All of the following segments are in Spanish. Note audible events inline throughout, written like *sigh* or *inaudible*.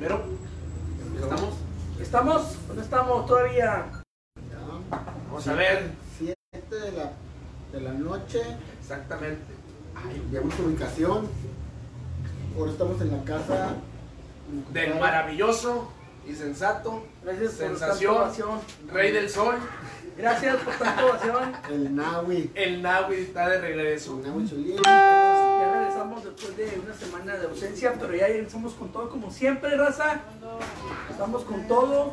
Pero, ¿estamos? ¿Estamos o no estamos todavía? Vamos a ver 7 de la, de la noche. exactamente. Ay, veamos tu ubicación. Ahora estamos en la casa Del maravilloso y sensato, Gracias por Sensación. tanta ovación. rey del sol, Gracias por tanta ovación. El Nahui. el Nahui está de regreso. El Nahui Chulín. Ya regresamos después de una semana de ausencia, pero ya estamos con todo como siempre, raza. Estamos con todo.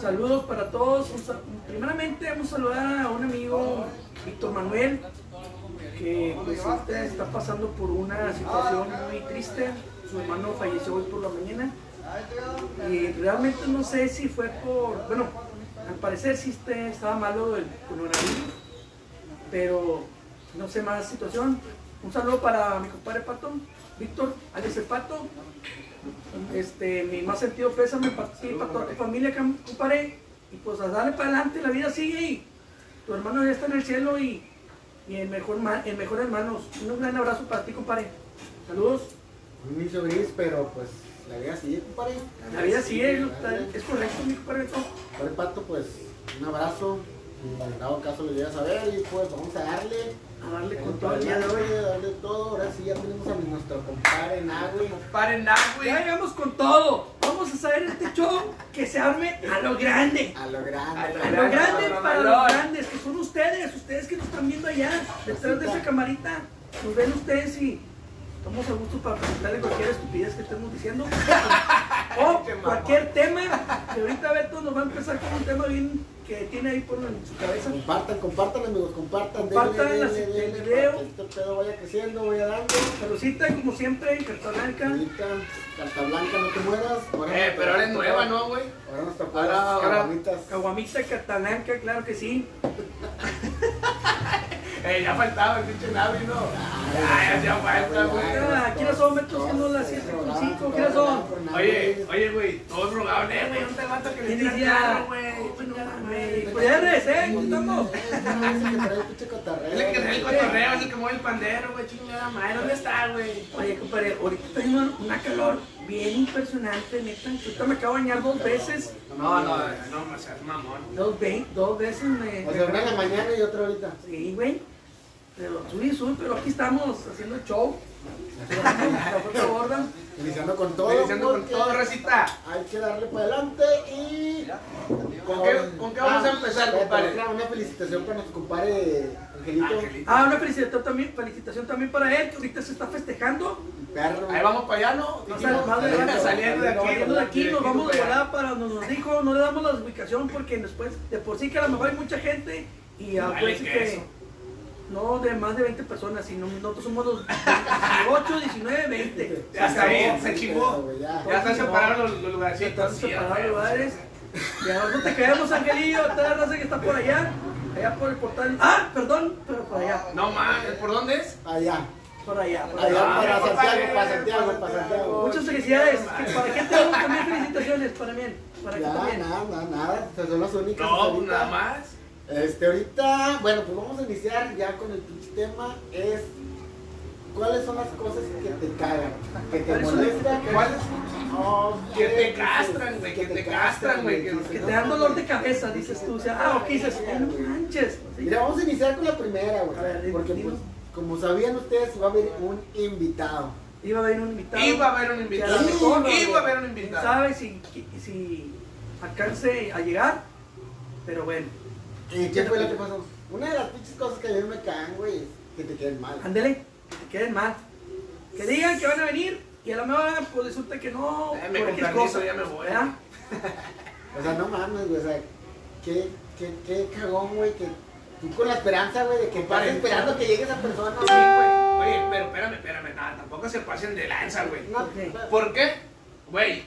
Saludos para todos. Un sal- Primeramente vamos a saludar a un amigo, Víctor Manuel, que pues, ahorita está pasando por una situación muy triste. Su hermano falleció hoy por la mañana. Y realmente no sé si fue por, bueno, al parecer sí este- estaba malo el coronavirus, pero no sé más situación. Un saludo para mi compadre Pato, Víctor, Alex el Pato. Este, mi más sentido pésame para ti, para toda tu familia, cam- compadre. Y pues a darle para adelante, la vida sigue y tu hermano ya está en el cielo y, y el, mejor, ma- el mejor hermano. Un gran abrazo para ti, compadre. Saludos. Un Micho Gris, pero pues la vida sigue, compadre. La vida sigue, La está- vida. es correcto, mi compadre. Beto. Por el pato, pues un abrazo. En dado caso lo llegas a ver y pues vamos a darle. A darle con todo el día de hoy. a darle todo. Ahora sí ya tenemos a nuestro compadre Nahui. Paren Nahui. Ya llegamos con todo. Vamos a hacer este show que se arme a lo grande. A lo grande. A lo A lo grande Mamalón. para los grandes, que son ustedes, ustedes que nos están viendo allá, detrás de esa camarita. Nos ven ustedes y estamos a gusto para presentarle cualquier estupidez que estemos *laughs* diciendo. O cualquier tema. Que ahorita Beto nos va a empezar con un tema bien que tiene ahí por en su cabeza. Compartan, compartan amigos, compartan. Compartan las- el para video. que Este pedo vaya creciendo, vaya dando. Salucita, como siempre, en carta blanca. Ahorita, carta blanca, no te mueras. Ahora Eh, pero ahora es nos nueva, toca- ¿no, güey? Ahora nos tocó Ahora- las ahora- caguamitas. Caguamita Catalanca, claro que sí. Eh, ya faltaba el pinche Nahui, ¿no? Ah, ya hacía falta, güey. ¿qué horas son, Beto? Son las siete con cinco, ¿qué horas son? Oye, oye, güey, todos rogaban, eh, güey, ¿dónde mata que le ¿Quién tira el decía? carro, güey? Chingada madre. Pues ya regresé, aquí estamos. Es el que trae el cotorreo, es el que mueve el pandero, güey, chingada madre, ¿dónde está, güey? Oye, compadre, ahorita tengo una calor bien impresionante, neta. Ahorita me acabo de bañar dos veces. No, no, no, no seas mamón. Dos, ve- dos veces me. O sea, una en la mañana y otra ahorita. Sí, güey. Pero sube y sube, pero aquí estamos haciendo show. La foto gorda. Iniciando con todo. Estoy diciendo con porque todo, recita. Hay que darle para adelante y. Ah, ¿Con qué- con qué vamos a empezar, espérate, compadre? otra, Una felicitación para nuestro compadre Angelito. Angelito. Ah, una felicitación también, felicitación también para él, que ahorita se está festejando. Perro. Ahí vamos para allá, ¿no? Más Dijimos, al- más adelante. saliendo de aquí, Saliendo de aquí, nos vamos de para allá. volada para donde nos dijo, no le damos la ubicación porque después, de por sí que a lo mejor hay mucha gente y a Vale pues sí que queso. no de más de 20 personas, sino nosotros somos los 18, 19, 20. Ya está bien, se chingó. güey, ya. Ya están separados los, los Se lugarcitos. están sí, separados güey. lugares. Y ahora no te queremos, Angelillo, toda la raza que está por allá, allá por el portal. Ah, perdón, pero por allá, No mames, ¿por dónde es? Allá. por allá. Por Allá allá. Ah, para compadre, Santiago, para Santiago, para Santiago. Muchas felicidades. que para qué te hago también felicitaciones, para mí, para que Ya, también. nada, nada, nada. Estas son las únicas. No, pues ahorita. nada más. Este, ahorita, bueno, pues vamos a iniciar ya con el pinche tema. Es. ¿Cuáles son las cosas que te cagan? Que te ¿Cuáles son- molestan. ¿Cuáles? No, Que te güey, castran, güey, que te castran, güey, que- dices, Que no, te dan dolor de güey. cabeza, dices tú. O sea, ah, ok, dices, "Ay, no manches. Pues Sí. Mira, vamos a iniciar con la primera, A ver, güey. Porque, dilo. pues, como sabían ustedes, va a haber un invitado. Iba a haber un invitado. Iba a haber un invitado. Que a lo mejor, Iba a haber un ¿Quién invitado. sabe si, si alcance a llegar? Pero bueno, ¿Y qué fue lo que pasó? pues. Una de las pinches cosas que a mí me cagan, güey, es que te queden mal. ándele, que te queden mal. Que digan que van a venir y a lo mejor pues resulta que no. Déjame por con X permiso, cosa, Eh, ya me voy. ¿verdad? O sea, no mames, güey, o sea, qué, qué, qué cagón, güey, que tú con la esperanza, güey, de que estás Compadre. esperando que llegue esa persona, Sí, güey. güey. Oye, pero espérame, espérame, nada, tampoco se pasen de lanza, güey. No, Pues, Ok. ¿Por qué? Güey,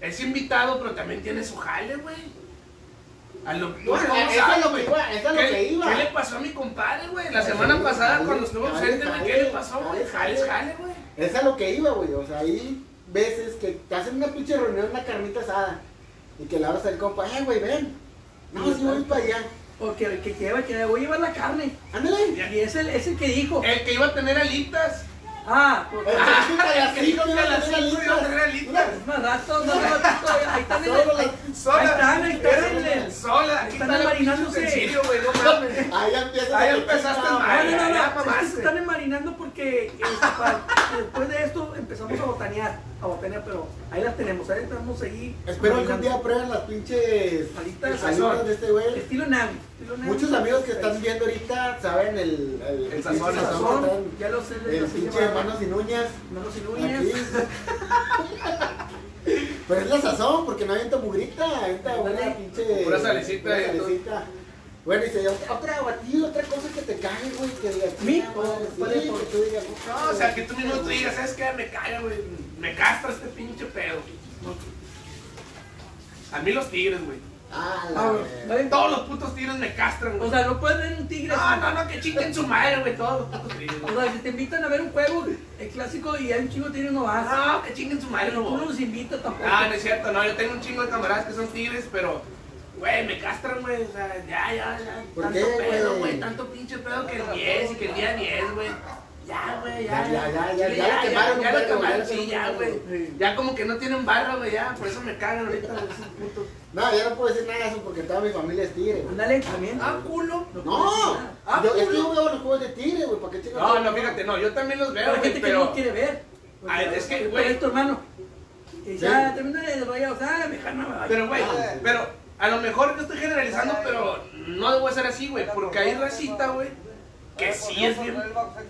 es invitado, pero también tiene su jale, güey. A lo, Pues No, Güey, eso ¿cómo es sabe, lo que güey? iba, eso es lo Pues, eh, ¿Qué- que iba. ¿Qué le pasó a mi compadre, güey? La Jale, semana pasada jale, cuando estuvo jale, ausente, güey, ¿qué jale, le pasó, güey? jale, Jale, jale. jale, güey. Es a lo que iba, güey, o sea, hay veces que te hacen una pinche reunión, una carnita asada, y que le hablas al compa, eh, güey, ven, no, si voy para allá, O que el que lleva, que voy a llevar la carne. ándale. Eh, Y es el, es el que dijo. El que iba a tener alitas. Ah, pues, El Ah, chiquito de las el cinco, chiquito de iba a las tener cinco, iba a alitas. tener alitas. Una- más rato, más ratito, ahí están en el- ahí- Sola. ahí están, ahí están en el- Sola. Aquí Están está la marinándose. pinche utensilio, güey. No *laughs* mames. Ahí empieza. Ahí la empezaste pinche- mal. No, no, no, no, ya es que mamaste. se están enmarinando porque este, pa- después de esto empezamos a botanear, a botanear, pero ahí las tenemos, ahí estamos ahí. Espero algún marinando. día prueben las pinches Alitas. salidas de este güey. Estilo Navi. estilo Navi. Muchos amigos que están viendo ahorita saben el, el, El sazón, pinche el Sazón, que traen. ya lo sé, les El los he pinche llevado. manos sin uñas. Manos sin uñas. Aquí. Pero es la sazón, porque no avienta mugrita, avienta una Ándale. pinche. Pura salecita, pura eh, tú. salecita. Bueno, y se otra batido, otra cosa que te cague, güey, que digas. ¿Mí? "Puta madre, sí", ¿Cuál es? que tú digas, No, o sea, que tú mismo te digas, ¿sabes qué? Me caga, güey. Me castra este pinche pedo. No. A mí los tigres, güey. Ah, la Ah, verga. ¿vale? Todos los putos tigres me castran, güey. O sea, no puedes ver un tigre. No, no, no, que chinguen su madre, güey. Todos los putos tigres. güey. O sea, si te invitan a ver un juego, el clásico y hay un chingo tiene no vas. No, que chinguen su madre, no Tú no voy. los invitas tampoco. Ah, no es cierto, no. Yo tengo un chingo de camaradas que son tigres, pero, güey, me castran, güey. O sea, ya, ya, ya. ¿Por tanto qué, pedo, güey? güey. Tanto pinche pedo que el 10 y que el día 10, güey. Ya, güey, ya. Ya, ya, ya, ya, Sí, ya la quemaron, ya la perro, quemaron, ya la sí, ya, quemaron. güey. Sí. Ya como que no tienen barra, güey, ya. Por eso me cagan ahorita, güey, esos putos. No, yo no puedo decir nada de eso porque toda mi familia es tigre, güey. Ándale, también. Ah, culo. No, Ah, yo, es que culo. yo veo los juegos de tigre, güey, ¿para qué chingas? No, no, fíjate, no, yo también los Pero veo, hay gente güey, que no pero... lo quiere ver. Ah, es que, Por güey. esto, hermano. Que ya Sí. termina de desarrollar. O sea, me jana. Pero, güey, Ah, sí. pero a lo mejor yo estoy generalizando, pero no debo ser así, güey, porque hay racita, güey, que sí es bien...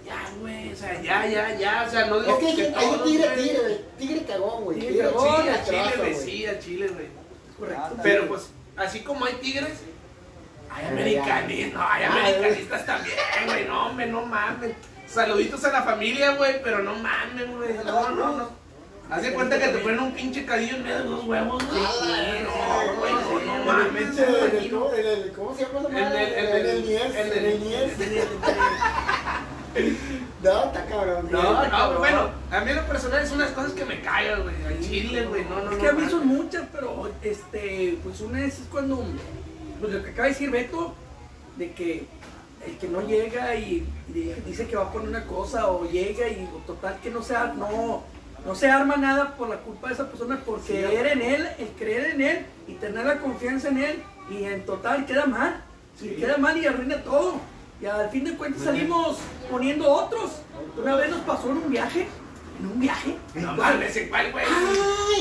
Ya, güey, o sea, ya, ya, ya, o sea, no Es digo que hay, gente- hay un todos, tigre, güey. tigre, güey. Tigre cagón, güey. Tigre Tigre Sí, cagón, tigre al chile, asqueroso, güey, güey. sí, al chile, güey. Correcto. Pero, pues, así como hay tigres, hay Ay, americanistas, no, hay ay. americanistas también, güey, no, hombre, no mames. Saluditos a la familia, güey, pero no mames, güey, no, no, no. Haz de cuenta que te ponen un pinche cadillo en medio de unos huevos, güey. Ah, No, güey, no, no En el mames, pinche- en el- güey. ¿cómo- en el- ¿Cómo se llama esa En madre? el- en el- En el Nies. en el- En el Nies. No, está cabrón. No, no, güey. pero bueno, a mí en lo personal es unas cosas que me callan, güey. Al chile, güey, no, no, Es no. que a mí mames. son muchas, pero este, pues una es cuando, pues lo que acaba de decir Beto, de que el que no llega y, y dice que va a poner una cosa o llega y o total que no se, ar- no, no se arma nada por la culpa de esa persona por Sí. creer en él, el creer en él y tener la confianza en él y en total queda mal, Sí. queda mal y arruina todo. Y al fin de cuentas salimos poniendo otros. Una vez nos pasó en un viaje, en un viaje. No mames, igual, güey. Ah,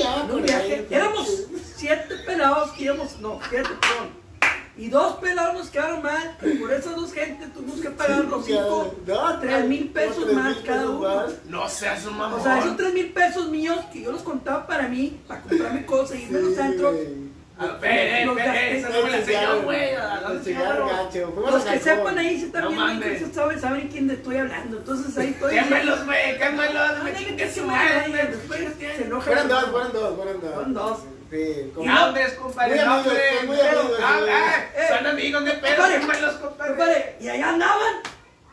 ya va En con un viaje, él. éramos siete pelados que íbamos, no, siete, perdón. Y dos pelados nos quedaron mal, y por esas dos gente tuvimos que pagar los cinco, No, tres mil pesos tres más mil cada pesos uno. más. No seas un mamón. O sea, esos tres mil pesos míos que yo los contaba para mí, para comprarme cosas, irme a los Sí, antros, güey. Ah, Ve, eh, Los ve, gasté. esa no me la El enseñó, cigarro, güey. ¿A el dónde se cigarro llevaron? gacho. Fuimos Los a que Cancún. sepan ahí, si están No viendo, ahí, mames. que se saben, saben quién le estoy hablando. Entonces ahí estoy. Quémalos, güey, quémalos, Ándale, me que chingue se su muera, madre, güey, güey. después se enoja. Fueron dos, fueron dos, fueron dos. Fueron dos. Sí, como- Nombres, compadre, Muy amigos, nombres. muy amigos, Ah, güey. ah, Eh, Son amigos de pedo, compadre, quémalos, compadre. Compadre, y allá andaban.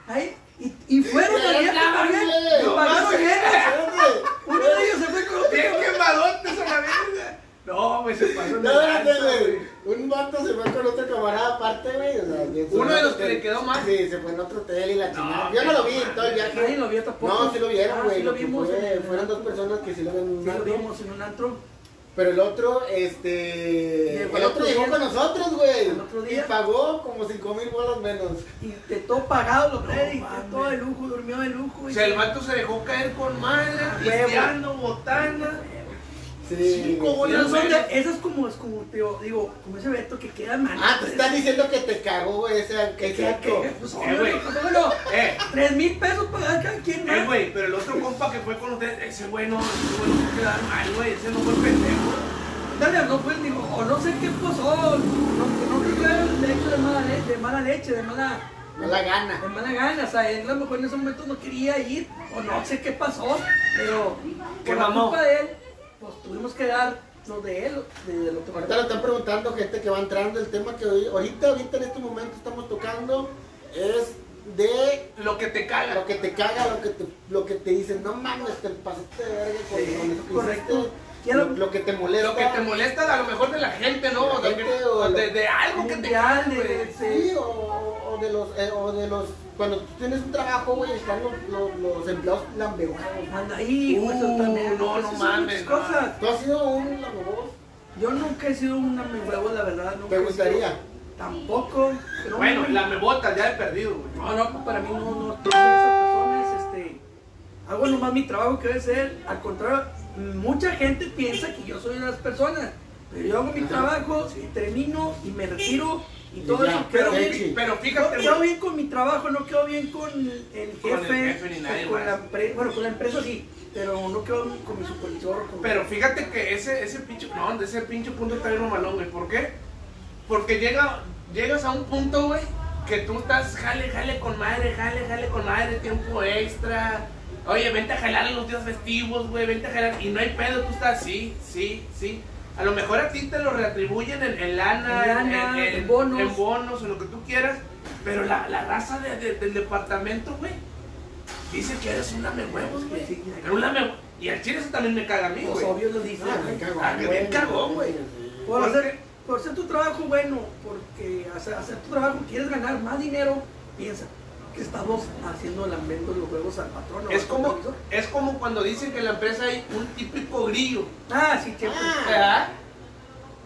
Ahí, y, y fueron Y allá al viaje andaban, también. güey. Y pagaron No mames. llegas. Espérate. Uno de ellos se fue con otro. Bien quemadotes a la verga. No, güey, se pasó. de No, espérate, lanza, güey. güey. Un vato se fue con otro camarada aparte, güey. O sea, bien- Uno de los que hotel. le quedó mal. Sí, se fue en otro hotel y la No, chingada. Yo no lo vi en todo el viaje. Nadie lo vio tampoco. No, sí lo Ah, vieron, güey. sí lo lo que vimos fue- en- fueron dos personas que sí lo ven. Sí, lo mal. vimos en un antro. Pero el otro, este. Llegó El el otro otro llegó día. con nosotros, güey. Al otro Y día. pagó como 5 mil bolas menos. Y de todo pagado, lo No trae, y de mames. todo de lujo, durmió de lujo. O y- sea, el vato se dejó caer con madre, huevo. pisteando, botana. Sí. Cinco güey. bolas. Esas son de- esas como, es como, te digo, digo, como ese Beto que queda mal. Ah, te estás diciendo que te cagó, güey, ese, que ese acto. Pues, Eh, güey. ¿cómo no? Eh, Tres mil pesos pagar cada quien eh, más. güey, pero el otro compa que fue con usted, ese güey no, ese güey no fue a quedar mal, güey, ese no fue el pendejo. Dale, no fue, digo, o no sé qué pasó. No, no creo que haya de hecho de mala, le- de mala leche, de mala. No la gana. De mala gana, o sea, él a lo mejor en ese momento no quería ir, o no sé qué pasó, pero ¿Qué por la mamó? culpa de él, pues tuvimos que dar lo de él, de, de lo que Ahorita lo están preguntando gente que va entrando. El tema que hoy, ahorita, ahorita en este momento estamos tocando es de Lo que te caga. lo que te caga, lo que te, lo que te dicen, no mames, te pasaste de verga con, Sí, con eso que correcto. hiciste. Ya Lo, lo- lo que te molesta. Lo que te molesta a lo mejor de la gente, ¿no? O De, Gente o de- de algo que te Mundial, cae, güey. de- Sí, o, o de los, eh, o de los, cuando tú tienes un trabajo, güey, están los, los, los empleados lambeguados. Anda ahí, Uh, eso también. no, eso no son mames, muchas no. cosas. ¿Tú has sido un lambeguado? Yo nunca he sido una mi huevo, la verdad. Nunca ¿Te he sido- gustaría? Tampoco. pero Bueno, no, la me botas ya he perdido, güey. No, no, para mí no, no. Todas esas personas, este. Hago nomás mi trabajo que debe ser. Al contrario, mucha gente piensa que yo soy una de las personas. Pero yo hago mi Ajá. trabajo y termino y me retiro y Y todo ya, eso. Pero, quedo bien- Sí. pero no fíjate, quedo güey. bien con mi trabajo, no quedo bien con el Con el jefe, jefe ni nadie o con la más. empre- bueno, con la empresa sí, pero no quedo bien con mi supervisor. Con Pero fíjate que ese, ese pinche. No, de ese pinche punto está bien mamalón, güey. ¿Por qué? Porque llega, llegas a un punto, güey, que tú estás jale, jale con madre, jale, jale con madre, tiempo extra. Oye, vente a jalar en los días festivos, güey, vente a jalar. Y no hay pedo, tú estás sí, sí, sí. A lo mejor a ti te lo reatribuyen en, en lana, En lana, en bonos. en bonos, en lo que tú quieras. Pero la, la raza de- de- del departamento, güey, dice que eres un lamehuevos, güey. Sí, sí. Pero un lamehuevos. Y al chile eso también me caga a mí, los güey. obvios lo dicen. Ah, me cago. Ah, que bien cagón, güey. por, ¿Por hacer, qué? por hacer tu trabajo bueno, porque hacer, hacer tu trabajo, quieres ganar más dinero, piensa que estamos haciendo lamento los juegos al patrón. o Es al como, supervisor. es como cuando dicen que en la empresa hay un típico grillo. Ah, sí, siempre. ¿Verdad?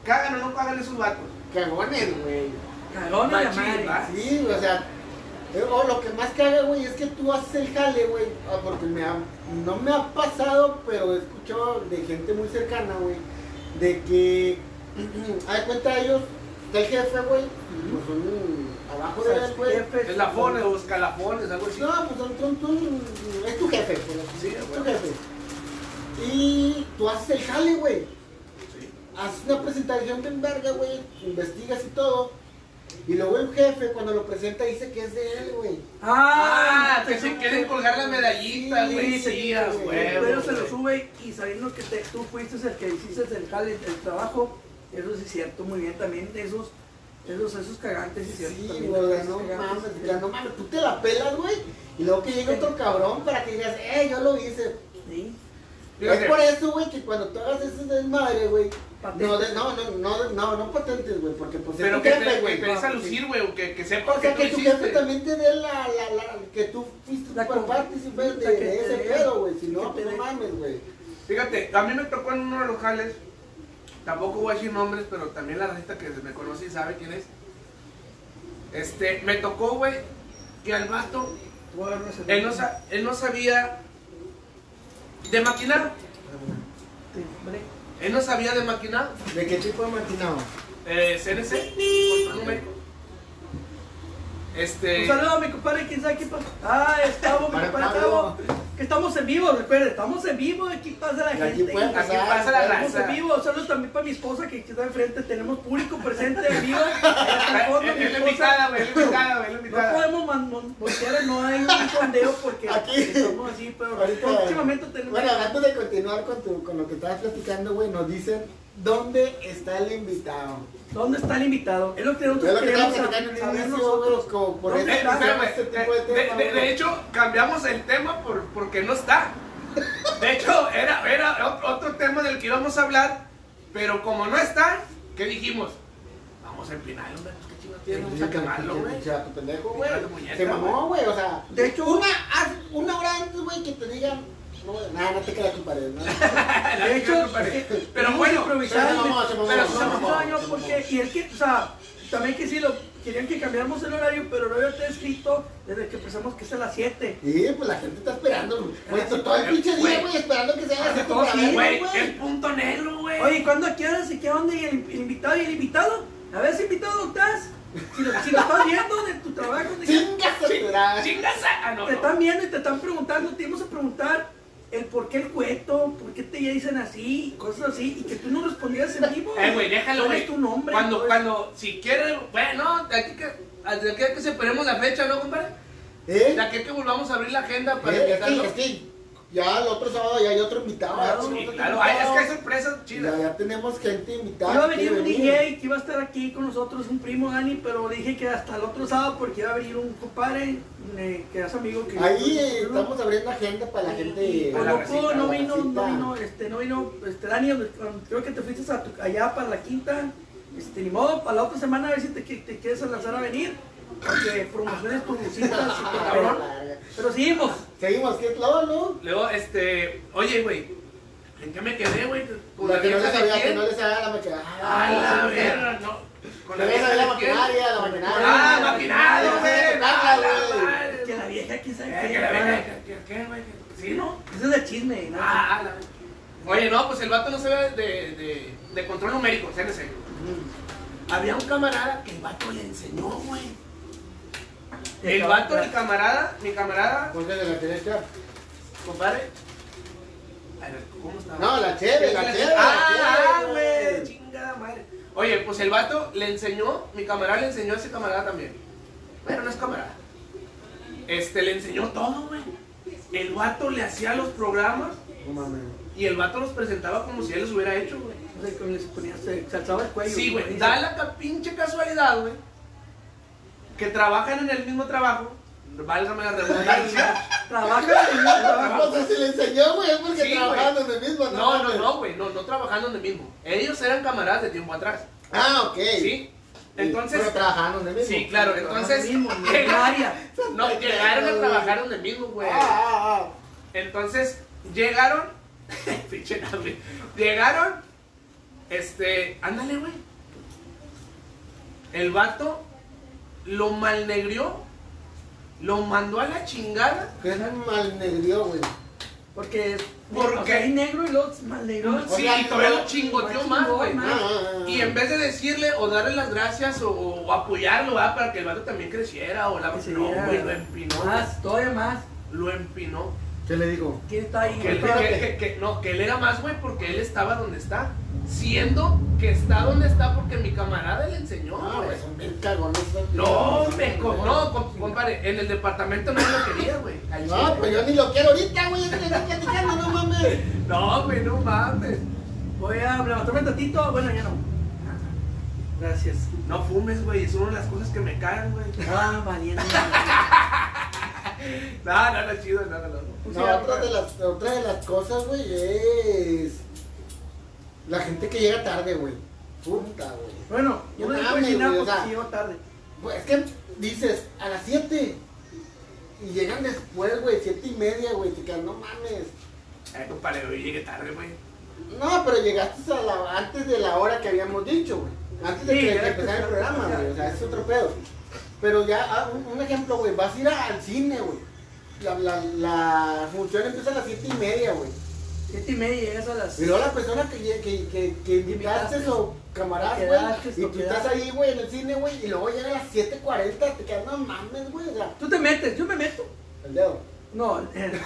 Cagan o no cagan esos vatos. Cagones, güey. Cagón en la Machín, madre. ¿va? Sí, o sea, eh, o lo que más caga, güey, es que tú haces el jale, güey, ah, porque me ha- no me ha pasado, pero he escuchado de gente muy cercana, güey, de que, *clears throat* hay cuenta ellos, está el jefe, güey, pues son abajo O de sea, él, güey. jefes, Eslafones o escalafones, algo así. Pues, No, pues son, son- son- es tu jefe, pues, Sí, es tu güey. jefe. Y tú haces el jale, güey, Sí. haces una presentación de verga, güey, investigas y todo. Y luego el jefe, cuando lo presenta, dice que es de él, güey. Ah, pues, Ah, que se quieren colgar la medallita, pues, Sí, güey. sí, Sí, a güey. huevo, Pero se lo güey. sube y sabiendo que te- tú fuiste el que hiciste el jale, el trabajo, eso sí es cierto, muy bien también de esos, esos, esos cagantes, sí es cierto. Sí, también, güey, esos no cagantes, mames, sí. ya no mames, tú te la pelas, güey. Y luego que llegue otro cabrón para que digas, eh, yo lo hice. Sí. Fíjate. Es por eso, güey, que cuando tú hagas ese desmadre, güey. Patentes. No, de- no, no, no, no, no patentes, güey, porque pues Pero tu que jefe, pues, te que te des a Sí. lucir, güey, o que, que sepas O sea, que que tú tu hiciste. jefe también te dé la, la, la, que tú fuiste La por con- partícipe de, o sea, que de te ese dé. pedo, güey. Si Que no, te pues no dé. mames, güey. Fíjate, a mí me tocó en uno de los jales, tampoco voy a decir nombres, pero también la racista que me conoce y sabe quién es. Este, me tocó, güey, que al vato, Tú agarras el- él no, sa- él no sabía de maquinar, Sí, hombre. él no sabía de maquinar, ¿De qué tipo de matinado? eh, CNC, control numérico. Un Este, saludo a mi compadre, quién sabe qué pasa. Ah, estamos, mi Para compadre, Pablo. estamos. Que estamos en vivo, recuerden, estamos en vivo, aquí pasa la Y gente. aquí puede y- aquí pasar. pasa la Estamos en raza. vivo, saludos también para mi esposa que aquí está enfrente, tenemos público presente en vivo. Está *laughs* en fondo, mi Es la esposa. invitada, güey, es la invitada, güey, es la No invitada. podemos man- mon- voltear, no hay un sondeo porque Aquí. estamos así, pero Ahorita- últimamente tenemos. Bueno, antes de continuar con, tu, con lo que estabas platicando, güey, nos dicen dónde está el invitado. ¿Dónde está el invitado? Es lo que Es lo nosotros que queremos estábamos platicando en un saber inicio, nosotros. güey, como por ¿Dónde Eh, eso está? hacemos espérame, este eh, tipo de de, tema, de- de güey. hecho, cambiamos el tema por, porque no está. De hecho, era, era otro, otro tema del que íbamos a hablar, pero como no está, ¿qué dijimos? Vamos a empinar, hombre, pues qué chingados tiene, vamos a quemarlo, Sí, güey. pinche vato pendejo, güey. Pinche muñeca, Se mamó, güey, o sea. De hecho- una, haz una hora antes, güey, que te digan. No, güey, nada, no te quedas tu pared, ¿no? De hecho, pero tuvimos bueno, que improvisar, pero se mamó, se mamó, pero se se mamó, mamó, yo se porque, mamó. y es que, o sea, también que sí, lo, querían que cambiáramos el horario, pero no había estado escrito desde que empezamos que es a las 7. Sí, pues la gente está esperando, güey. Güey, todo el pinche día, Güey. güey, esperando que se haga así como todo la sí, verga, Güey, güey. el punto negro, güey. Oye, ¿cuándo a qué horas y qué onda? ¿Y el, el invitado y el invitado? A ver si invitado estás. Si lo, si lo estás viendo de tu trabajo, de- Chingas a tu madre. Chingas a- ah, no, te no. están viendo y te están preguntando, te íbamos a preguntar el por qué el cueto, por qué te dicen así, cosas así, y que tú no respondías en vivo. Eh, güey, déjalo, ¿Cuál güey. es tu nombre? Cuando, Todo cuando, si quiere, bueno, de aquí que, de aquí a que separemos la fecha, ¿no, compadre? ¿Eh? De aquí a que volvamos a abrir la agenda para Eh, Es invitarlo. que, es que Ya el otro sábado ya hay otro invitado. Claro, ya Ah, Sí, tenemos otro claro, ay, invitado. es que hay sorpresas Ya, chidas. ya tenemos gente invitada. Iba a que venir un venir. DJ que iba a estar aquí con nosotros, un primo Dani, pero le dije que hasta el otro sábado porque iba a venir un compadre eh, que es amigo que. Ahí eh, estamos abriendo agenda para la Y gente. por la poco recita, no la vino, no recita. vino, este, no vino, este, Dani, um, creo que te fuiste a tu- allá para la quinta, este, ni modo, para la otra semana a ver si te, qui- te quieres lanzar a venir, porque promociones tus *laughs* citas y Ah, tu cabrón, pero seguimos, Seguimos, ¿qué es lo, no? Luego, este, oye, güey, ¿en qué me quedé, güey? Con La que no vieja les de había, que quién? no les había la maquinaria. A la verga, no. Con No les vieja había la de quién? maquinaria, la maquinaria. Ah, maquinado, No güey. les había Ah, tocado, la güey. madre. que la vieja quién sabe Eh, qué, que la ah, verga, que- que- que, güey, que- ¿Sí, no? eso es de chisme, ¿no? Ah, la verga. Oye, no, pues el vato no se ve de, de, de control numérico, CNC. Mm. Había un camarada que el vato le enseñó, güey. El vato, mi camarada, mi camarada, Porque de la derecha. compadre. A ver, ¿cómo estaba? No, la cheve, la cheve. Ah, la cheve, güey, chingada madre. Oye, pues el vato le enseñó, mi camarada le enseñó a ese camarada también. Bueno, no es camarada. Este, le enseñó todo, güey. El vato le hacía los programas No mames. y el vato los presentaba como si él los hubiera hecho, güey. O sea, como les ponía, se se alzaba el cuello. Sí, güey. dice. Da la ca- pinche casualidad, güey. Que trabajan en el mismo trabajo. Válgame la redundancia. Trabaja en el trabajo. No sé si le enseñó, güey, es porque Sí, trabajaban güey. donde mismo, ¿no? *laughs* No, no, no, güey. No, no trabajaban donde mismo. Ellos eran camaradas de tiempo atrás. Ah, ok. ¿Sí? Entonces. Pero trabajaban donde mismo. Sí, claro. Entonces. Mismo, en el llegaron- área. No, llegaron a trabajar donde mismo, güey. Ah, ah, Entonces, llegaron. *laughs* pinche nombre. Llegaron. Este. Ándale, güey. El vato lo malnegrió. Lo mandó a la chingada. ah. Que es un malnegrío, güey. Ah, Porque es ¿Por o qué? sea, es negro y los mal negro. Sí, Oiga, y todavía no, lo chingoteó más más, chingón, güey. más. Ah, ah, ah. Y en vez de decirle o darle las gracias o, o apoyarlo, ¿verdad? Para que el vato también creciera o la... Que se No, viera Ah, güey, lo empinó. Más, todavía más. Lo empinó. ¿Qué le digo? ¿Quién está ahí? Que él, que- que- que- no, que él era más, güey, porque él estaba donde está. Siendo que está donde está porque mi camarada le enseñó, Ah, güey. güey, son bien cagones. esos No, tíos. me co- no, com- compadre, en el departamento no lo quería, güey. Al No, chile. pues yo ni lo quiero ahorita, güey. Yo ni le estoy platicando, no mames. No, güey, no mames. Voy a levantarme tantito. Bueno, ya no. Gracias. No fumes, güey, es una de las cosas que me cagan, güey. Ah, *laughs* valiente. No, no, no, chido, no, no, no. No, otra de las, otra de las cosas, güey, es la gente que llega tarde, güey. Puta, güey. Bueno, yo No no me mames, puedo nada güey, o porque sea. llego tarde. Güey, Es que dices, a las 7 y llegan después, güey, siete y media, güey, te quedas, no mames. Ay, compadre, hoy llegué tarde, güey. No, pero llegaste a la- antes de la hora que habíamos dicho, güey. Antes de Sí, que, que llegaste empezara el tarde, programa, ya. güey. O sea, es otro pedo. Pero ya, ah, un, un ejemplo, güey, vas a ir a- al cine, güey. La, la, la función empieza a las siete y media, güey. Siete y media llegas a las. Y luego la persona que, lle- que, que, que invitaste o camaradas, Quedaste, güey, y tú quedaste. estás ahí, güey, en el cine, güey, y luego llega a las 7.40, te quedas, no mames, güey, o sea, Tú te metes, yo me meto. el *laughs* dedo. No, eh,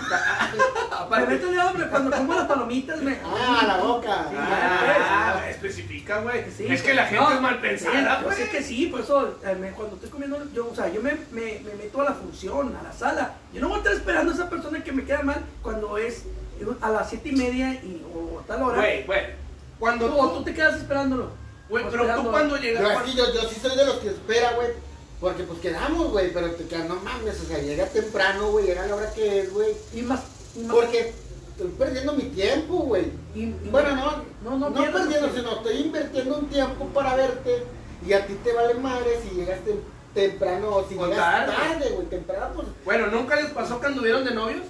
me meto el hombre cuando como las palomitas. Me... Ah, la boca. pues. Ah, especifica, güey. Sí. pues, Es que la gente No, es mal pensada, pues. sí, güey. Yo sé que sí, por eso eh, me- cuando estoy comiendo, yo, o sea, yo me, me- me meto a la función, a la sala. Yo no voy a estar esperando a esa persona que me queda mal cuando es a las siete y media y, o a tal hora. Güey, güey. Cuando Tú- o tú tú, te quedas esperándolo. güey, O pero tú esperándolo. cuando Pero llegas, así yo, yo sí soy de los que espera, güey, porque pues quedamos, güey, pero te quedas, no mames, o sea, llega temprano, güey, llega la hora que es, güey, Y más. y más- porque estoy perdiendo mi tiempo, güey. y- y- Bueno, no, No, no, no pierdas perdiendo, tu- sino estoy invirtiendo un tiempo para verte y a ti te vale madre si llegas tem- temprano o si O llegas tarde. tarde, güey, temprano pues. bueno, nunca les pasó que anduvieron de novios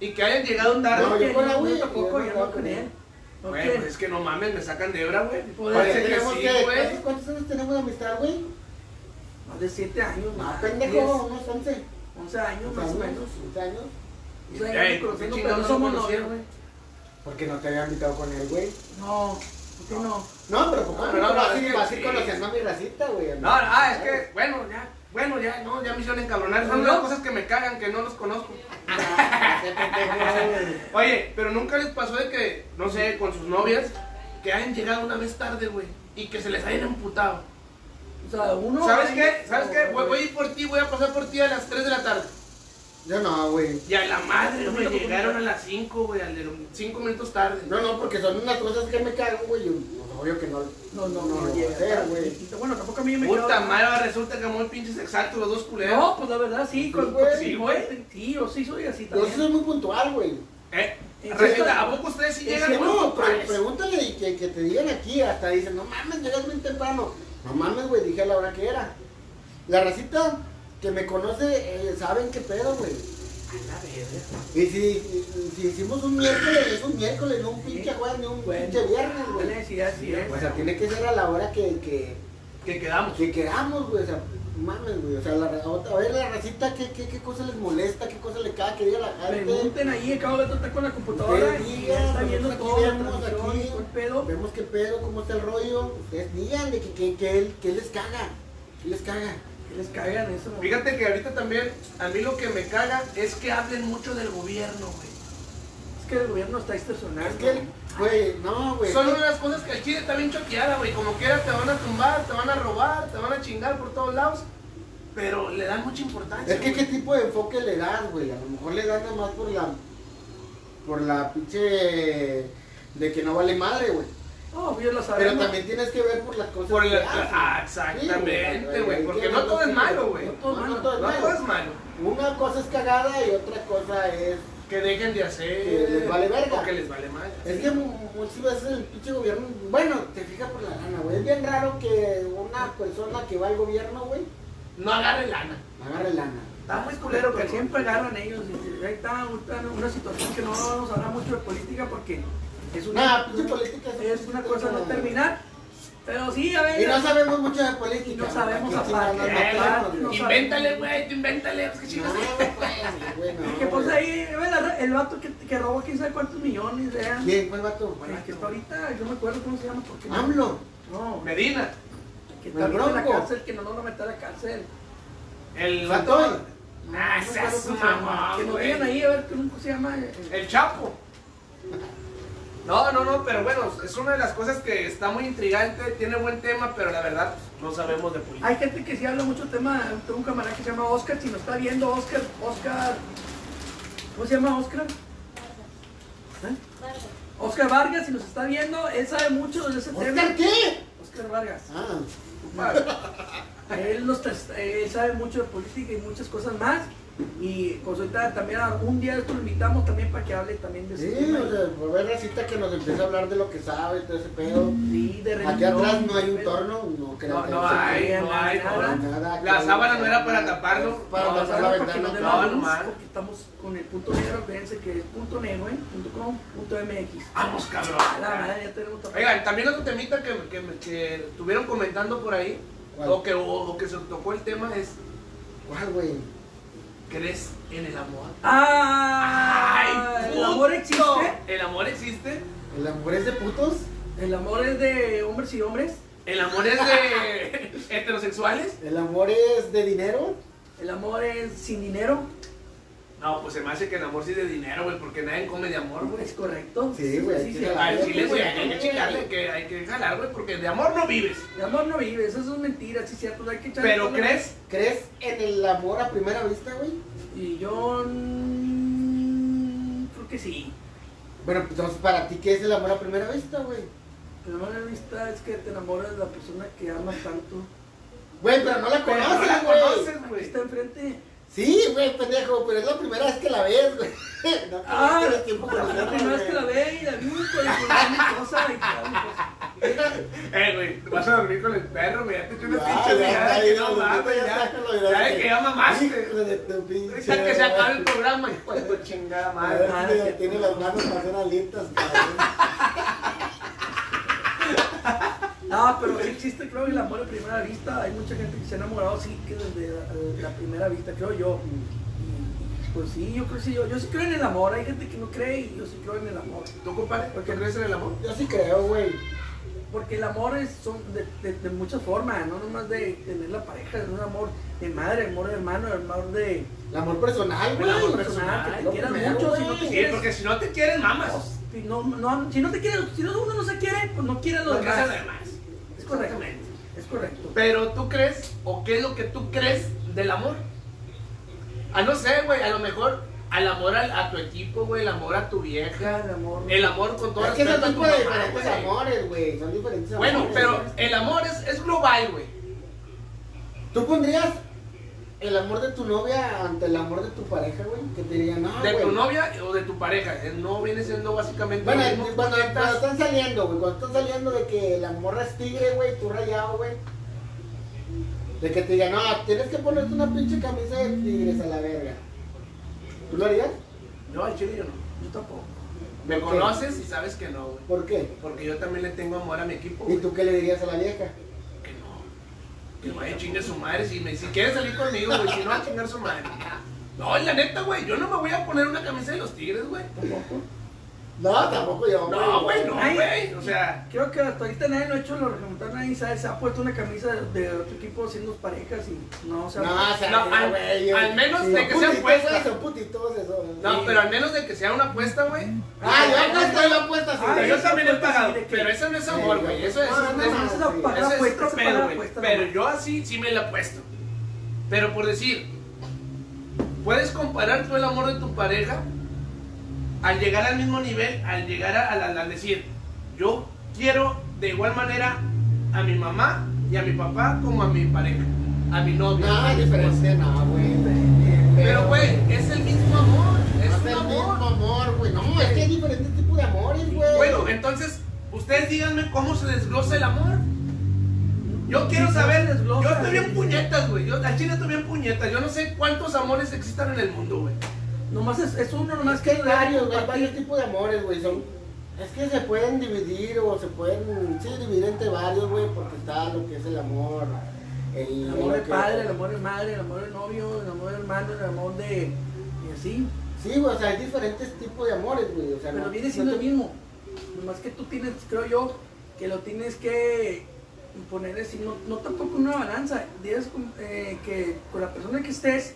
y que hayan llegado tarde. No, yo que con la no, Wii, tampoco, yo yo no no con con él. él. No Güey, quiere. pues es que no mames, me sacan de hebra, güey. Pues, Parece Oye, que tenemos sí, que- güey. ¿Cuántos años tenemos de amistad, güey? Más de siete años, Ah, más. pendejo, diez, unos 11. Once años, más o menos. 11 años. O sea, Pues, Ey, ya nos conocemos, ¿qué pero chingados no nos somos novios, conocieron? güey. Porque no te había invitado con él, güey. No, ¿por qué no? No, pero poco No, a pero poco no, vas es a ir- que vas a ir sí. conociendo a mi racita, güey. No, ah, es que, bueno, ya, bueno, ya, no, ya me hicieron encabronar. Son ¿No? las cosas que me cagan, que no los conozco. Ah, ese pendejo, güey. Oye, pero nunca les pasó de que, no sé, con sus novias, que hayan llegado una vez tarde, güey, y que se les hayan emputado. O sea, uno. ¿Sabes ahí- qué? ¿Sabes qué? no, Voy, voy a güey. ir por ti, voy a pasar por ti a las 3 de la tarde. *laughs* Yo no, güey. Y a la madre, güey, llegaron a las 5, güey, al 5 minutos tarde. No, no, porque son unas cosas que me cagan, güey. Yo, no, obvio que no. No, no, lo no, voy a llega. hacer, güey. Bueno, tampoco a mí me Puta quedó- madre, ahora resulta que muy pinches exactos los dos culeros. No, pues la verdad sí, con, güey. sí, güey. Sí, yo sí soy así Yo sí también. pues, soy muy puntual, güey. Eh, Sí, receta, sí. ¿a poco ustedes sí Es llegan que muy no, pre- puntuales? pregúntale y que, que te digan aquí, hasta dicen, no mames, llegas bien temprano. No mames, güey, dije a la hora que era. La racita que me conoce, eh, saben qué pedo, güey. Y si, y- si hicimos un miércoles, es un miércoles, no un pinche jueves, ni un Bueno. pinche viernes, güey. Dale, pues, sí, así es. O sea, tiene que ser a la hora que, que, Que quedamos. que queramos, güey. O sea, mames, güey. O sea, la, ra- a ver la racita, ¿qué, qué, qué cosa les molesta, qué cosa le caga que diga la gente. Pregunten ahí, acabo de tratar con la computadora Ustedes y digan, ya está viendo nosotros todo, la aquí vemos transmisión, aquí. todo el pedo. Vemos qué pedo, cómo está el rollo. Ustedes díganle que, que, que, que les caga. ¿Qué les caga? Que les caigan eso. güey. Fíjate que ahorita también, a mí lo que me caga es que hablen mucho del gobierno, güey. Es que el gobierno está extorsionando. Es que, el- güey, no, güey. Son una de las cosas que el chile está bien choqueada, güey. Como quiera te van a tumbar, te van a robar, te van a chingar por todos lados. Pero le dan mucha importancia. Es que güey. qué tipo de enfoque le das, güey. A lo mejor le das nada más por la. Por la pinche. De que no vale madre, güey. Obvio, pues, lo sabemos. Pero también tienes que ver por las cosas Por que la- hacen. ah, exactamente, Sí, güey. Porque no todo es malo, güey. No No pues, todo es malo. todo es malo. Una cosa es cagada y otra cosa es. Que dejen de hacer. Que les vale verga. O que les vale mal. Es que mu- muchas veces el pinche gobierno. Bueno, te fijas por la lana, güey. Es bien raro que una persona que va al gobierno, güey, No agarren lana. agarre lana. Está muy culero, que pero siempre agarran ellos. y Ahí está ahorita una situación que no vamos a hablar mucho de política porque es una, Nah, pues, pinche política es- es una cosa no terminar. Pero sí, a ver. Y no sabemos mucho de política. Y no sabemos ¿Para qué chingados aparte, nos Eh, metemos, aparte, güey? no sabemos. Invéntale, güey, tú invéntale. Pues que No, chingas. pues, güey, no, que pues güey. ahí, a ver, la- el vato que, que robó quién sabe cuántos millones, vean. ¿Quién? ¿Cuál vato? El que está ahorita, yo me acuerdo cómo se llama, porque AMLO. no, Medina. que el está ahorita en la Bronco. cárcel, que no lo van a meter a la cárcel. El Santoy. vato. Ah, No me acuerdo seas cómo se llama. mamón, Que nos güey. digan ahí a ver cómo se llama. eh, eh. El Chapo. No, no, no, pero bueno, es una de las cosas que está muy intrigante, tiene buen tema, pero la verdad no sabemos de política. Hay gente que sí habla mucho tema, tengo un camarada que se llama Oscar, si nos está viendo Oscar, Oscar, ¿cómo se llama Oscar? ¿Eh? Oscar Vargas, si nos está viendo, él sabe mucho de ese tema. ¿Oscar qué? Oscar Vargas. Ah, Él, nos tras- él sabe mucho de política y muchas cosas más. Y pues ahorita también algún día esto lo invitamos también para que hable también de ese sí, tema. o sea, por ver racita que nos empieza a hablar de lo que sabe, todo ese pedo. Sí, de religión, Aquí atrás no hay un pero- torno, no creo No, que no se hay, crea no hay, nada, no. nada, La que- sábana no era para taparlo. Para No, tapar no, la porque ventana. no no. dé no, la luz, mal. Porque estamos con el punto negro, acuérdense que es punto negro, ¿eh? punto com, punto MX. Vamos, cabrón. A la madre, ya tenemos todo. Oigan, también otro temita que, que, que estuvieron comentando por ahí, ¿Cuál? o que, o, o que se tocó el tema es, ¿Cuál, güey? ¿crees en el amor? Ah, ¡Ay, ¿El amor puto! existe? ¿El amor existe? ¿El amor es de putos? ¿El amor es de hombres y hombres? ¿El amor es de *laughs* heterosexuales? ¿El amor es de dinero? ¿El amor es sin dinero? No, pues se me hace que el amor sí es de dinero, güey, porque nadie come de amor, güey. ¿Es correcto? Sí, güey, hay que sí. jalar. Al chile, güey, hay que chingarle, que hay que jalar, güey, porque de amor no vives. El amor no vive, eso es mentira, sí, cierto. Hay que echarle Pero todo el- crees, ¿Crees en el amor a primera vista, güey? Y yo. mm, Creo que sí. Bueno, pues, entonces, ¿para ti qué es el amor a primera vista, güey? Pero no la vista es que te enamoras de la persona que amas tanto. Güey, pero no la pero no la conoces, güey. conoces, Aquí güey. está enfrente. Sí, güey, pendejo, pero es la primera vez que la ves, güey. No, Ah, no la tienes tiempo para primera verla, vez que la güey. ve y la vi, pues, mi cosa y tal, mi cosa. Eh, güey, te vas a dormir con el perro, güey, ya te tiene Ya, pinche ya, mirada ya, que ya, no ya, mames, ya, ya. sácalo, ya, Ya de ya. que ya Hijo mamaste. de tu pinche Ahorita que se acabe el madre. programa, hijo de tu chingada A ver, madre. madre. tiene- Tiene las manos para hacer alitas, cabrón. No, pero sí existe, creo, el amor a primera vista. Hay mucha gente que se ha enamorado, sí, que desde la, la primera vista, creo yo. Y, Pues sí, yo creo que sí, yo, yo sí creo en el amor. Hay gente que no cree y yo sí creo en el amor. ¿Tú, compadre? ¿Por qué crees en el amor? Yo sí creo, güey. Porque el amor es son de, de- de muchas formas, no nomás de tener la pareja, es un amor de madre, amor de hermano, amor de El amor personal, El güey. amor personal, que lo te quieras primero, mucho, si güey. no te Sí, quieres. porque si no te quieren, mamas. pues, no, no- si no te quieres, si no, uno no se quiere, pues no quiere a los Lo que demás. hacen además. Es correcto, es correcto. Pero tú crees, o qué es lo que tú crees del amor. Ah, no sé, güey, a lo mejor al amor al- a tu equipo, güey, el amor a tu vieja, El amor. el amor con todo Es que son respeto a tu tipos de mamá, diferentes güey. amores, güey. Son diferentes Bueno, amores. pero el amor es, es global, güey. ¿Tú pondrías el amor de tu novia ante el amor de tu pareja, güey? Que te dirían, no, De tu Ah, güey. novia o de tu pareja. eh, No viene siendo básicamente Bueno, lo mismo. cuando, Estás- cuando están saliendo, güey, cuando están saliendo de que la morra es tigre, güey, tú rayado, güey. De que te digan, no, tienes que ponerte una pinche camisa de tigres a la verga. ¿Tú lo harías? No, al chile yo no. Yo tampoco. Me ¿Por qué? conoces y sabes que no, güey. ¿Por qué? Porque yo también le tengo amor a mi equipo, ¿Y güey. tú qué le dirías a la vieja? Que no. Que vaya a chingar su madre. Si, me, si quiere salir conmigo, güey. Si no, a chingar su madre. No, la neta, güey. Yo no me voy a poner una camisa de los tigres, güey. No, tampoco yo, No, güey, no, Ay. güey. O sea, Creo que hasta ahorita nadie lo ha hecho, lo reglamentaron, nadie sabe, se ha puesto una camisa de, de otro equipo siendo parejas y no, o sea, No, o sea, No, al- güey, yo- al menos de son que sean putitos, puestas. güey, Son putitos eso. no, Sí. pero al menos de que sea una apuesta, güey. Ah, yo apuesto, yo apuesto sí, Ah, Pero güey. yo también he pagado. Sí, de que- Pero eso no es amor, güey. Eso es. No, eso no, no. es- esa es la sí. paga Eso es apuesta, otro esa pedo, paga güey. apuesta, Pero no. yo así sí me la apuesto. Pero por decir, puedes comparar tú el amor de tu pareja al llegar al mismo nivel, al llegar a- al, al- al decir, yo quiero de igual manera a mi mamá y a mi papá como a mi pareja, a mi novia. No, a es mi esposa". diferente, no, güey. Pero, güey, es el mismo amor. Es Es el un mismo amor. amor, güey. No, es que hay diferentes tipos de amores, güey. Bueno, entonces, ustedes díganme cómo se desglosa el amor. Yo quiero saber, yo estoy bien puñetas, güey. Yo al chile estoy bien puñetas. Yo no sé cuántos amores existan en el mundo, güey. nomás es, es uno, no, es nomás que hay varios, güey, compartir. varios tipos de amores, güey. Son... Es que se pueden dividir o se pueden, sí, dividir entre varios, güey, porque está lo que es el amor. El, El amor de lo que- padre, el amor de madre, el amor de novio, el amor de hermano, el amor de... y así, Sí, güey, o sea, hay diferentes tipos de amores, güey. O sea, pero no- viene no siendo te- el mismo, nomás que tú tienes, creo yo, que lo tienes que poner así, no, no tampoco una balanza, tienes eh, que con la persona que estés,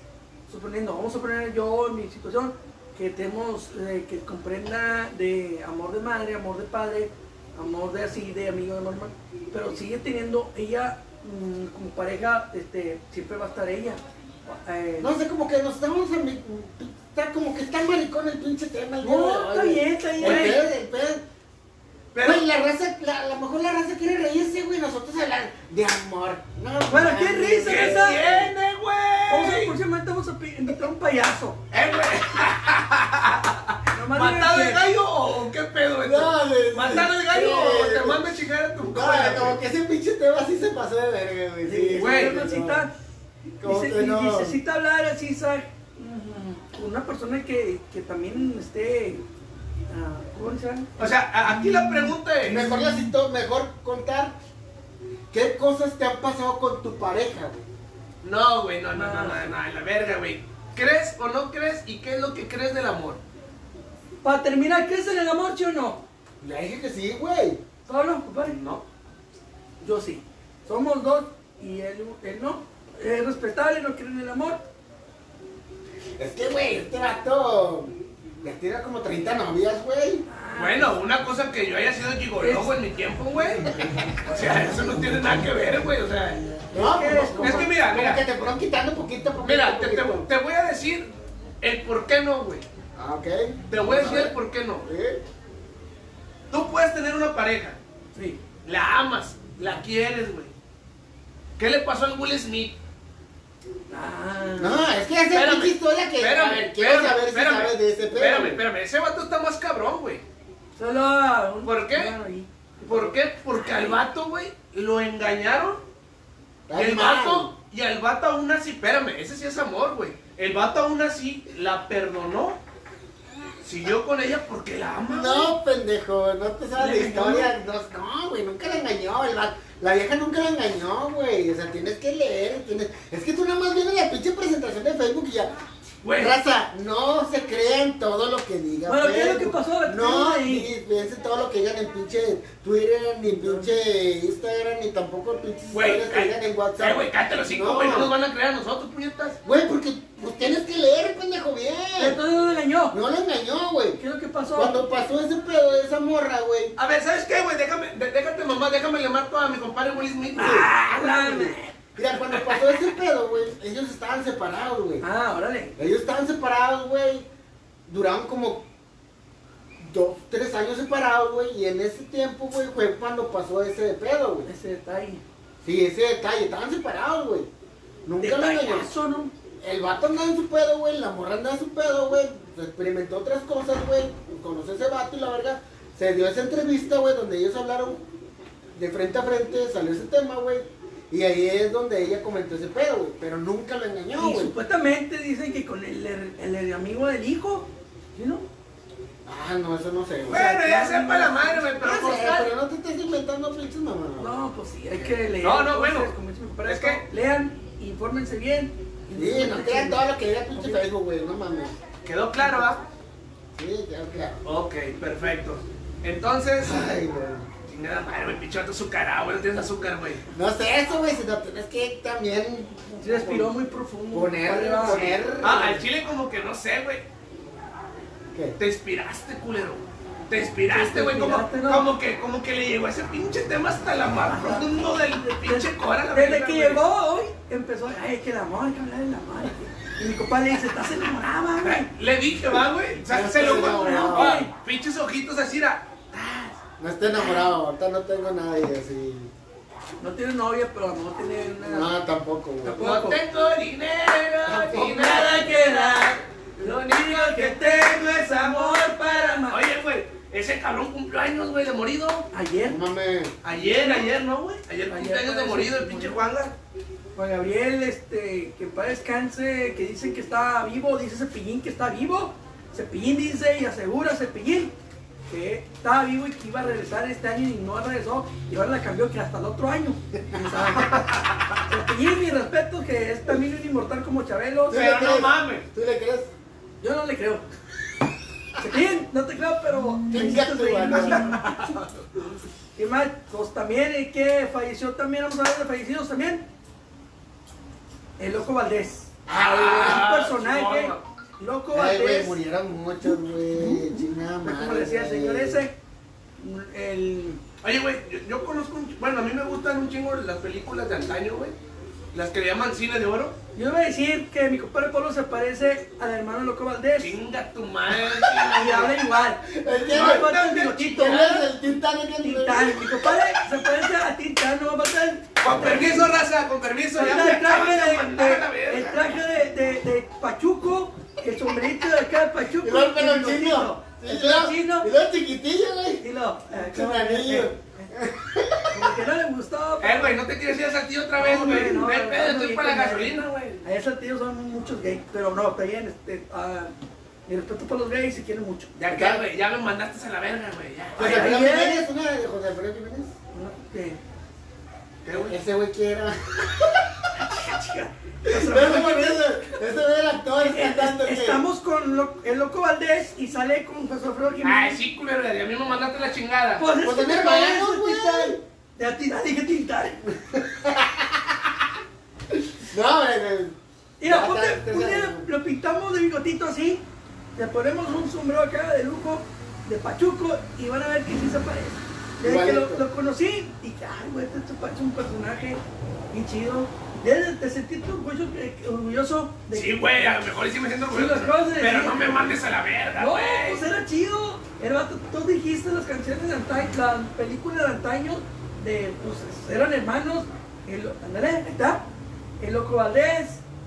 suponiendo, vamos a poner yo en mi situación, que tenemos, eh, que comprenda de amor de madre, amor de padre, amor de así, de amigo, de amor, hermano, pero sigue teniendo ella mm, como pareja, este, siempre va a estar ella. eh, No sé, como que nos estamos. a mi- Está como que está maricón el pinche tema. el día de No, hoy, está güey. bien, está El bien. pedo, el pedo. Pero, Güey, la raza, la, a lo mejor la raza quiere reírse, güey, nosotros hablar de amor. No, Bueno, mames. ¿qué risa, ¿qué raza? tiene, Vamos a, güey? próximamente vamos a pi- invitar a un payaso. Eh, güey. Nomás ¿Matado digan de que- gallo o qué pedo, güey? No, güey. ¿Matado de gallo o te mando a chingar a tu No, compa? como Ah, que ese pinche tema sí se pasó de verga, güey. Sí, güey, Sí, güey, sí, no. necesita, Como dice- que y no. necesita hablar así, ¿sabes? Con una persona que, que también esté. ah, ¿Cómo se llama? O sea, a- aquí la pregunta es. Mejor la cito, mejor contar qué cosas te han pasado con tu pareja, güey. No, güey, no, no, no, no, no, a la verga, güey. ¿Crees o no crees y qué es lo que crees del amor? Para terminar, ¿crees en el amor, sí o no? Le dije que sí, güey. Pablo, compadre. No. Yo sí. Somos dos y él, él no. Es respetable, no cree en el amor. Es que, güey, este vato le tira como 30 novias, güey. Ah, Bueno, una cosa que yo haya sido gigoló, güey, en mi tiempo, güey. O sea, eso no tiene nada que ver, güey. O sea, No, Es que- pues, como- es que mira, como mira. que te fueron quitando poquito, poquito. mira, te, te- poquito. te voy a decir el por qué no, güey. Ah, ok. Te voy a decir el por qué no. ¿Eh? Tú puedes tener una pareja, Sí. la amas, la quieres, güey. ¿Qué le pasó al Will Smith? Ah. No, es que esa es pinche historia que. a ver, quiero saber si sabes de ese pedo. espérame, espérame. Ese vato está más cabrón, güey. Solo. un- ¿Por qué? bueno, ahí. ¿Por qué? Porque al vato, güey, lo engañaron. Y Ay, el mal. vato, y al vato aún así, espérame, ese sí es amor, güey. El vato aún así la perdonó. Siguió con ella porque la ama. güey. No, pendejo, no te sabes la ¿Le engañó? historia. No, no, güey, nunca la engañó. el vato- la vieja nunca la engañó, güey. O sea, tienes que leer. Tienes... Es que tú nada más vienes la pinche presentación de Facebook y ya. Güey, Raza, no se crean todo lo que digan. Bueno, ¿qué es lo que pasó? No, Sí. ni piensen todo lo que digan en pinche Twitter, ni en pinche Instagram, ni tampoco en pinches güey, historias que digan en cá- eh, WhatsApp. güey, cállate los cinco, No. güey, no. nos van a creer a nosotros, puñetas. Güey, porque pues, tienes que leer, pendejo, bien. Entonces no lo engañó. No la engañó, güey. ¿Qué es lo que pasó? Cuando pasó ese pedo de esa morra, güey. A ver, ¿sabes qué, güey? Déjame, de- déjate, mamá, déjame le marco a mi compadre Will Smith. güey. Ah, la- Mira, cuando pasó ese pedo, güey, ellos estaban separados, güey. Ah, órale. Ellos estaban separados, güey. Duraron como dos, tres años separados, güey. Y en ese tiempo, güey, fue cuando pasó ese de pedo, güey. Ese detalle. Sí, ese detalle. Estaban separados, güey. Nunca lo engañó. Detallazo, ¿no? El vato andaba en su pedo, güey. La morra andaba en su pedo, güey. Experimentó otras cosas, güey. Conoció a ese vato y la verga. Se dio esa entrevista, güey, donde ellos hablaron de frente a frente. Salió ese tema, güey. Y ahí es donde ella comentó ese pedo, güey. Pero nunca lo engañó, y güey. supuestamente dicen que con el, el- el amigo del hijo, ¿sí no? Ah, no, eso no sé, güey. Bueno, ya sepa la madre, güey, pero No pues, sé, pero no te estés inventando pinches mamadas. No, pues sí, hay que leer. No, no, entonces, bueno, como dice mi compadre, es que- Lean, infórmense bien. Sí, no crean todo lo que diga pinche Facebook, güey, no mames. quedó claro, ¿ah? Sí, ya, claro. Ok, perfecto. Entonces, Ay, güey. chingada madre, güey, pichote azucarado, güey, no tienes azúcar, güey. No sé eso, güey, sino tienes que también Se respiró muy profundo. poner, compadre, va. poner... Ah, al chile como que no sé, güey. ¿Qué? Te inspiraste, culero. Te inspiraste, güey, como, Te inspiraste, ¿no? como que, como que le llegó ese pinche tema hasta la más profundo del pinche cora. la Desde verga, que güey. llegó hoy, empezó, ay, es que el amor, hay que hablar del amor. Y mi compadre dice, estás enamorada, güey. Eh, Le dije, va, güey. O sea, No se lo estoy enamorado, Ah, güey. Pinches ojitos así, era. No estoy enamorado, ahorita no tengo nadie así. No tiene novia, pero a lo mejor tiene una... No, tampoco, güey. No tengo dinero ni Tampoco. nada que dar. Lo único que tengo es amor para amar. Oye, güey, ese cabrón cumplió años, güey, de morido. Ayer, No mames. Ayer, ayer, ¿no, güey? Ayer cumplió Ayer, años de sí, morido el sí, pinche murió. Juanga. Juan Gabriel, este, que para descanse, que dicen que está vivo, dice Cepillín que está vivo. Cepillín dice y asegura Cepillín que estaba vivo y que iba a regresar este año y no regresó. Y ahora la cambió que hasta el otro año. *laughs* Cepillín, mi respeto, que es también un inmortal como Chabelo. Sí. Pero no crees? mames. ¿Tú le crees? Yo no le creo. Cepillín, no te creo, pero... me Chinga hiciste tu reír. madre. Y más, pues también, eh, que falleció también, vamos a hablar de fallecidos también. El Loco Valdés. Ah, Es un personaje. chingón. Loco Ay, güey, Valdés. murieron muchos, güey. Chingada madre. Como le decía el señor güey. ese. El. Oye, güey, yo, yo conozco un ch- Bueno, a mí me gustan un chingo las películas de antaño, güey. Las que le llaman cine de oro. Yo iba a decir que mi compadre Pablo se parece al hermano Loco Valdés. Y Chinga tu madre. habla igual. El que- No el falta el también bigotito. ¿Quién es el Tintán? Tintán. Mi compadre se parece a Tintán, no va a faltar. con permiso, raza, con permiso. Ya me el traje acaban de de, mandar a la de- este- el verga. traje de, de- de Pachuco, el sombrerito de acá de Pachuco, Y luego el pelo bigotito, chino. el Y pelo luego- chino, y luego chiquitillo, güey. y lo, eh, Sin como que- anillo. eh, eh, como que no le gustó. Eh, güey, no te quieres ir a ti otra vez, No, güey. no, No, hay no, pedo, no, estoy no, para no, la gasolina, güey. A esos tíos son muchos gays, pero no, está bien, este, ah, mi respeto para los gays, se quieren mucho. Ya que, güey, ya lo mandaste a la verga, güey. ya. José Ay, Alfredo ay, ay. Jiménez, una de José Alfredo Jiménez. ¿no? Que- ¿Qué, güey? Ese güey que era. que se Ese me- güey ese güey era actor, es cantante. que- Estamos con lo- el loco Valdés y sale con José Alfredo Ay, Jiménez. sí, culero, a mí me mandaste la chingada. Pues Pues es que tenés te parece, razón, güey. Tintán. De a ti dije Tintán. No, güey, güey. Mira, Ya, ponte, ya, ya, ponte- ya. lo pintamos de bigotito así, le ponemos un sombrero acá de lujo, de pachuco, y van a ver que sí se parece. Desde que lo, Igualito. lo conocí, y que, ay, güey, este es un- un personaje bien chido. Desde te sentí tú orgullo- eh, orgulloso de Sí, güey, a lo mejor y sí me siento Sí, orgulloso. las cosas, Pero sí. no me mandes a la verga, No, güey. pues era chido. El vato, tú dijiste las canciones de antaño, las películas de antaño, de, pues eran hermanos. El, ándale, ahí está. El Loco Valdés,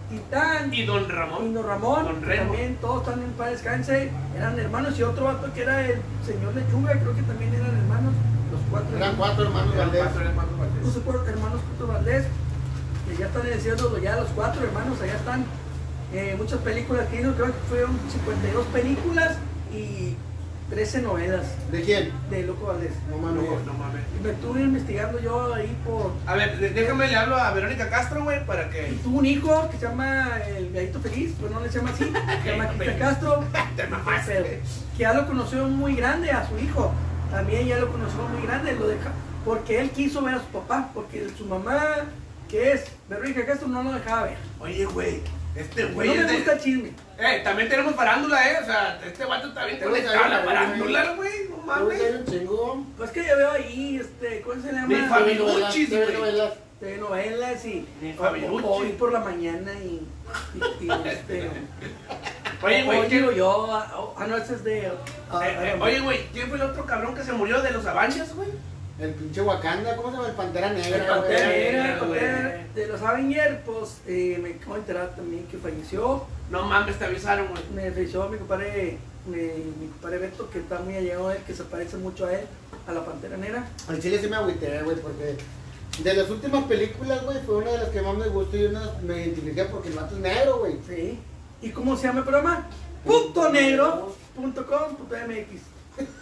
Titán. Y don Ramón. Pino Ramón, Don Remo. también todos están en paz descanse, eran hermanos y otro vato que era el señor Lechuga, creo que también eran hermanos, los cuatro Eran cuatro hermanos Eran Valdés. cuatro, eran cuatro Valdés. Los cuatro Pues hermanos Cuto Valdés, que ya están en el cielo, ya los cuatro hermanos allá están, Eh, muchas películas que hizo, creo que fueron 52 películas y 13 novelas ¿De quién? de Loco Valdés. No No, mames. pues, no mames. Y me estuve investigando yo ahí por... A ver, de- déjame le hablo a Verónica Castro, güey, para que. Tuvo un hijo que se llama el Gallito Feliz, pues no le se llama así, se llama Quita Castro. Te Pero mamaste. que ya lo conoció muy grande a su hijo. También ya lo conoció muy grande, lo deja, porque él quiso ver a su papá, porque su mamá, que es Verónica Castro, no lo dejaba ver. Oye, güey, este No güey. es me de- gusta el chisme. Eh, también tenemos farándula, eh. O sea, este vato está bien Tenemos conectado a la ahí, farándula, güey. No Yo mames. soy un chingón. Pues que yo veo ahí, este, ¿cómo se llama? Mi familia. Fabiruchis, güey. Telenovelas, telenovelas. telenovelas y Ni o- Fabirucci. o- hoy por la mañana y, y- y, *laughs* este, Oye, güey, hoy ¿qué- digo yo, ah, oh, ah, no, ese es de... ah, eh, eh, ah, oye, güey, ¿quién fue el otro cabrón que se murió de los Avengers, güey? El pinche Wakanda, ¿cómo se llama? El Pantera Negra. El güey. Pantera Negra, Negra, güey. Pantera de los Avengers, pues eh, me acabo de enterar también que falleció. No mames, te avisaron, güey. Me falleció mi compadre, mi, mi compadre Beto, que está muy allegado a él, que se parece mucho a él, a la Pantera Negra. Al chile sí me agüité, güey, porque de las últimas películas, güey, fue una de las que más me gustó y una me identifiqué porque el vato es negro, güey. *laughs* Sí. ¿Y cómo se llama el programa? Punto negro. Punto com, punto MX.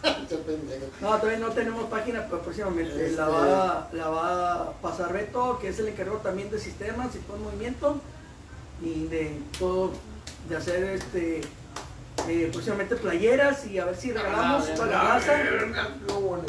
Pinche pendejo. No, todavía no tenemos página, pero próximamente Este- la va, la va a pasar Beto, que es el encargado también de sistemas y todo el movimiento y de todo, de hacer este eh, próximamente playeras y a ver si regalamos Ah, para la raza. No, güey.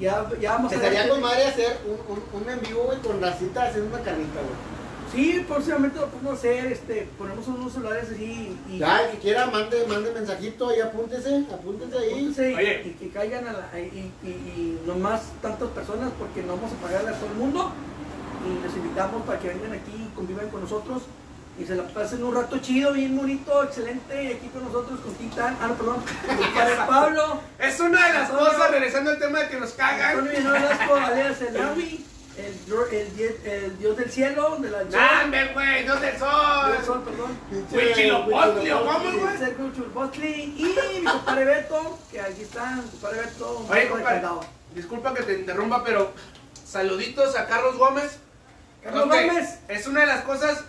Ya, ya vamos a Estaría ver- con madre hacer un, un, un en vivo, güey, con racita haciendo una carnita, güey. Sí, próximamente lo podemos hacer, este, ponemos unos celulares así y, Ya, el que quiera, mande, mande mensajito ahí, apúntese, apúntese ahí. Apúntense y- Oye. y que caigan a la- y, y- y nomás tantas personas porque no vamos a pagarle a todo el mundo y los invitamos para que vengan aquí y convivan con nosotros y se la pasen un rato chido, bien bonito, excelente, aquí con nosotros con Tita, ah no, perdón, con Padre Pablo, Es una de las Antonio. cosas, regresando al tema de que nos cagan. Antonio Villanueva Velasco, alias el Nahui, el, dro- el, die- el Dios del Cielo, de la ¡Dame, güey! ¡No te del sol! Sol, perdón. Pinche- Güey, Chilopotle, vamos, Y güey. el Sergio Chulbotli y mi compadre Beto, que aquí está, mi compadre Beto, un Oye, poco compadre, recaldado. disculpa que te interrumpa, pero saluditos a Carlos Gómez. Carlos Ok, Gómez. Es una de las cosas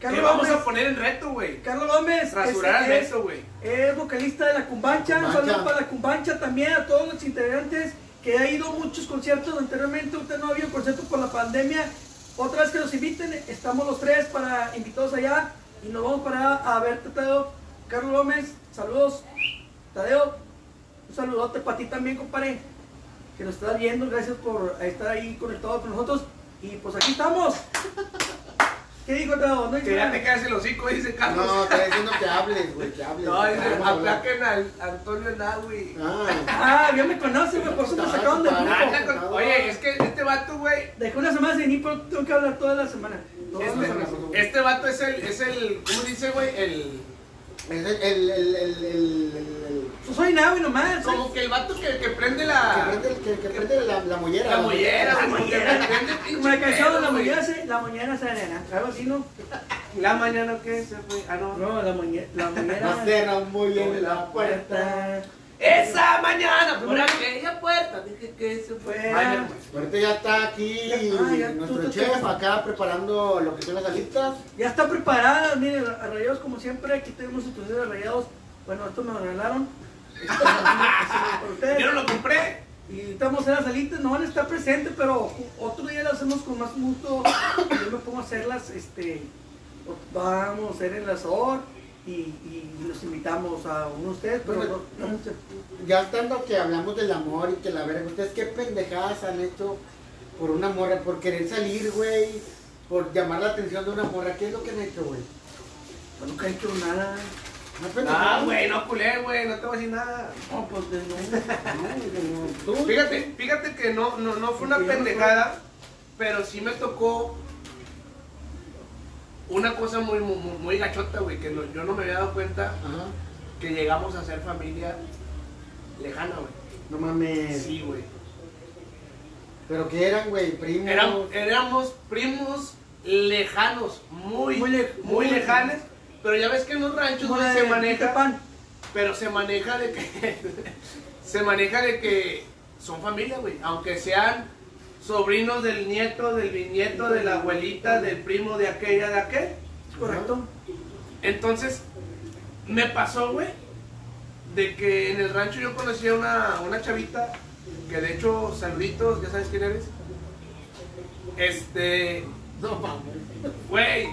Carlos que vamos Gómez. a poner en reto, güey. Carlos Gómez. Rasurar ¿eh? al ese es- beso, güey. Es vocalista de la Cumbancha. Un Cumbancha. saludo para la Cumbancha también, a todos los integrantes que ha ido a muchos conciertos anteriormente. Usted no ha habido conciertos por la pandemia. Otra vez que los inviten, estamos los tres para invitados allá y nos vamos para allá a verte, Tadeo. Carlos Gómez, saludos. Tadeo, un saludote para ti también, compadre, que nos estás viendo. Gracias por estar ahí conectado con nosotros. Y pues aquí estamos. ¿Qué dijo Tadeo? ¿No dijo Que ya nada? te caes el hocico, dice Carlos. No, está diciendo que hables, güey, que hables. No, güey, dice, que hables, güey. aplaquen al Antonio Nahui. Ah, Ah, ya me conoce, güey, por eso me sacaron del Ah, grupo. Anda con- Oye, es que este vato, güey, Dejé una semana sin ir, pero tengo que hablar toda la semana. Toda la semana. este, este vato es el, es el, ¿cómo dice, güey? El, es el, el, el, el, el- el- Pues soy nada, güey, nomás. soy- como que el vato que, que prende que la, prende, el- que, que prende la, la mollera. la mollera, güey, como que prende el Como la pinche canción de la pedo, güey. mañana, se- la mañana se arena. Algo así, ¿no? La mañana, ¿qué se fue? Ah, no. No, la mañana. *laughs* La No mañana. cerra muy bien la puerta. Esa mañana, por aquella puerta, dije que se fue. Ay, Ay, güey. Ahorita ya está aquí Ah, ya, tú nuestro te chef quedas. acá preparando lo que son las alitas. Ya está preparada, miren, a rayados como siempre. Aquí tenemos sus de rayados. Bueno, esto me *laughs* lo regalaron. Esto es para ustedes. Yo no lo compré. Y estamos en las alitas, no van a estar presentes, pero otro día las hacemos con más gusto. Yo me pongo a hacerlas, este, vamos a hacer el asador y, y los invitamos a uno de ustedes, pero no, no mucho. Ya estando que hablamos del amor y que la verga, ustedes qué pendejadas han hecho por una morra, por querer salir, güey, por llamar la atención de una morra. ¿Qué es lo que han hecho, güey? Yo pues nunca he hecho nada. No Ah, güey, no culé, güey, no te voy a decir nada. No, pues de *laughs* no. Tú, Fíjate, fíjate que no, no, no fue una Porque yo no pendejada, pero sí me tocó una cosa muy, muy, muy- muy gachota, güey, que no- yo no me había dado cuenta Ajá. que llegamos a ser familia lejana, güey. No mames. Sí, güey. ¿Pero qué eran, güey? Primos. Éram- éramos primos lejanos, muy, Muy muy, lej- muy lejanos. Pero ya ves que en los ranchos Como güey, la se de maneja, Peter Pan. pero se maneja de que, *laughs* se maneja de que son familia, güey. Aunque sean sobrinos del nieto, del bisnieto, de la abuelita, del primo, de aquella, de aquel. Correcto. Entonces, me pasó, güey, de que en el rancho yo conocí a una, una chavita, que de hecho, saluditos, ya sabes quién eres. Este, No mames. güey,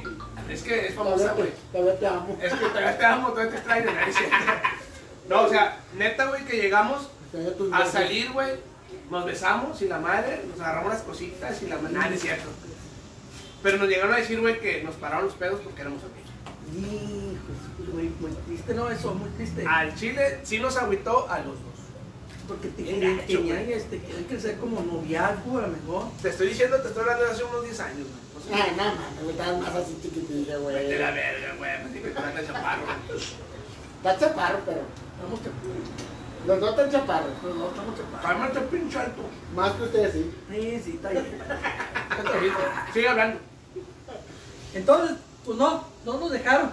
es que es famosa, güey. Todavía te amo. Es que todavía te amo, todavía te extraño, *laughs* ¿no? Es cierto. No, o sea, neta, güey, que llegamos Todavía tus a besos. salir, güey, nos besamos y la madre, nos agarramos las cositas y la madre, nada, es cierto. Pero nos llegaron a decir, güey, que nos pararon los pedos porque éramos amigos. Hijo, es muy, muy triste, no, eso, muy triste. Al Chile sí nos agüitó a los dos. porque te Bien querían, gacho, güey. querían, este, querían crecer como noviazgo a lo mejor. Te estoy diciendo, te estoy hablando de hace unos 10 años, güey. O sea, Ah, no, mames, güey, estabas más así chiquitilla, güey. de la verga, güey, pues dime, trata de chaparro. güey. Está chaparro, pero. Estamos chaparros, Los dos están chaparros. los dos estamos chaparros. Cálmate, este pinche alto. Más que ustedes, sí. Sí, sí, está bien. Sigue hablando. Entonces, pues no, no nos dejaron.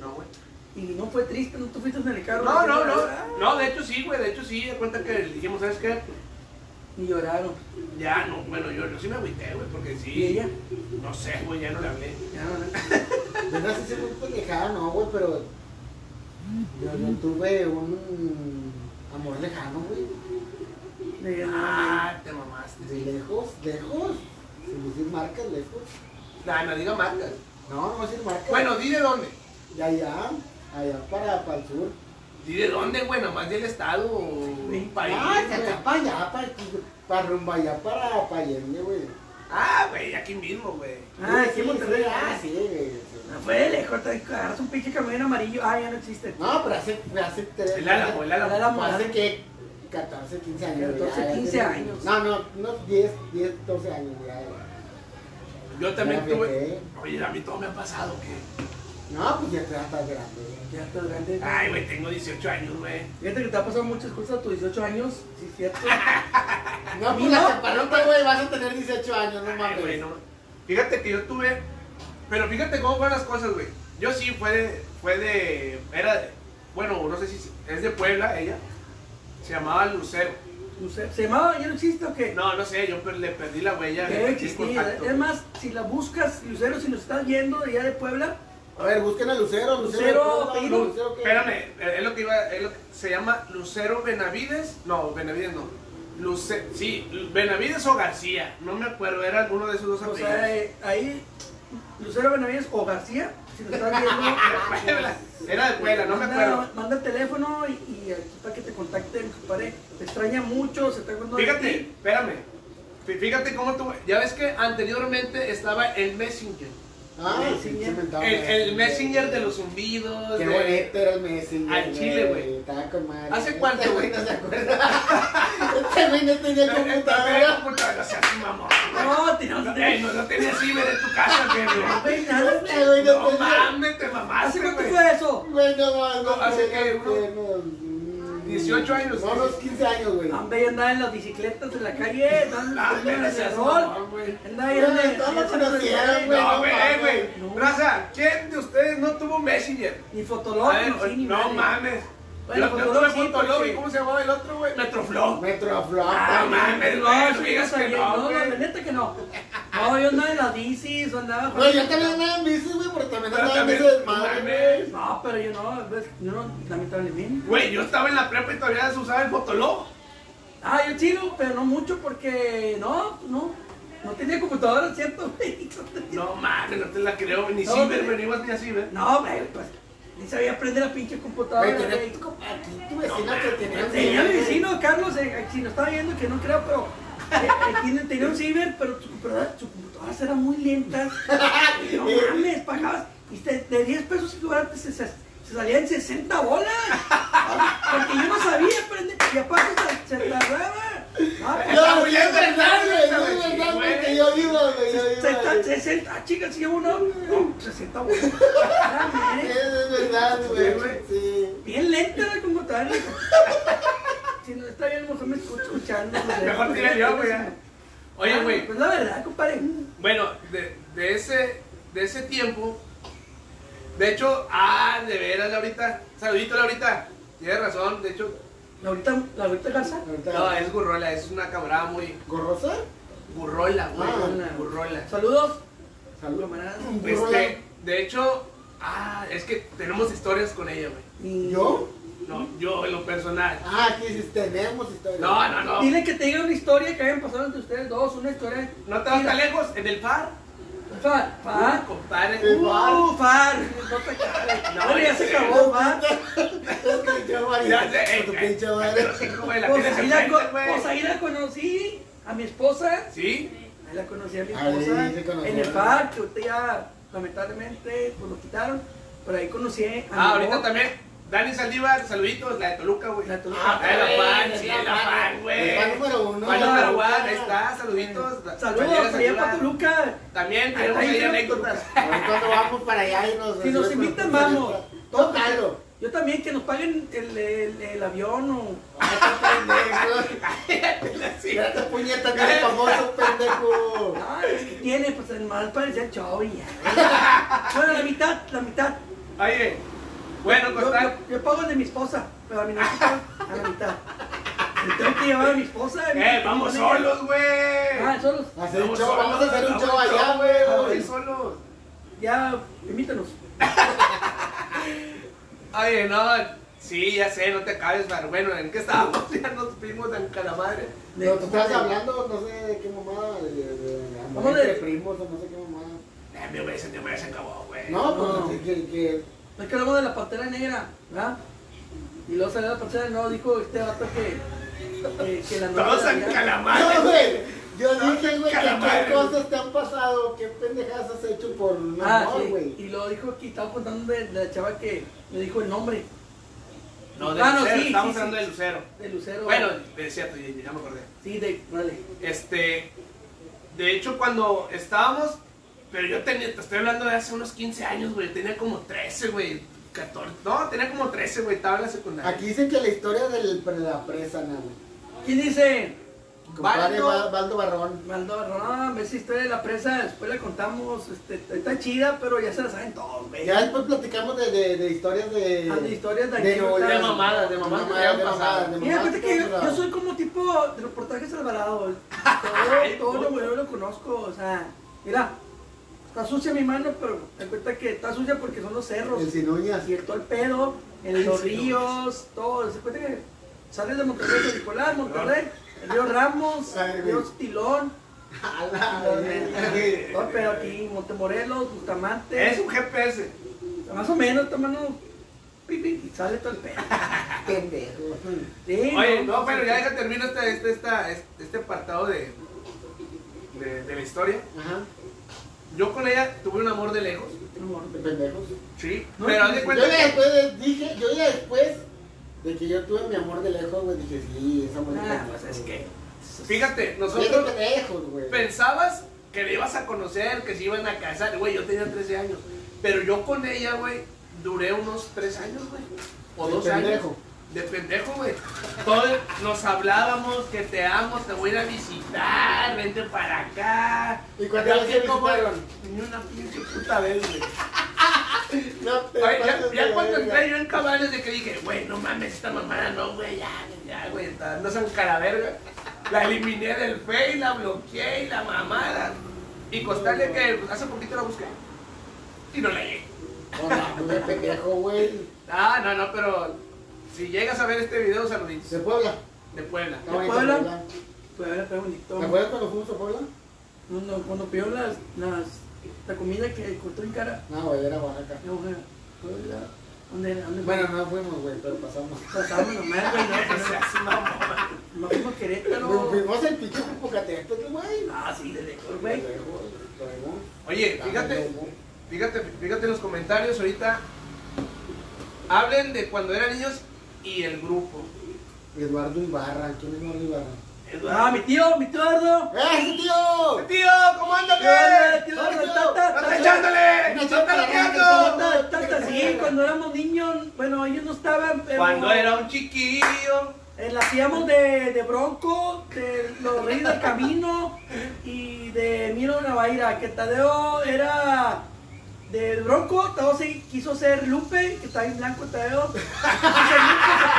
No, güey. Y no fue triste, no tú fuiste en el carro. No, no, no. No, de hecho sí, güey, de hecho sí. De cuenta que le dijimos, ¿sabes qué? Ni lloraron. Ya, no, bueno, yo, yo sí me agüité, güey, porque sí. ¿Y ella? No sé, güey, ya no le hablé. Ya no, no. Yo no sé si fue pendejada, no, güey, pero. Yo no tuve un amor lejano, güey. De- Ah, te mamaste. De lejos, lejos. Sin decir marcas, lejos. No, no diga marcas. No, no voy a decir marcas. Bueno, di de dónde. De allá, allá para, para el sur. Di de dónde, güey, nomás del estado o un país. Ah, güey. acá para allá, para, para rumba allá, para, para Allende, güey. Ah, güey, aquí mismo, güey. Ah, Sí, aquí en sí, Monterrey. sí, Ah, sí, güey. sí. No fue lejos, te agarras un pinche camión amarillo. Ah, ya no existe. No, pero hace, hace tres. El álamo, el álamo. El álamo. Hace que 14, 15 años. güey, 14, ya, ya 15 tenía- años. No, no, unos 10, 10, 12 años. ya, ya. Yo también Ya tuve. viajé. Oye, a mí todo me ha pasado, ¿qué? No, pues ya estás grande. güey. Ya estás grande. Ay, güey, tengo 18 años, güey. Fíjate que te ha pasado muchas cosas a tus 18 años, sí, es cierto. *laughs* No, pues No. la chaparrota, güey, vas a tener 18 años, no Ah, Ay, mames. güey, no. Fíjate que yo tuve. Pero fíjate cómo fueron las cosas, güey. Yo sí fue de. Fue de. Era de. Bueno, no sé si es de Puebla, ella. Se llamaba Lucero. No sé, ¿Se llamaba? ¿Ya no existe o qué? No, no sé, yo per- le perdí la huella. le Ya no perdí el existía. contacto. Es más, si la buscas, Lucero, si nos estás viendo de allá de Puebla, A ver, busquen a Lucero, Lucero, Lucero. apellido. ¿qué? Espérame, eh, es lo que iba. es lo que- se llama Lucero Benavides. No, Benavides no. Luce, sí, Benavides o García. No me acuerdo, era alguno de esos dos o apellidos. sea, eh, ahí, Lucero Benavides o García, si nos estás viendo. *laughs* Puebla, *laughs* Era de Puebla, no me manda- acuerdo. Manda el teléfono y, y aquí para que te contacten, compadre. Te extraña mucho, se está acordando de Fíjate, ti. espérame. Fí- Fíjate cómo tú. Ya ves que anteriormente estaba el Messenger. Ah, sí, Messenger. se inventaba El, el Messenger de los zumbidos. Qué de- bonito era el Messenger. Al chile, güey. Estaba con madre. ¿Hace cuánto, *laughs* Este güey? No se acuerda. *laughs* Este güey no tenía computadora. Puta, No seas un mamón. No, teníamos No, no, ey, no, no tenías ciber en tu casa, güey. güey. güey, nada. Este güey no No tenía. mames, te ¿Hace mamaste, cuánto güey. fue eso? Güey, no mames. No, hace que uno- unos 18 años. No, unos 15 años, güey. Hombre, yo andaba en las bicicletas en la calle, andaba Ah, en pero el seas rol. mamón, güey. Andaba ahí en el- Güey, todos en el lo centro de conocieron, lugares. güey. No, güey, eh, güey. No. Raza, ¿quién de ustedes no tuvo Messenger? Ni A fotolog, ver, ni sí, ni no madre. mames. Bueno, yo, yo tuve Fotolog sí, Fotolog, porque- ¿y cómo se llamaba el otro, güey? Metroflog. Metroflop. Ah, güey. mames, No, güey, sí, no no digas que sabía, no, no, güey. la neta que no. No, yo andaba en las bicis, andaba. Güey, yo también andaba en bici, güey, pero también Pero andaba en también- bici desmadre, mames. güey. No, pero yo no, ves, yo no, lamentablemente. Güey, yo estaba en la prepa y todavía se usaba el Fotolog. Ah, yo chido, pero no mucho porque no, no, no tenía computadora, ¿cierto? *laughs* güey? No mames, no te la creo, ni No, ciber, sí. güey, ni ibas ni a ciber. No, güey, pues ni sabía aprender la pinche computadora. Güey, güey. tenía tu- aquí Ah, tu vecino que tenía un Tenía mi ciber, vecino, Carlos, eh, si lo estaba viendo, que no creo, pero eh, eh, tiene- tenía un ciber, pero su computadora, su computadora era muy lenta. Y No mames, pagabas. Y te- de 10 pesos que cobraste se, se, se salían 60 bolas. Porque yo no sabía aprender. Y aparte se, se tardaba. No, pues, No, sí es verdad, güey, no es verdad, güey, que yo vivo, güey, yo vivo. 60, güey. 60, ah, chicas, si llevo uno, no, 60 bolas. Ah, Sí, madre. Es verdad, güey, sí. Bien lenta la computadora. si no está bien, a lo mejor me escucho escuchando. güey. Mejor tira yo, güey. ya. Oye, Ah, güey, Pues la verdad, compadre. bueno, de, de ese, de ese tiempo, de hecho, ah, de veras, Laurita, saludito, Laurita, tienes razón, de hecho, La ahorita, la ahorita Garza. Ahorita- no, es Gurrola, es una camarada muy ¿Gorrosa? Gurrola, güey, Ah. Gurrola. Saludos. Saludos. Camarada. Este, de hecho, ah, es que tenemos historias con ella, güey. Y- ¿Yo? No, yo en lo personal. Ah, aquí sí tenemos historia. No, no, no. Dile que te diga una historia que hayan pasado entre ustedes dos, una historia. No te vas Mira, tan lejos, en el par. Far, far. Ah, compadre. El bar. Uh, far. No te cagas. No, Bueno, ya en se serio. acabó, far. Es que yo, María, Ya sé, con tu eh, pinche eh, madre. pero sí, güey, la Pues tienes ahí la, enfrente, co- güey. pues ahí la conocí, a mi esposa. ¿Sí? Ahí la conocí a mi Ahí esposa. se conocieron. en el bar, que usted ya lamentablemente pues, lo quitaron. Pero ahí conocí a mi Ah, amor. ahorita también. Dani Saldívar, saluditos, la de Toluca, güey. La de Toluca. Ah, la güey, fan, es sí, la la fan. fan, güey. El fan Pues, número uno. Fan número uno, Ah. ahí está, saluditos. Saludos, Daniela para allá Saldívar. para Toluca. También Ahí tenemos ahí está, anécdotas. Cuando vamos para allá y nos... Si nos invitan, vamos. Todo caro. Yo también, que nos paguen el, el- el avión o... Sí. Ya te puñeta, que eres famoso, pendejo. Ah, es que tiene, pues el mal parecía el chavo y ya. Bueno, la mitad, la mitad. Oye, bueno, Yo, Costal. yo- yo pago el de mi esposa, pero a mi no a la mitad. Me tengo que llevar a mi esposa. Eh, vamos solos, güey. Ah, solos. Hacer un Vamos show, vamos a solos, hacer un vamos show allá, solos, Vamos a güey. ir solos. Ya, invítanos. Oye, no, sí, ya sé, no te acabes, pero bueno, ¿en qué estábamos? *laughs* Ya nos fuimos tan calamadre. No, tú estabas hablando, no sé de qué mamada, de, de, de, amor Vamos de- entre primos o no sé qué mamada. Eh, mi güey, se te se acabó, güey. No, No. pues así que, que Es que hablamos de la pantera negra, ¿verdad? Y luego salió la pantera negra, no, dijo este vato que, que, que la Todos novela en ya- No, calamadre. güey. Yo dije, güey, que Calamar. qué cosas te han pasado, qué pendejadas has hecho por un Ah, amor, sí. güey. Y lo dijo aquí, estaba contando de, de la chava que me dijo el nombre No, de Ah, no, Lucero, sí, estamos sí, hablando sí. de Lucero. de Lucero. Bueno, es cierto, ya, ya me acordé. Sí, de, vale. Este, de hecho, cuando estábamos, pero yo tenía, te estoy hablando de hace unos 15 años, güey, tenía como 13, güey, 14, no, tenía como 13, güey, estaba en la secundaria. Aquí dicen que la historia del- de la presa, nada. ¿Quién dice? Compadre Baldo. Ba- Baldo Barrón. Maldó, no, ves historia de la presa, después la contamos, este, está chida, pero ya se la saben todos, güey. Ya después platicamos de, de, de historias de. Ah, de historias de novelas. anécdotas. De mamadas, de mamadas que te han de pasado. mamadas, de Mira, mamadas fíjate te que yo, han yo pasado. soy como tipo de reportajes Alvarado. Todo, todo lo bueno lo conozco, o sea, mira, está sucia mi mano, pero te cuenta que está sucia porque son los cerros. El sin uñas. Y el todo el pedo, en Ay, los sí, no pues. ríos, todo. Se cuenta que sales de Monterrey, San Nicolás, Monterrey, el río Ramos, Ay, el güey. río Tilón, A la verga. todo el pedo aquí, Montemorelos, Bustamante. Es un GPS. Más o menos, tomando pipi y sale todo *laughs* el pedo. Pendejo. Sí, Oye, no, pero ya deja termino este, este, esta- este, este apartado de, de, de la historia. Ajá. Yo con ella tuve un amor de lejos, Amor. De pendejos. sí, No, pero haz de Yo cuenta ya que... después dije, yo ya después de que yo tuve mi amor de lejos, güey, dije, sí, esa mujer. Ah, pues es que. Fíjate, Nosotros nosotros pendejos, güey. pensabas que le ibas a conocer, que se iban a casar, güey, yo tenía 13 años, pero yo con ella, güey, duré unos 3 años, güey, o De 12 años. pendejo. De pendejo, güey. Todos nos hablábamos que te amo, te voy a ir a visitar, vente para acá. ¿Y cuántas Ya veces que como- visitaron? Ni una pinche puta vez, güey. No, te Oye, pases ya, ya de cuando verga. entré yo en cabales de que dije, güey, no mames, esta mamada no, güey, ya, ya, güey, está- no sean cara verga. La eliminé del Face, la bloqueé y la mamada. Y costarle que pues, hace poquito la busqué. Y no la llegué. Hola, güey, pendejo, güey. Ah, no, no, pero si llegas a ver este video, saluditos. ¿De Puebla? De Puebla. Está bonito, Puebla? Puebla? Pues era tan bonito. ¿Te acuerdas cuando fuimos a Puebla? Cuando, cuando pidió las, las, la comida que cortó en cara. No, güey, era Oaxaca. Yo, güey, Puebla, ¿Dónde era? ¿Dónde Bueno, fue? no fuimos, güey, pero pasamos. Pasamos nomás, güey, no, *laughs* pero- no fuimos a Nos Querétaro. fuimos al pinche Popocatépetl, güey. Ah, sí, de lejos, güey. Pendejo, güey. Ah, Oye, fíjate, fíjate, fíjate en los comentarios ahorita. Hablen de cuando eran niños y el grupo. Eduardo Ibarra, ¿quién es Eduardo Ibarra? Ah, mi tío, mi tío Eduardo. ¡Eh, ese tío! Tío, ¿cómo anda, Tío Eduardo, qué? tío Eduardo, el tata, ¡No el está tata, echándole! ¡No está el bloqueando! tata, el tata, sí, cuando éramos niños, bueno, ellos no estaban, pero. Cuando era un chiquillo. Eh, la hacíamos de, de Bronco, de Los Reyes del Camino y de Miro Navaira, que Tadeo era de Bronco, Tadeo se quiso ser Lupe, que está en blanco Tadeo. Se quiso ser Lupe, se quiso película,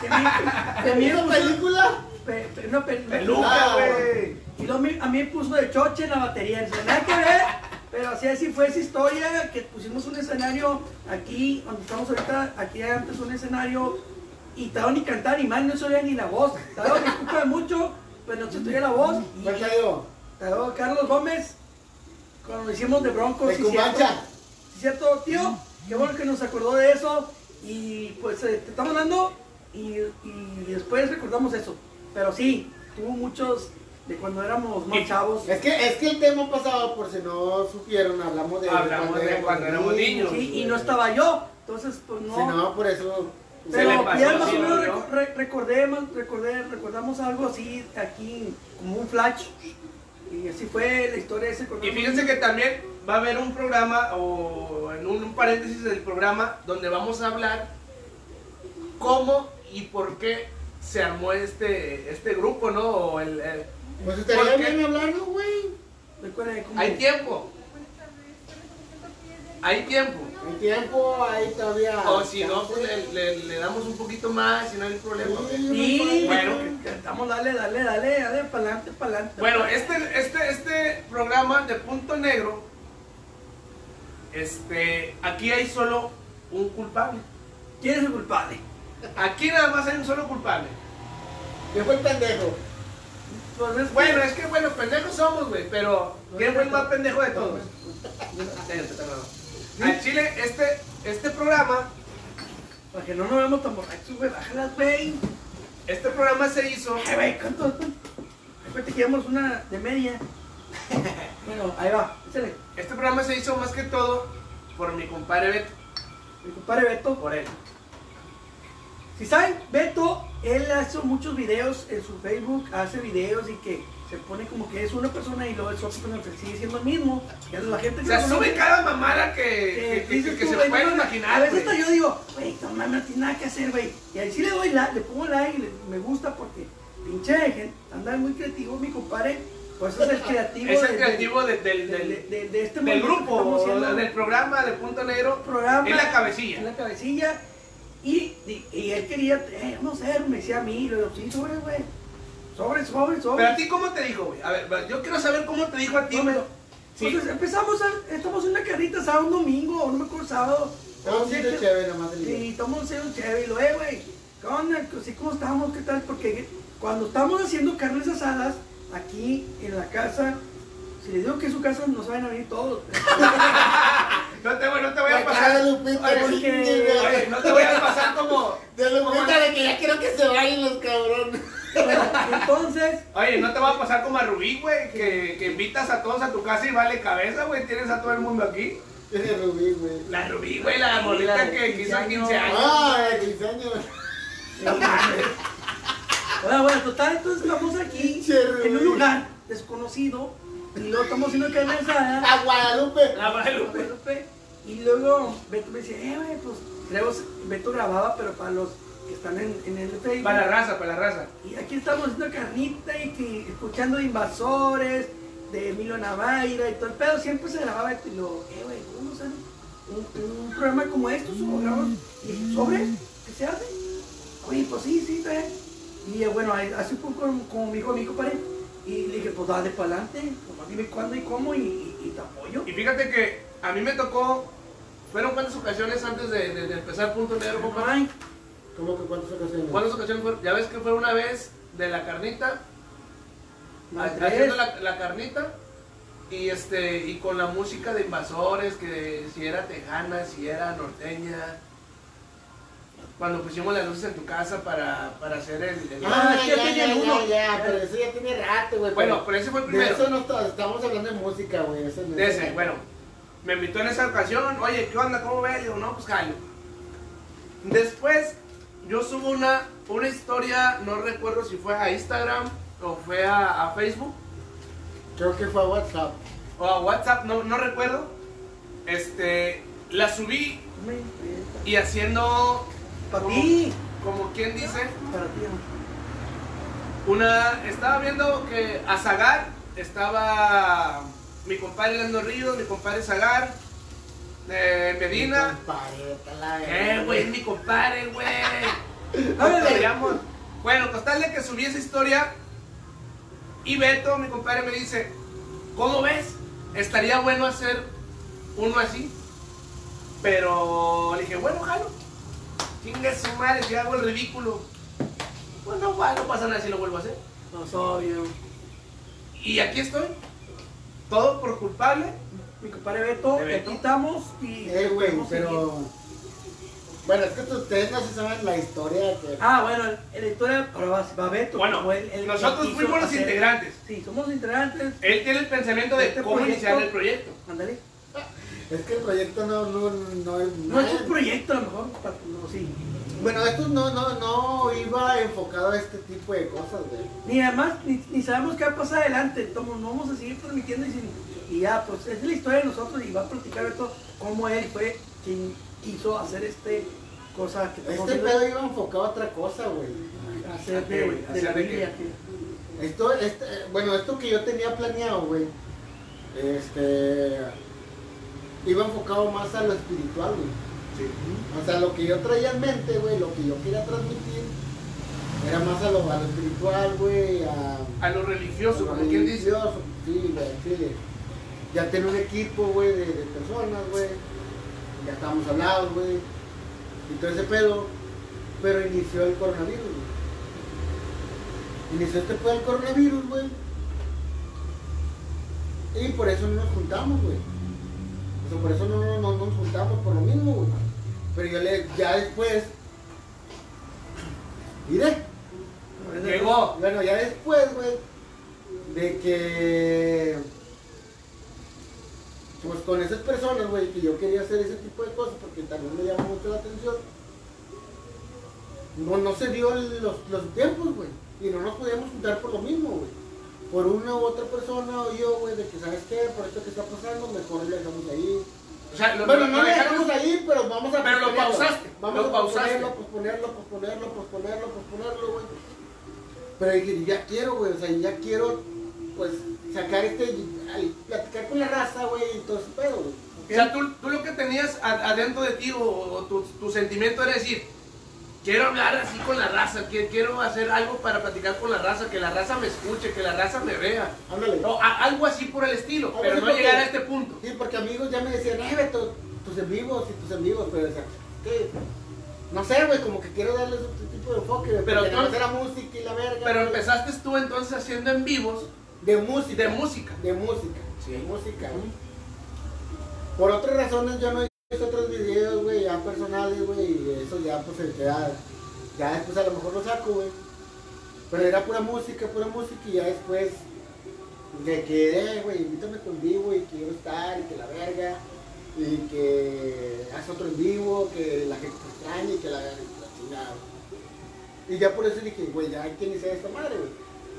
que me- que me ¿Esa puso- película? pe- pe- una pel- Peluca, güey. Y luego mi- a mí me puso de choche en la batería, no nada que ver, pero así así fue esa historia, que pusimos un escenario aquí, donde estamos ahorita, aquí antes un escenario, y Tadeo ni cantaba ni mal, no se oía ni la voz. Tadeo disculpa mucho, pero no se oía la voz. Y ¿Cuál cayó? Tadeo Carlos Gómez, cuando lo hicimos de broncos, De sí, cierto, Cumbancha. Sí, cierto, tío, qué bueno que nos acordó de eso, y pues eh, te estamos dando, y, y después recordamos eso, pero sí, tuvo muchos de cuando éramos más Sí. chavos. Es que, es que el tema pasado, por si no supieron, hablamos de... Hablamos de cuando éramos niños. Sí, y no estaba yo, Entonces, pues no. Si no, por eso. Se le Pero pasó, ya más sí, o menos ¿no? reco- re- recordemos, recordé- recordamos algo así aquí, como un flash. Y así fue la historia de ese Y cordón. fíjense que también va a haber un programa o en un, un paréntesis del programa donde vamos a hablar cómo y por qué se armó este este grupo, ¿no? O el- el- Pues estaría ¿Por qué? bien hablarlo, güey. Recuerda cómo- hay tiempo. Hay tiempo. Hay tiempo, ahí todavía. O si no, pues le, le- le damos un poquito más y no hay problema. ¿ok? Sí, Bueno. bueno, estamos, dale, dale, dale, dale, para adelante, para adelante. Bueno, este, este, este programa de Punto Negro, este, aquí hay solo un culpable. ¿Quién es el culpable? Aquí nada más hay un solo culpable. ¿Qué fue el pendejo? Pues es que- Bueno, es que bueno, pendejos somos, güey, pero ¿quién fue el más pendejo de todos? Siéntate, cabrón. Al Chile, este, este programa, Para que no nos veamos tan borrachos, güey, bájalas, güey. este programa se hizo. Ay, güey, ¿cuánto? Después te llevamos una de media. bueno, ahí va, échale. Este programa se hizo más que todo por mi compadre Beto, Mi compadre Beto. por él. Si saben, Beto, él hace muchos videos en su Facebook, hace videos y que se pone como que es una persona y luego es otra persona, pero sigue siendo el mismo. Y a la O gente que sea, lo sube conoce, cada mamada que, eh, que- que- dices que tú, se güey, puede no mames, imaginar. A veces güey. hasta yo digo, güey, no mames, no tiene nada que hacer, güey. Y ahí sí le doy like, le pongo like y le- me gusta porque pinche gente, anda muy creativo mi compadre. Pues *laughs* es el creativo. Es el del- creativo de- del, del, del- del, del- de este del movimiento que grupo, estamos o haciendo. del programa de Punto Negro. programa. En la cabecilla. En la cabecilla. Y, y, y él quería, eh, vamos a ver, me decía a mí, le digo, sí, sobre, güey. Sobre, sobre, sobre. Pero a ti, ¿cómo te dijo, güey? A ver, yo quiero saber cómo te dijo a ti, No, güey. pero- Sí. Entonces empezamos, a- estamos en una carrita sábado, un domingo, o no me acuerdo, sábado. Estaba siendo Siete- chévere, nomás el video. Sí, estamos haciendo un chévere, y lo, eh, güey, ¿qué onda? Así como estábamos, ¿qué tal? Porque cuando estamos haciendo carnes asadas, aquí en la casa, si les digo que es su casa, nos van a venir todos. No te, voy- no te voy a La cara pasar. de Lupita, Oye, chingue, oye, porque- güey. no te voy a pasar como. De como- Lupita, de que ya quiero que se vayan los cabrones. Bueno, entonces, Oye, no te va a pasar como a Rubí, güey, que, que invitas a todos a tu casa y vale cabeza, güey. Tienes a todo el mundo aquí. Ese Rubí, güey. La Rubí, güey, la morrita que, que hizo en 15 años. Ah, de 15 años. bueno, bueno, total, entonces estamos aquí Pinche en un Rubí. lugar desconocido y luego estamos haciendo carne asada. A Guadalupe. La Guadalupe. Guadalupe, Y luego Beto me dice, eh, güey, pues creo que Beto grababa, pero para los que están en, en el Facebook. Para la raza, para la raza. Y aquí estamos haciendo carnita y que- escuchando de invasores, de Emilio Navaira y todo el pedo. Siempre se grababa esto y lo, eh, güey, ¿cómo no sale un, un programa como estos? ¿O Mm. grabamos? Y dije, ¿sobre? ¿Qué se hace? Oye, pues sí, sí, trae. Y eh, bueno, ahí- así fue como, como me dijo mi compadre. Y le dije, pues dale para adelante, nomás dime cuándo y cómo y, y- y te apoyo. Y fíjate que a mí me tocó. ¿Fueron cuántas ocasiones antes de, de- de empezar Punto Negro, compadre? Ay, ¿Cómo que cuántas ocasiones? ¿Cuántas ocasiones fueron? Ya ves que fue una vez de la carnita, no, ha- tres. haciendo la, la carnita. Y este y con la música de invasores, que si era tejana, si era norteña. Cuando pusimos las luces en tu casa para, para hacer el- el Ah, Ah, ya, ya ya, tenía ya, uno. ya, pero eso ya tiene rato, güey. Bueno, pero pero ese fue el de primero. eso no está- estamos hablando de música, güey. Eso no De es- ese, bueno. Me invitó en esa ocasión, oye, ¿qué onda? ¿Cómo ves? Digo, no, pues jalo. Después, yo subo una, una historia, no recuerdo si fue a Instagram o fue a, a Facebook Creo que fue a WhatsApp. o a WhatsApp, no, no recuerdo. Este, la subí Me- eh, y haciendo, Para ¿Cómo? ti, como quien dice, para ti. amor. *laughs* Una, estaba viendo que a Zagar estaba mi compadre Lando Ríos, mi compadre Zagar, eh, Medina. Compareta, la Eh, güey, es mi compadre, güey. Ábrele. Lo llamo. Bueno, pues tal de que subí esa historia y Beto, mi compadre, me dice, ¿cómo ves? Estaría bueno hacer uno así. Pero le dije, bueno, jalo. Chingue su madre, si hago el ridículo. Pues no, pa- no pasa nada si lo vuelvo a hacer. No, obvio. Y aquí estoy. Todo por culpable. Mi compadre Beto, ¿De Beto? aquí estamos y. Eh, güey, podemos seguir. pero. Bueno, es que ustedes no se saben la historia que. Ah, bueno, el- el historia pero va, va Beto. Bueno, como él- él- nosotros él quiso fuimos los hacer- integrantes. Sí, somos los integrantes. Él tiene el pensamiento de Este cómo iniciar proyecto- el proyecto. Ándale. Es que el proyecto no, no, no, No es un proyecto, a lo mejor, para- no, sí. Bueno, esto no, no, no iba enfocado a este tipo de cosas, güey. Ni además, ni, ni sabemos qué va a pasar adelante. Como no vamos a seguir transmitiendo y, sin- y ya, pues es la historia de nosotros y va a platicar esto cómo él fue quien quiso hacer este cosa que estamos Este haciendo, pedo iba enfocado a otra cosa, güey. hacer de, ¿A qué, güey? de la ¿Hacer de qué? Biblia, que- Esto, este, bueno, esto que yo tenía planeado, güey, este, iba enfocado más a lo espiritual, güey. Sí. O sea, lo que yo traía en mente, güey, lo que yo quería transmitir, era más a lo, a lo espiritual, güey, a... A lo religioso, a lo como quien dice. religioso. Sí, güey, sí. Ya tengo un equipo, güey, de, de personas, güey. Ya estábamos hablados, güey. Y todo ese pedo. Pero inició el coronavirus, güey. Inició este pedo del coronavirus, güey. Y por eso no nos juntamos, güey. O sea, por eso no, no- no nos juntamos por lo mismo, güey. Pero yo le, ya después. *clears throat* Mire, Llegó. bueno, ya después, güey, de que. Pues con esas personas, güey, que yo quería hacer ese tipo de cosas porque también me llamó mucho la atención. No, no se dio los, los tiempos, güey. Y no nos podíamos juntar por lo mismo, güey. Por una u otra persona o yo, güey, de que, ¿sabes qué? Por esto que está pasando, mejor lo dejamos ahí. O sea, lo, Bueno, lo no lo dejaron- dejamos ahí, pero vamos a Pero lo posponerlo. pausaste, Vamos lo a posponerlo, pausaste. posponerlo, posponerlo, posponerlo, posponerlo, güey. Pero dije, ya quiero, güey, o sea, ya quiero, pues, sacar este, al- platicar con la raza, güey, y todo ese pedo, güey. O sea, tú, tú lo que tenías a- adentro de ti o, o tu, tu sentimiento era decir, quiero hablar así con la raza, que, quiero hacer algo para platicar con la raza, que la raza me escuche, que la raza me vea. Ándale. O a- algo así por el estilo, Algo pero así no porque- llegar a este punto. Sí, porque amigos ya me decían, eh, Beto, tus en vivos y tus en vivos, pero, o sea, ¿qué? No sé, güey, como que quiero darles otro tipo de enfoque, güey, Pero porque tú- nada más era música y la verga. Pero güey. empezaste tú entonces haciendo en vivos De música. de música. De música. Sí. De música. güey. Por otras razones yo no he visto otros videos, güey, ya personales, güey, y eso ya pues se queda. Ya después a lo mejor lo saco, güey. Pero era pura música, pura música, y ya después me quedé, güey, invítame con vivo y quiero estar y que la verga. Y que haz otro en vivo, que la gente te extraña y que la, la chingada. Y ya por eso dije, güey, ya hay que iniciar esta madre, güey.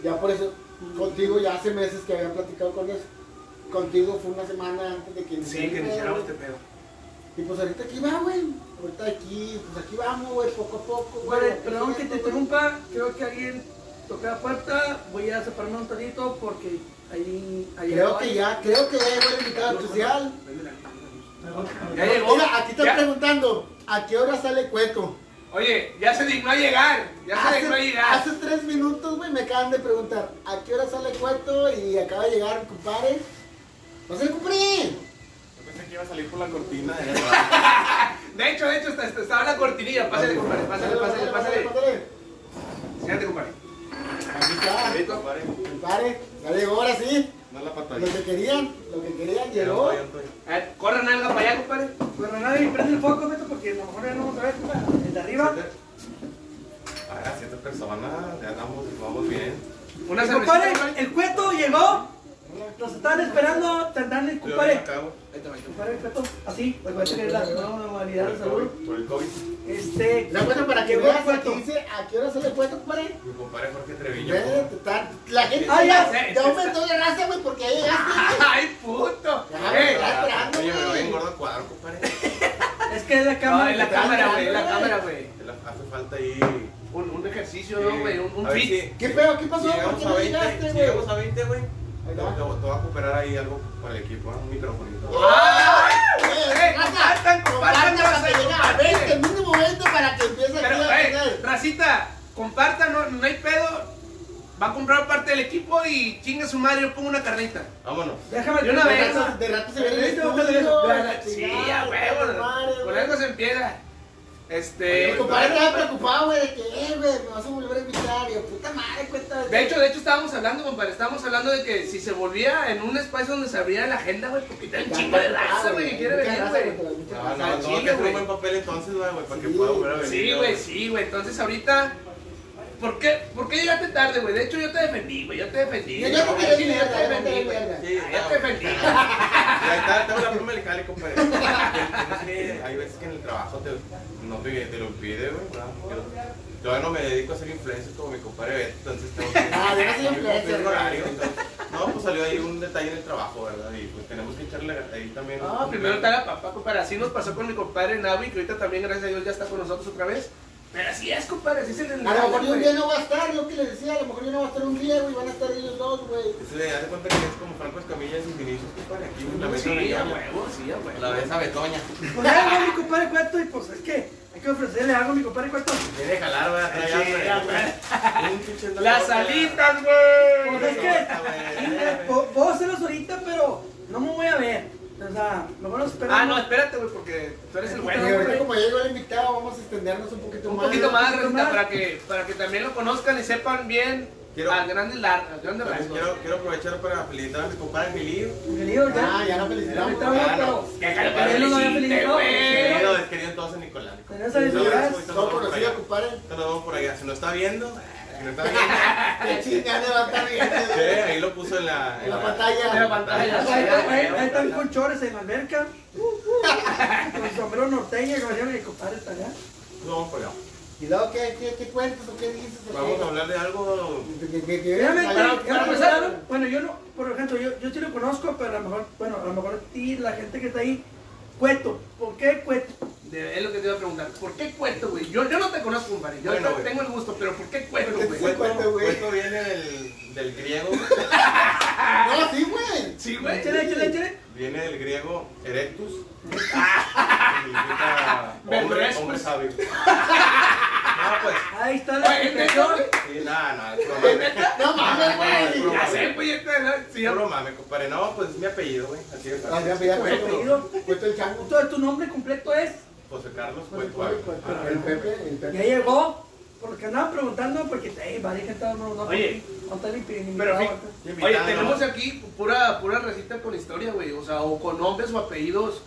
Ya por eso, contigo ya hace meses que había platicado con eso. Contigo fue una semana antes de que iniciara el pedo, güey. pedo. Y pues ahorita aquí va, güey. Ahorita aquí, pues aquí vamos, güey, poco a poco, güey. Bueno, perdón que te Haciendo, güey. interrumpa, creo que alguien toca la puerta, voy a separarme un tantito porque ahí... ahí Creo que ya, creo que ya llegó el invitado especial. Ya llegó. Mira, aquí están Ya- preguntando, ¿a qué hora sale Cueto? Oye, ya se dignó a llegar. Ya se dignó a llegar. hace tres minutos, güey, me acaban de preguntar, ¿a qué hora sale Cueto? Y acaba de llegar mi compadre. ¡No se cumplí! Yo pensé que iba a salir por la cortina. de De hecho, de hecho, está, está- estaba la cortinilla. Pásale, compadre. Pásale, pásale, pásale. Fíjate, compadre. Aquí está, Compadre, compadre, ya llegó ahora sí. No la Lo patadita. que querían, lo que querían llegó. A ver, corran algo para allá, compadre. Pero nada, y prende el foco, Beto, porque a lo mejor ya no vamos a ver el de arriba. Ah, siete personas, ya andamos, vamos bien. Una Y, cervecita, compadre, compadre. el cueto llegó, nos están esperando, tendrán el Yo ya compadre. acabo. Ahí te va, compadre. Compadre, el cueto, así, pues voy a tener la nueva modalidad Por de el COVID. salud. Por el COVID. Este, La cuenta para que llegó el veas cueto. aquí dice a qué hora sale Cueto, compadre. Mi compadre Jorge Treviño. Ve, te está- La gente Ah, ya sé, ya, ya ya aumentó la raza, güey, porque ya llegaste. *laughs* ¡Ay, puto! Ya, ¡Eh! ya. Ah, esperando, Oye, me güey. voy en gordo cuadro, compadre. Es que es la No, cámara. en la cámara, güey, en la cámara, güey. Te la- Hace falta ahí. Un, un ejercicio, ¿no, güey? Un, un A ver si- fit. ¿Qué pedo? ¿Qué pasó? Si ¿Por llegamos qué a no 20, llegaste, si güey? llegamos a 20, güey. Te, Ahí te- va. te voy a cooperar ahí algo para el equipo, ¿eh? un microfonito. Oh. Eh, compartan, compartan, para raza, llegar a 20, compartan. mínimo 20 para que empiece aquí Pero, la eh, final. racita, compartan, no, no hay pedo. Va a comprar parte del equipo y chinga su madre, yo pongo una carnita. Vámonos. Déjame De una De vez. rato- De rato se ve el Ahorita estudio, vamos a hacer eso. la Sí, chingada, a la madre, huevo. Con güey. algo se empieza. Mi Este. compadre estaba preocupado, güey, de que, eh, güey, me vas a volver a invitar. Y yo, puta madre, cuenta. De hecho, de hecho estábamos hablando, compadre, estábamos hablando de que si se volvía en un espacio donde se abriera la agenda, güey, porque está un chingo de raza, güey, que quiere Mucha venir, raza, güey. güey, mucha No, Ah, raza. no, al tengo chile, que hacer güey. un buen papel entonces, güey, güey, para que Sí. pueda volver a venir. Sí, güey, sí, güey. Entonces ahorita, ¿por qué, ¿por qué llegaste tarde, güey? De hecho yo te defendí, güey, yo te defendí. Yo ya no Al quería chile, llegar yo te tarde, defendí, vete a la güey. verga. Sí, Ah, Yo no. te defendí. Ahí está, tengo la pluma del cali, compadre. Es que hay veces que en el trabajo te, no te, te lo pide, güey. ¿verdad? Yo todavía no me dedico a ser influencer como mi compadre Beto, entonces tengo que. Ah, debes ser tengo que influencer, cumplir güey. horario, entonces- No, pues salió ahí un detalle en el trabajo, ¿verdad? Y pues tenemos que echarle ahí también. No, Ah, primero está la papá, compadre. Así nos pasó con mi compadre Navi, que ahorita también, gracias a Dios, ya está con nosotros otra vez. Pero así es, compadre, así es el A lo mejor yo un día güey. no va a estar, lo que les decía, a lo mejor yo no va a estar un día, güey, van a estar ellos dos, güey. Se hace cuenta que es como Franco Escamilla sin inicios, compadre. Aquí la ves Sí, a a Betoña. huevo, sí, a La huevo. ves a Betoña. Pues ya llegó mi compadre cuarto y pues es que hay que ofrecerle algo a mi compadre cuarto. Quiere jalar, güey, atrás ya, Sí, güey. ya, Un pinche andador, Las güey. alitas, güey. Pues es que Güey, Eh, po- puedo hacerlos ahorita, pero no me voy a ver. O sea, mejor los espero. Ah, no, espérate, güey, porque tú eres el Y bueno. ahorita güey. como llegó el invitado, vamos a extendernos un poquito Un más. poquito más, un poquito Rosita, más. para que, para que también lo conozcan y sepan bien Quiero- al grande largas, grandes También rasgos. Quiero, quiero aprovechar para felicitar a mi compadre Emilio. Bienvenido, ya. Ah, ya la felicitamos. Ahorita vamos, Ah, no. pero- Que acá lo También lo había felicite, felicitado, güey. Querido, desquerido en todo San Nicolás. Tenés que Nos felicidades. vemos, ahorita nos No vemos por conocí a allá. compadre. Ahorita nos vemos por allá. Si no está viendo, eh, si no está viendo, Qué chingada va a estar viendo, sí, güey. ahí lo puso en la, En la pantalla. En la pantalla. Ahí están- ahí- ahí están con chores en la alberca. Uh, uh, con sombrero norteño, como decía mi compadre, está allá. Nos Pues vamos por allá. ¿Y luego qué, qué, qué cuentas o qué dijiste? Vamos a hablar de algo. Realmente, Para- yo para no- empezar- bueno, yo no, por ejemplo, yo, yo sí lo conozco, pero a lo mejor, bueno, a lo mejor a ti, la gente que está ahí, cueto. ¿Por qué cueto? De- es lo que te iba a preguntar. ¿Por qué cuento, güey? Yo, yo no te conozco, compadre. Yo Bueno, no güey. tengo el gusto, pero ¿por qué cuento, Porque güey? te- cuento, Cuento, güey. cuento viene del, del griego. No, sí, güey. Sí, güey. Échale, échale, échale. Viene del griego erectus. que significa hombre, Berrescus. hombre sabio. Ah, pues. Ahí está la Güey, ¿es neta, expresión. güey? Sí, nada, nada. Es ¿Es broma. neta? No mames, Ah, güey. Ya sé, güey. ya te- la- *laughs* sí, Sí, ya- no mames, compadre. No, pues es mi apellido, güey. Así es. Ah, ya, ya, Güey, cuento. Cuento el chango. Entonces, tu nombre completo es. José Carlos Cuento, Cueto Ah, Ávila. cuento, El Pepe, el Ya Pepe. llegó. Porque andaban preguntando, porque, hey, va, dije, todo no, no. Oye, no está ni pidiendo pero fí- invitado acá. Y Oye, invitado. tenemos aquí pura, pura recita con historia, güey. O sea, o con nombres o apellidos.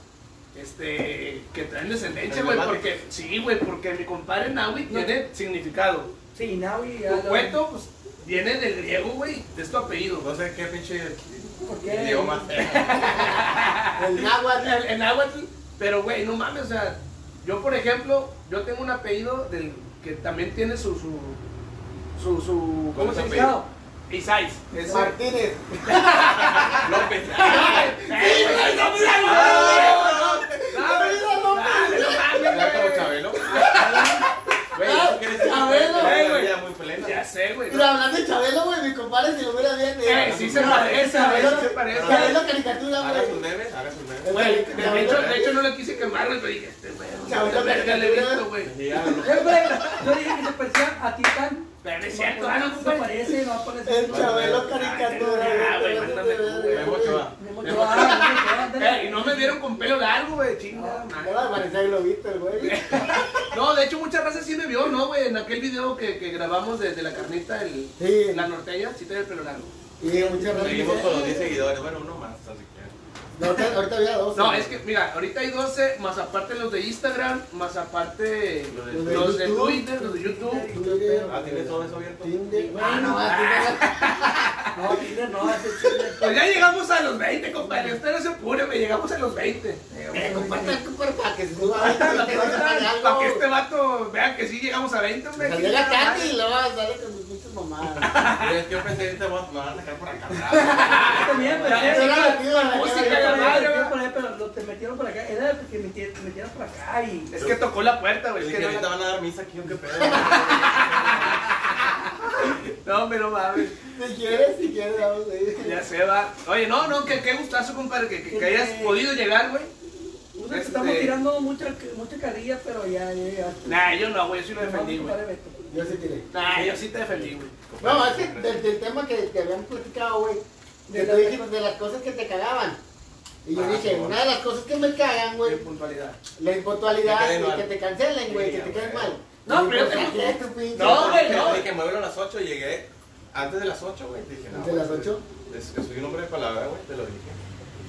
Este, que traen descendencia, güey, porque, sí, güey, porque mi compadre Nahui No. tiene significado. Sí, Naui, ya. Tu lo- cuento, pues, viene del griego, güey, de tu apellido. No sé qué pinche ¿Por qué? idioma. *laughs* El náhuatl. En, en náhuatl, pero güey, no mames, o sea, yo por ejemplo, yo tengo un apellido del que también tiene su su su, su ¿Cómo se dice? Cuidado. Isais. Es Martínez. López. Ah, Habla como Chabelo. Güey, eso quiere decir que Chabelo. tiene Eh, una Ah, güey. vida muy plena. Ya sé, güey. Mira, hablando de Chabelo, güey, mi compadre si lo hubiera bien. Eh, sí se parece, Chabelo, sí se parece. Chabelo caricatura, Haga sus güey. memes, haga sus memes. Güey, de hecho, de hecho no le quise quemar, güey, pero dije, este güey, Chabelo, verga le he visto, güey. Sí, ya, no. Siempre, *laughs* yo dije que se parecía a Titán. Pero no es cierto, ah, no, se güey. parece, no aparece. El Chabelo caricatura, Ah, güey, Chabelo mándame caricatura, tú, güey. Memo Ochoa. Memo *laughs* Ochoa, Memo Ochoa, Eh, y no me vieron con pelo largo, güey, chingada madre. Ahora parecía globito el güey. No, de hecho, muchas razas sí me vio, ¿no, güey? En aquel video que, que grabamos de, de la carnita, el, Sí. la norteña, sí tenía el pelo largo. Y muchas Seguimos con los 10 gracias. seguidores. Bueno, uno más, así que. No, ahorita, ahorita había dos. No, es que, mira, ahorita hay 12, más aparte los de Instagram, más aparte Los de los de YouTube. Twitter, los de YouTube. Ah, ¿tienes todo eso abierto? Tinder. Ah, no, ah, No, Tinder no, ese es Tinder. Pues ya llegamos a los 20, compadre. Usted no se apure, me llegamos a los 20. Tinder. Eh, compartan, compartan, para que se suba. Para que se pare algo. que este vato vea que sí llegamos a 20, hombre. Salió la carne y luego sale con sus pinches mamadas. Güey, Es que yo pensé que te voy a- me van a sacar por acá. Yo también, pero Ya, eh, ya, la tía, la música, tía, la pero, madre, eh, ¿verdad? pero, eh, pero lo- te metieron por acá. Era el que meti- te metieron por acá y. Es que tocó la puerta, Yo güey. Es dije, que no, ahorita la- van a dar misa aquí, ¿o qué pedo? no, hombre, no mames. Si quieres, si quieres, vamos a ir. Ya se va. Oye, no, no, que qué gustazo, compadre, que, que- que hayas Sí. podido llegar, güey. Nosotros Este- Estamos tirando mucha, mucha carrilla, pero ya, ya, ya. Nah, yo no, güey, yo sí lo defendí, Vamos, güey. compadre, Beto. Yo sí tiré. Nah, yo sí te defendí, güey. No, es que del, del tema que, que habían platicado, güey, que De tú las- dijiste de las cosas que te cagaban. Y yo Ah, dije, sí. una de las cosas que me cagan, De güey, puntualidad. la Que impuntualidad queden y mal. que te cancelen, güey, Sí, que te güey. queden mal. No, Y pero yo pues, tengo- ¿qué, tu pinche? No, güey, no. Dije, muévelo a las 8 y llegué antes de las 8, güey. Dije, no. ¿De las ocho? Es que soy un hombre de palabra, güey, te lo dije.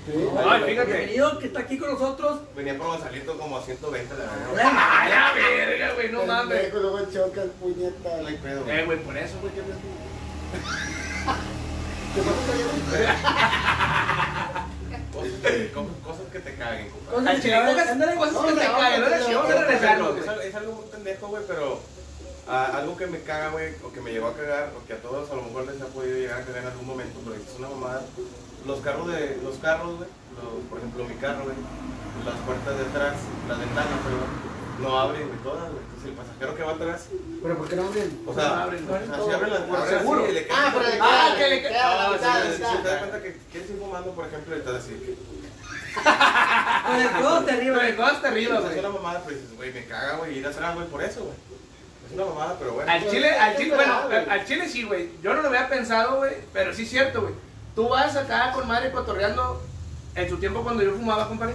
Sí. Ay, fíjate. Bienvenido que está aquí con nosotros. Venía por Gonzalito como a 120 la verdad. Ah, la verga, güey, no mames. Pendejo, Luego chocas, puñeta. No hay pedo, güey. Eh, güey, por eso, güey, que me- ¿Te pasas, güey? Pues, que te caguen, compadre. Cosas Al pues. que chile, pocas ándale, cosas que no, te no, caen, ahora sí, vamos a regresarlo, Es güey. al- es algo muy pendejo, güey, pero ah, algo que me caga, güey, o que me llegó a cagar, o que a todos a lo mejor les ha podido llegar a cagar en algún momento, pero es una mamada. Los carros, de, los carros, güey, los- por ejemplo mi carro, güey, las puertas de atrás, las ventanas, perdón, no abren, güey, todas, güey. Entonces el pasajero que va atrás, Pero ¿por qué no abren? o No sea, abren, o sea, no abren si abren las todo. puertas, Por seguro. sí, le cae- Ah, pero Ah, le queda, que le le queda queda la Ah, si- mitad, la si te das mitad. cuenta que que estoy fumando, por ejemplo, y estás así, que- Con el codo te arriba. Pero de cosas terribles, Es güey. una mamada, pero dices, güey, me caga, güey, ir a hacer algo, güey, por eso, güey. Es una mamada, pero bueno. Al chile, al chile, bueno, al- al chile sí, güey. Yo no lo había pensado, güey, pero sí es cierto, güey. Tú vas acá con madre cotorreando en su tiempo cuando yo fumaba, compadre.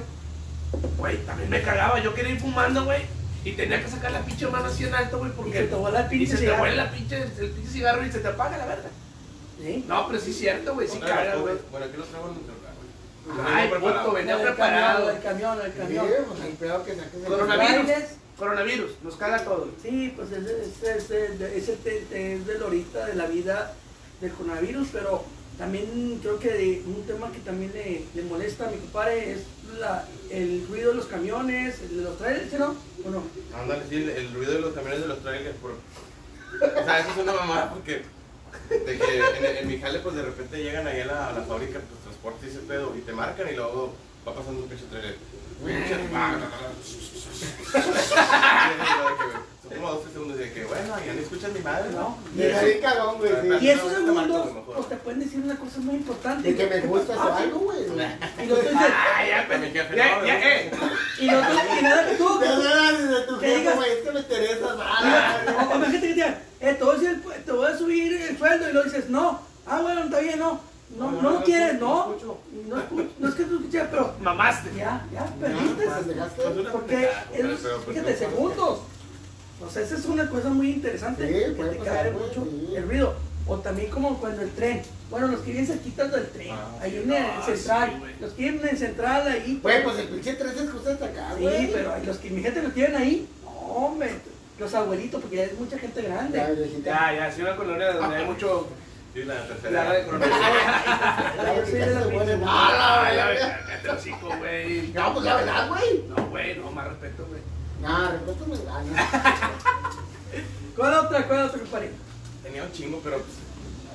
Güey, también me cagaba. Yo quería ir fumando, güey. Y tenía que sacar la pinche mano así en alto, güey, Y porque se te va la y pinche se te cigarro. huele la pinche, el pinche cigarro y se te apaga la verga. ¿Sí? Ah, No, pero sí es cierto, güey. Sí Otra de las caga, cosas, güey. Bueno, aquí los traigo en el celular, güey. Ay, Lo tengo preparado. puto, güey. Venía El camión, preparado. El camión, el Sí, camión. pues, el pedo que saques el- Coronavirus. Bailes, Coronavirus, nos caga todo, güey. Sí, pues ese, ese, ese, ese te- te- es de la horita de la vida del coronavirus, pero también creo que de- un tema que también le, le molesta a mi compadre es la, el ruido de los camiones, el de los trailers, ¿sí ¿no? ¿O no? Ándale, sí, el, el ruido de los camiones de los trailers, por... O sea, eso es una mamada porque... De que en, en mi jale, pues, de repente llegan ahí a la, a la fábrica, pues, transporte y ese pedo, y te marcan y luego va pasando un pinche trailer. Pinche... Son como 12 segundos de que, bueno, ya no escuchas mi madre, ¿no? Llega bien cagón, güey, sí. Y esos No, está mal, segundos a lo mejor. pues, te pueden decir una cosa muy importante. De que me gusta Ah, o algo, güey. sí. Y lo estoy diciendo- Ah, ya, También ya, jefe, ya, no, ya, güey. eh. y lo estoy- y nada que tú, *laughs* Te hablas de tu ¿Qué jefe, digas? güey, es que me ah, interesas. "Ah, O- o imagínate que te digan, eh, te voy, a subir, el- te voy a subir el sueldo y lo dices, no, ah, bueno, está bien, no, no, no, No, no, lo no, quieres, no no, escucho. no, escu- no es que tú escuches, pero Mamaste. ya, ya, perdiste, Pues una porque pendejada, es los- pero, pues, fíjate, no, segundos, o sea, esa es una cosa muy interesante, Sí, que puede te pasar, cae güey, mucho sí. el ruido, o también como cuando el tren, bueno, los que vienen cerquitas del tren, Ah, ahí sí, en no, el sí, central, güey. los que vienen en central ahí, Güey, pues el pinche 3 es justo hasta acá, sí, güey. pero los que mi gente los tienen ahí, no, hombre, los abuelitos, porque ya es mucha gente grande. Ya, viejita. Ya, ya, sí, una colonia donde hay mucho. Sí, la tercera. La de coronavirus. Ya, Yo soy de viejita, la se pinche- pone Ah, mala, la güey. verga, cállate *laughs* el hocico, güey. No, pues la verdad, güey. No, güey, no, más respeto, güey. No, respuesta me gana. ¿Cuál otra? ¿Cuál otra, compadre? Tenía un chingo, pero pues,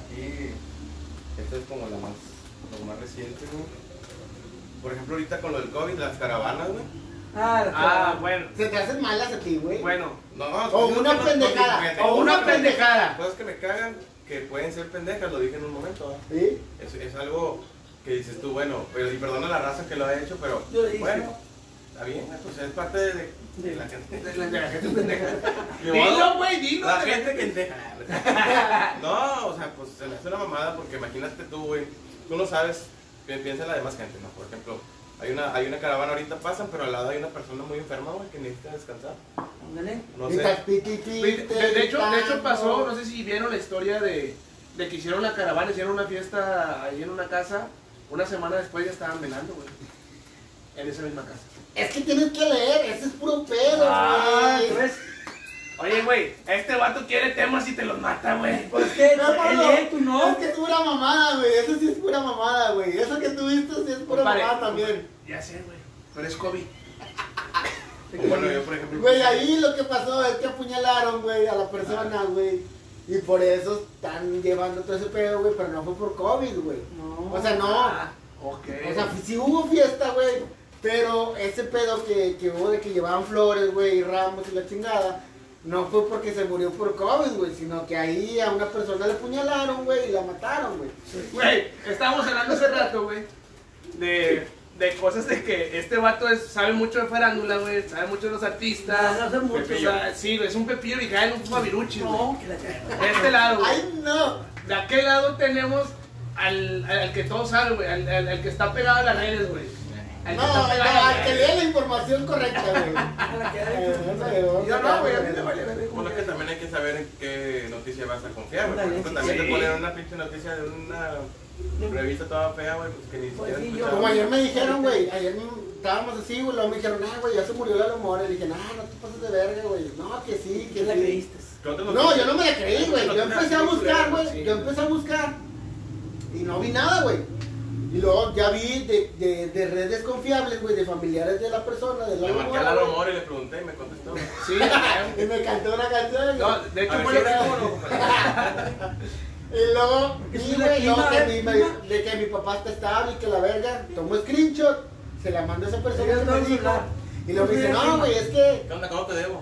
aquí esta es como la más, lo más reciente, güey. Por ejemplo, ahorita con lo del COVID, las caravanas, güey. Ah, la Ah, otra. bueno, Se te hacen malas a ti, güey. bueno. No, no, O es que una no- pendejada. fíjate, O una cosas- pendejada. Cosas que me cagan, que pueden ser pendejas, lo dije en un momento. ¿eh? ¿Sí? Es, es algo que dices tú, bueno, pero, y perdona la raza que lo ha hecho, pero Yo dije. bueno, está bien, pues es parte de, de De- la gente. La, la gente es pendeja. Ni modo. Dilo, güey, dilo. La gente que deja. *laughs* No, o sea, pues se me hace una mamada porque imagínate tú, güey. Tú no sabes, pi- piensa en la demás gente, ¿no? Por ejemplo, hay una, hay una caravana ahorita pasan, pero al lado hay una persona muy enferma, güey, que necesita descansar. Ándale. No Estás sé. piqui, De, piqui, de- de hecho, de hecho gritando. pasó, no sé si vieron la historia de, de que hicieron una caravana, hicieron una fiesta ahí en una casa. Una semana después ya estaban velando, güey. En esa misma casa. Es que tienes que leer, ese es puro pedo, Ah, güey. Pues, Oye, güey, este vato quiere temas y te los mata, güey. pues que No, él Pablo, lee, tú no. Es que es pura mamada, güey. Eso sí es pura mamada, güey. Eso que tú viste sí es pura Compadre, mamada también. Ya sé, güey. Pero es COVID. O bueno, yo, por ejemplo. Güey, ahí lo que pasó es que apuñalaron, güey, a la persona, güey. Y por eso están llevando todo ese pedo, güey, pero no fue por COVID, güey. No. O sea, no. Ah, ok. O sea, sí hubo fiesta, güey. Pero ese pedo que, que hubo de que llevaban flores, güey, y ramos y la chingada, no fue porque se murió por COVID, güey, sino que ahí a una persona le apuñalaron, güey, y la mataron, güey. Güey, estábamos hablando hace rato, güey, de, de cosas de que este vato es- sabe mucho de farándula, güey, sabe mucho de los artistas. No, no sé mucho. O sea, sí, güey, es un pepillo Miguel, un fabiruchi, güey. No, que la cae. De este lado, güey. ¡Ay, no! De aquel lado tenemos al, al, al que todos saben, güey, al, al- al que está pegado a las redes, güey. Al No, que está no, pegado a las al que redes. lea la información correcta, güey. A Ah, la que Yo no, güey, a mí me vale, verga. Bueno, que también hay que saber en qué noticia vas a confiar, güey. Ándale, Por ejemplo, sí, también sí. te ponen una pinche noticia de una revista toda fea, güey, pues que ni Pues siquiera sí, yo- escuchaba. Como ayer me dijeron, güey, ayer me- estábamos así, güey, luego me dijeron, ah, güey, ya se murió la lomora. Le dije, no, no te pases de verga, güey. No, que sí, que la sí. creíste. ¿Qué otra No, noticia? yo no me la creí, güey. Yo empecé a buscar, güey. Yo empecé a buscar. Y no vi nada, güey. Y luego ya vi de, de, de redes confiables, güey, de familiares de la persona, de la Le marqué a mamá, Lalo güey, Mora y le pregunté y me contestó. Sí, Y me cantó una canción. no, de A hecho ver fue si lo que era hubo, compadre. *laughs* Y luego, Es y una güey, clima, luego que ¿eh? mi, Clima. de que mi papá está estable y que la verga, tomó screenshot, se la mandó a esa persona Ya que no me vas a dijo. hablar. Y luego me dice, Clima. no, güey, es que. ¿Qué onda? ¿Cómo te debo?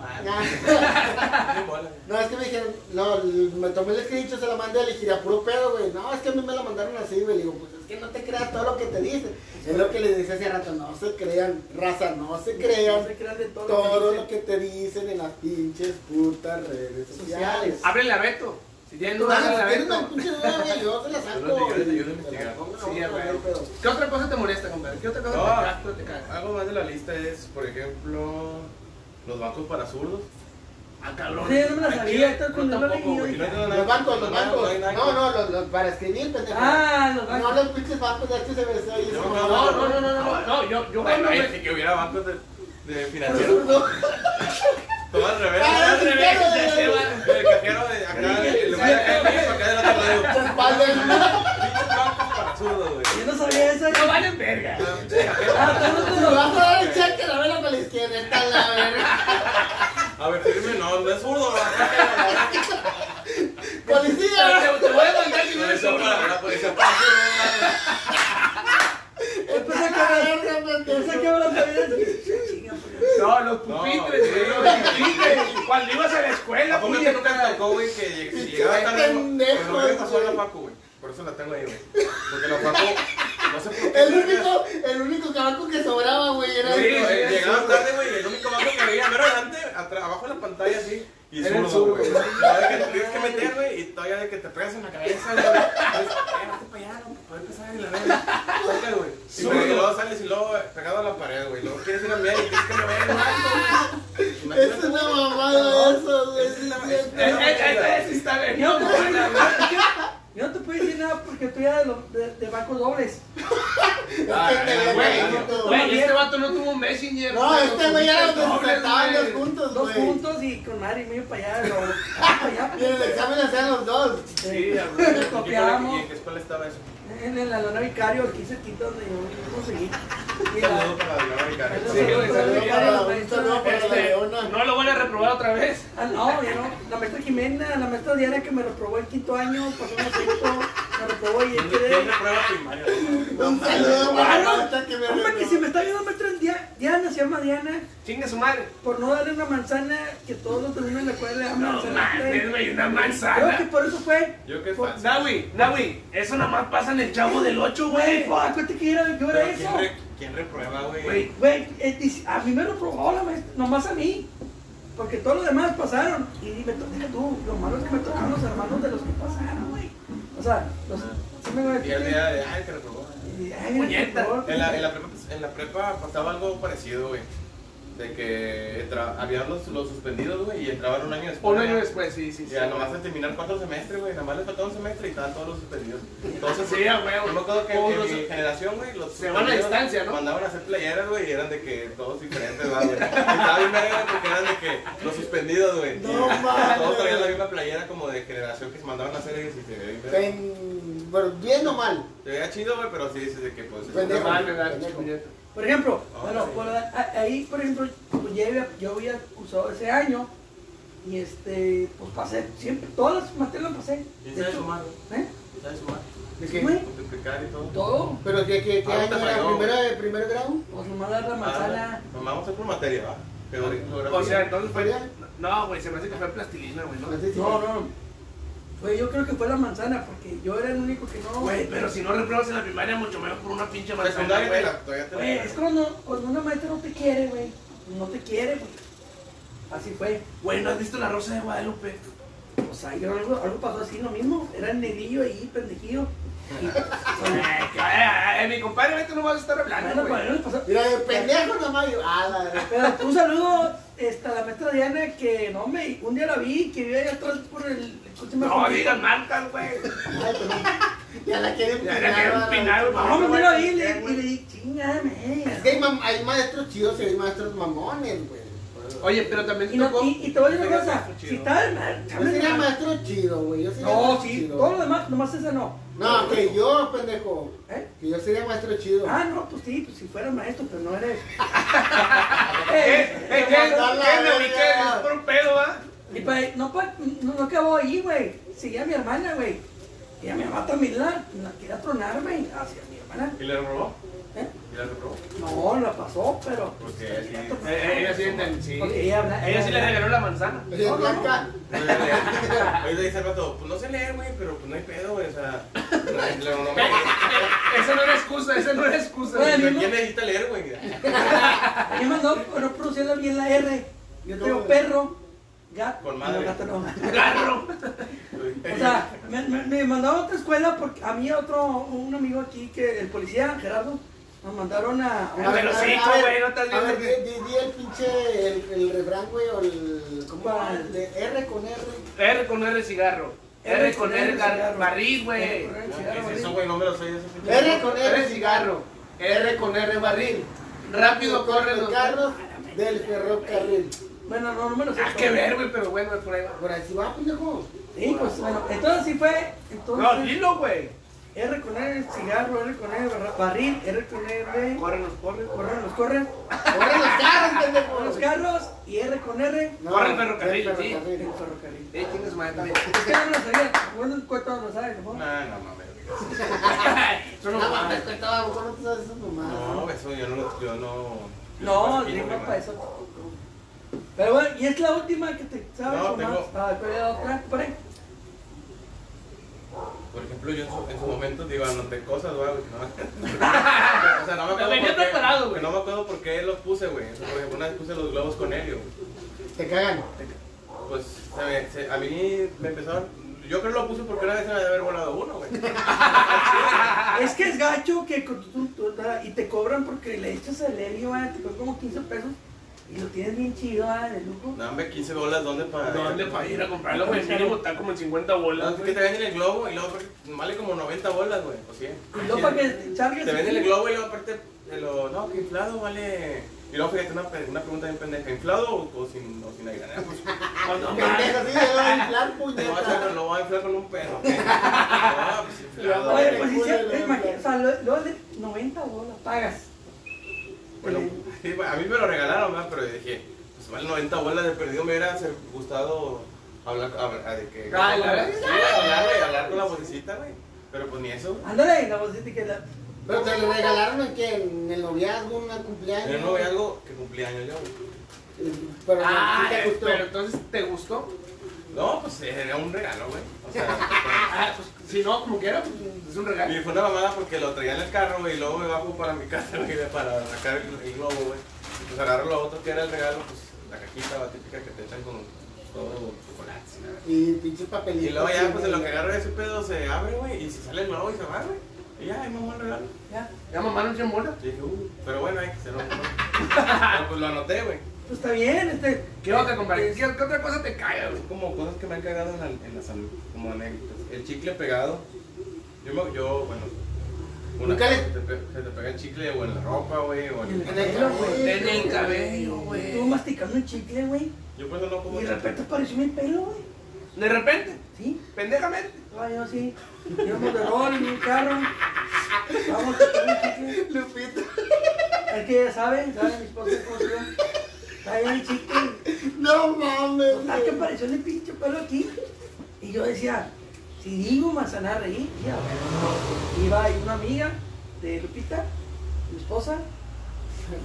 *laughs* Ah, qué bola. No, es que me dijeron, no, me tomé el screenshot, se la mandé, le dije, a puro pedo, güey. No, es que a mí me la mandaron así, güey. Le digo, pues es que no te creas todo lo que te dicen. Es lo que les decía hace rato, no se crean, raza, no se crean. No se crean de todo, todo lo lo que te dicen en las pinches putas redes sociales. Ábrele a Beto. Si tienen Tú dudas, Ah, vas ábrele Ah, a a ver una Beto. pinche duda, güey, yo te la Yo les saco. digo, les ayudo a investigar. Sí, Sí, a huevo. ¿Qué otra cosa te molesta, compadre? ¿Qué otra cosa No. te gasta, te caga? Algo más de la lista es, por ejemplo, los bancos para zurdos. Ah, cabrón. Sí, no me la Aquí sabía. esta yo cuando yo la tampoco, leí, yo güey, dije, no hay nada- Los bancos, los no hay nada- bancos. hay nada- No, no, los, los- para escribir, pendejo. Ah, los No bancos. los pinches bancos de HSBC y No, eso. No, no, no, no, no, no, no, yo, yo Ay, cuando ay, me... si que hubiera bancos de, de financieros. Absurdo. Todo al revés. Ah, al sí, revés. claro, Ya ya se sé, va. El cajero de acá, el el güey de acá, el güey de acá del otro lado. Vale, Pinches bancos para zurdos, güey. Yo no sabía esa. No valen verga. Ah, pinche cajero. Ah, tú no te Te lo- vas a dar el cheque, la vela con la izquierda, está la verga. A ver, firme, no, no es zurdo, no. Policía, Te, te voy a mandar si no No, eres eso zurdo. para la policía. para zurdo, no. Empieza a la quebrar. verga, pendejo. Empieza a quebrar la vida. No, los No. pupitres, güey, los pupitres. Cuando ibas a la escuela, ¿A poco puñeta, que nunca tocó, güey, que lleg- si llegaba tarde, Pendejo, pero me pasó a la güey. Paco, güey. Por eso la tengo ahí, güey. Porque la Paco, no sé por qué. El único, el único cabaco que sobraba, güey, era Sí, el- güey, sí, llegaba sí. tarde, güey, y el único banco que veía, mero adelante, atrás, abajo de la pantalla, así. Y Era el zurdo, zurdo, güey. La de que te tienes que meter, güey, y todavía de que te pegas en la cabeza, güey. Entonces, eh, vete para allá, güey, para empezar y la verga. Saca, güey. Y Zurdo. luego- Y luego sales y luego eh, pegado a la pared, güey. Luego quieres ir a mirar y tienes que mover el banco, güey. Es Imagínate, una mamada eso, güey. Es una- sí, es Eh, cierto. eh, Esta es está bien. Yo no te puedo decir- yo no te puedo decir nada porque tú ya de, lo- de- de bancos dobles. Ah, Es que te eh, ve, güey, güey, no, todo. Güey, este vato no tuvo Messenger. No, este güey era Doble, donde se trataban güey. los juntos, Dos güey. puntos y con madre y medio para allá. Lo, para allá pues. Y en el examen hacían los dos. Sí, ya, Nos güey. ¿Y qué escuela- copiábamos ¿Y en qué escuela estaba eso? en el Alona Vicario, aquí cerquita donde yo conseguí. Y Un la- saludo para la América. Sí, Sí, güey, saludo. Saludos para la- un saludo para la Este, leona. no lo van a reprobar otra vez. Ah, no, ya no. La maestra Jimena, la maestra Diana que me reprobó el quinto año, pasó un efecto, me reprobó y ¿Quién él quién quedé. reprueba primaria? Un saludo para la Claro. maestra que me Hombre, que reprobó. si me está viendo la maestra Dia- Diana, se llama Diana, Chingue su madre. por no darle una manzana que todos los alumnos de la escuela le dan No manzana. mames, güey, una Creo que manzana. por eso fue. Yo qué Por- fácil. Nawi, Nawi, eso nada más pasa en el chavo del 8, güey. Güey, acuérdate que era, yo era Pero ¿quién, eso. re- ¿Quién reprueba, güey? Güey. Güey, eh, dice, a mí me reprobó la maestra, nomás a mí. Porque todos los demás pasaron. Y me to- deja tú, lo malo es que me tocaron los hermanos de los que pasaron, güey. O sea, los. sí me voy a Y el día de, ay, te reprobó. Y, ay, mira, Puñeta. por favor. En la, en, la prepa, pues, en la prepa pasaba algo parecido, güey. De que entra- habían los, los suspendidos, güey, y entraban un año después. Un año ya. después, sí, sí. sí. Ya nomás a terminar cuatro semestres, güey. Nada más les faltaba un semestre y estaban todos los suspendidos. Entonces, Sí, a huevo. Yo me acuerdo que, que Todos mi los- generación, güey, los Se van a suspendidos distancia, ¿no? Mandaban a hacer playeras, güey, y eran de que todos diferentes, va, güey. Y Estaba bien verga porque eran de que los suspendidos, güey. No Y mames. Todos traían la misma playera como de generación que se mandaban a hacer ellos y se veía bien verga. Pen- bueno, Bien o mal. Se veía chido, güey, pero sí dices de que, pues... Me Pendejo. no, vale, me vale, Pendejo. puñeta. Por ejemplo, Ah, bueno, sí. por la- a- ahí, por ejemplo, pues ya había- yo había usado ese año. Y este, pues pasé, siempre, todas las materias las pasé. ¿Quién De sabe hecho, sumar? ¿eh? ¿Sabes sumar? ¿De qué? Güey, Multiplicar y todo. Todo, ¿Pero qué, qué, qué Ah, año te era? falló. ¿Primero de primer grado? pues nomás dar la manzana. Nos vamos a hacer por materia, ¿va? Que dure- dura O sea, bien. entonces fue. No, güey, se me hace que fue plastilina, güey, ¿no? Así sí. No, no, no. Fue, yo creo que fue la manzana, porque yo era el único que no. Güey, pero si no repruebas en la primaria, mucho menos por una pinche manzana, secundaria güey. te la- todavía te la- Güey, es cuando, cuando una maestra no te quiere, güey. No te quiere, güey. Así fue. Güey, ¿no has visto la rosa de Guadalupe? O sea, yo algo, algo pasó así, lo mismo. Era el negrillo ahí, pendejillo. *laughs* Y, Ay, que- ay, ay, Mi compadre, ahorita no vas a estar hablando, bueno, güey. bueno, pasó. Mira, de pendejo nomás yo. Ah, la verga. Pero un saludo este, a la maestra Diana, que no me. Un día la vi, que vivía allá atrás por el. el coche más No bonito. digas marcas, güey. Ay, pues, *laughs* Ya la quieren Ya la quieren empinar, No, me miro ahí le- y le dije, chingame. Es que hay, mam- hay maestros chidos y hay maestros mamones, güey. Por eso Oye, pero también Y, te no- tocó. y- y te voy a decir una Tenías cosa, maestro chido. si está Pues el Yo ma- sería maestro chido, güey. Yo sería No, maestro sí, chido. todo lo demás, nomás esa no. No, que yo, pendejo. ¿Eh? Que yo sería maestro chido. Ah, no, pues sí, pues si fueras maestro, pero no *laughs* eres. ¿Qué? Eh, ¿Qué? ¿Qué? ¿Qué? ¿Qué? ¿Qué? Es por un pedo, ¿va? Y pa, no, pa, no, no acabó ahí, güey. Seguía a mi hermana, güey. Y a mi mamá también la, la quería tronar, güey. Hacia mi hermana. ¿Y le robó? ¿Eh? ¿Y le robó? No, la pasó, pero. pues, Porque la quería así- tronar. Eh, Ella sí, enten- sí. Porque ella habla- Ella sí le habla- regaló la manzana. Y es blanca. Ahorita dice el vato, pues no sé leer, güey, pero pues no hay pedo, güey, o sea... no, no, no. Esa no era excusa, esa no era excusa. Bueno, ¿Pero ¿Quién necesita leer, güey? Ella mandó por no pronunciarla bien la R. Yo No, tengo güey. perro, gato. Con madre. No, gato no. Garro. O sea, me, me, me mandaron a otra escuela porque a mí otro, un amigo aquí que el policía, Gerardo, nos mandaron a. Ah, pero sí, a ver, güey, no estás A ver, viendo. di, di- di el pinche, el, el refrán, güey, o el, ¿cómo va? ¿Cuál? El De R con R. R con R cigarro. R con R gar- cigarro. barril, güey. R con R cigarro, ¿Qué es eso, barril. güey? No me lo sé. ese pinche- R con R R cigarro. R con R barril. Rápido corre los los carros del ferrocarril. Bueno, no, no me lo sé. Ah, qué ver, güey, pero bueno, por ahí va. Por ahí va, pendejo. Sí, pues bueno, entonces sí fue. No, Entonces, dilo, güey. R con R cigarro, R con R barra- barril, R con R. Corre, nos corre. Corren los corren, Corre los carros, pendejo. corren los carros y R con R. No, Corre el ferrocarril, del sí. El ferrocarril. ferrocarril. Eh, tienes madre también. Es que no me lo sabía, bueno, el cuento no lo sabe, ¿no? No, no mames. *laughs* Eso no No mames, mames. cuenta, a lo mejor no te sabes esas mamadas. No, eso yo no lo... Yo no... No, yo ni no más para para eso. eso. Pero bueno, y es la última que te sabes No, o más. tengo- Ah, pero era otra, por ahí. Por ejemplo, yo en su, en su momento, digo, anoté cosas, güey, que no me *laughs* O sea, no me Lo acuerdo venía por qué- preparado, güey. No me acuerdo por qué los puse, güey. O sea, por ejemplo, una vez puse los globos con helio, güey. Te cagan. Pues se me- se- a mí me empezaron. Yo creo que lo puse porque una vez se me debe haber volado uno, *laughs* güey. Es que es gacho que con tu- tu- tu- ta- y te cobran porque le echas el helio, ah, te cobran como 15 pesos y lo tienes bien chido, ah, de lujo. Dame 15 bolas, ¿dónde para.? ¿Dónde para ir a comprarlo, güey? Claro. Mínimo está como en 50 bolas, Que güey. te venden el globo y luego aparte vale como 90 bolas, güey. O 100. Y luego para que chargues. Te venden el globo y luego aparte. te lo- no, que inflado vale. Y luego fíjate una, pe- una pregunta bien pendeja: ¿inflado o, o sin, o sin aire? Ah, pues, Cuando más. Pendejo, sí, le va a inflar, lo voy a puñeta. hacer- lo voy a inflar con un pedo. güey. Ah, pues inflado. Oye, *laughs* güey. pues sí, sí, imagínate, o sea, lo- luego de 90 bolas pagas. Bueno, sí, pues, a mí me lo regalaron, ¿verdad? pero yo dije, pues vale 90 bolas de perdido, me hubiera ser- gustado hablar, a- a- de que... Ah, la verdad. sí, hablar, güey, hablar con la vocecita, güey. Pero pues ni eso, güey. Ándale, la bolsita que la. Pero te lo regalaron en que en el noviazgo, una cumpleaños. Yo no veo algo que cumplía años yo, güey. Pero Ah, no, sí te eh, gustó. pero entonces, ¿te gustó? No, pues era un regalo, güey. O sea, Ah, pues, si no, como quiera, pues, es un regalo. y fue una mamada porque lo traía en el carro, güey, y luego me bajo para mi casa, güey, para sacar el, el globo, güey. Y pues agarro lo otro que era el regalo, pues la cajita la típica que te echan con todo chocolate, ¿sí? Y pinche papelito. Y luego ya, pues en lo que cagaron. agarra ese pedo se abre, güey, y se sale el globo y se va, güey. Y ya, ahí mamó el regalo. Ya, Ya mamaron 100 bolas. Y dije, uh, pero bueno, hay que se lo *laughs* Pero pues lo anoté, güey. pues está bien, este. ¿Qué otra, compadre? ¿Qué, qué otra cosa te cae, güey? Son como cosas que me han cagado en la, en la salud, como anécdotas. El chicle pegado. Yo, me, yo bueno. Una Nunca le- se, te pe- se te pega el chicle o en la ropa, güey, o en En el cabello. En el cabello, güey. Estuvo masticando un chicle, güey. Yo por eso no Y como de repente apareció mi pelo, güey. De repente, Sí. pendejamente. Ah, yo sí. Íbamos de rol en un carro. Vamos a quitar un chicle. Lupita. Es que ya saben, saben mis esposa cómo se llama. Está bien el chicle. No mames. Total que güey. apareció el pinche pelo aquí. Y yo decía, si digo manzana reí, ya, güey. Iba ahí una amiga de Lupita, mi esposa.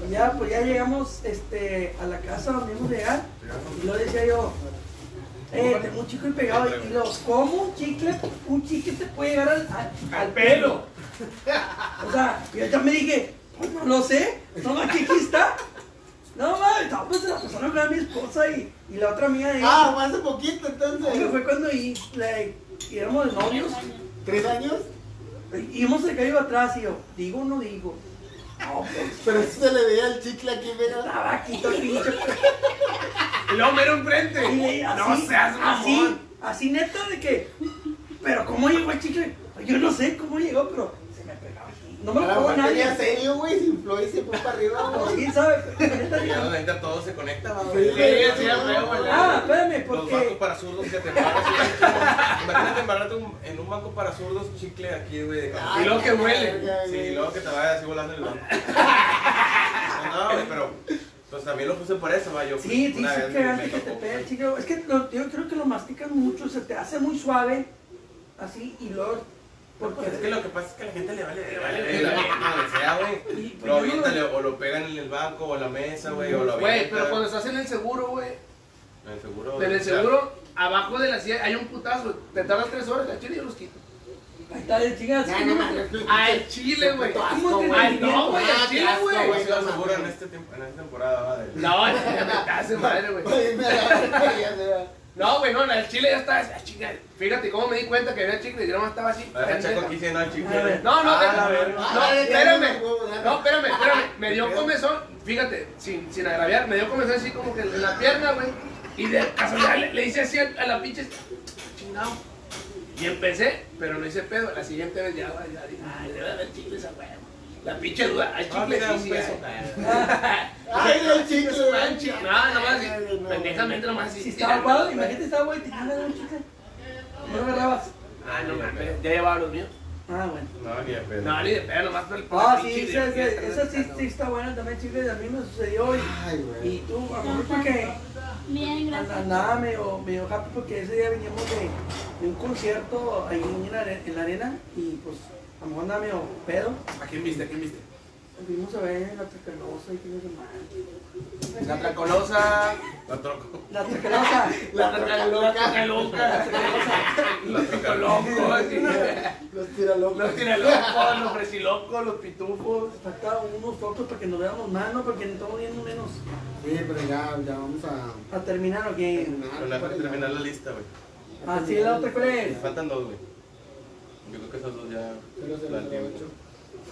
Y Ya, pues ya llegamos este, a la casa donde íbamos a llegar. Y lo decía yo, eh, tengo un chicle pegado y los como un chicle, un chicle te puede llegar al, al- al pelo. *laughs* O sea, yo ya me dije, pues no lo sé, no más que aquí está. No mames, no, pues la persona fue a mi esposa y, y la otra mía de ella. Ah, fue hace poquito Oye, entonces. Ah, fue cuando y, le, y éramos de novios, ¿Tres años? y- íbamos de calle atrás y yo, digo o no digo. No, pues Pero sí se le veía el chicle aquí, mira. estaba aquí todo el pinche pues. pelo. Y luego mero enfrente. Y le- así, No seas así, mamón. así neta de que, pero cómo llegó el chicle, yo no sé cómo llegó, pero se me pegaba aquí. No me lo A lo pagó mejor nadie. tenía serio, güey, se infló y se fue para arriba, güey. ¿Quién sabe? *laughs* Neta, Y ya la neta todo se conecta, va, Sí, güey. güey, sí, a huevo, güey. Ah, espérame, Los bancos porque. para zurdos que te paras. Imagínate embarrarte un- en un banco para zurdos chicle aquí, güey. de- Y luego que huele. Verga, Sí, güey. y luego que te vayas así volando en el banco. No, no, güey, pero pues también lo puse por eso, va. Yo Sí, sí, una sí, vez que me- antes me que te tocó. pegue el chicle. Es que lo- yo creo que lo mastican mucho, se te hace muy suave, así, y luego. Porque pues, Es que lo que pasa es que a la gente le vale, le vale, vale, le vale, donde sea, güey. Y- Lo y- avientan, le- o lo pegan en el banco, o a la mesa, güey, o lo avientan. Güey, pero cuando estás en el seguro, güey, En el seguro. en el o sea, seguro, abajo de la silla hay un putazo, te tardas tres horas, la chile yo los quito. Ahí está de *laughs* chingas. Ya, no mames, no, Al chile, güey. puto asco, ¿Cómo te- güey. Ay, no, güey, Ah, al qué chile, asco, güey. ¿Cómo ha sido el seguro en, este tiempo- en esta temporada, va? del- No, ya me hace madre, güey. Güey, me la verga, ya se va. No, güey, no, el chile ya está. ah, chinga. Fíjate cómo me di cuenta que había chicle y yo nomás estaba así. A ver, Chaco aquí dice, no, A chicle. ver. No, no, Ah, deja- la verga. no, Ah, espérame. ya, huevo, dale. No, espérame, espérame. Me dio ¿Qué comezón, fíjate, sin, sin agraviar, me dio comezón así como que en la pierna, güey. Y de casualidad le, le hice así a, a la pinche. Chingado. Y empecé, pero no hice pedo. La siguiente vez ya, güey, ya dije, ay, le voy a dar chicle esa huevo. La pinche duda, hay Ah, chicle mira, sí, un sí, peso. hay. Ay, el chicle, No, güey. nomás así, Ay, no, pendejamente nomás así. Si estaba guado, imagínate, estaba guado y te chingas un chicle. No lo agarrabas. Ah, no mames, ya llevaba los míos. Ah, bueno. No, ni de pedo. No, ni de pedo, nomás por el Ah, por la sí, pinche esa, ideología, esa- esa sí, ¿no? sí está buena también, chicle. A mí me sucedió y, Ay, güey. y tú, a lo mejor porque Bien, gracias. andaba medio, medio happy porque ese día veníamos de, de un concierto ahí en la, are- en la arena y pues a lo mejor andaba medio pedo. ¿A quién viste? ¿A quién viste? Fuimos a ver la tracalosa y que de madre. La tracolosa. La troco. La tracalosa. La troca loca. tracaloca. Los picolocos. así. *laughs* Los tira locos. Los tiralocos, los fresilocos, los pitufos. Falta unos fotos para que nos veamos más, ¿no? Porque estamos viendo menos. Sí, pero ya, ya vamos a A terminar, ¿o qué? Pero la dejo terminar la lista, güey. Así la otra, ¿cuál es? Faltan dos, güey. Yo creo que esos dos ya. la tienen.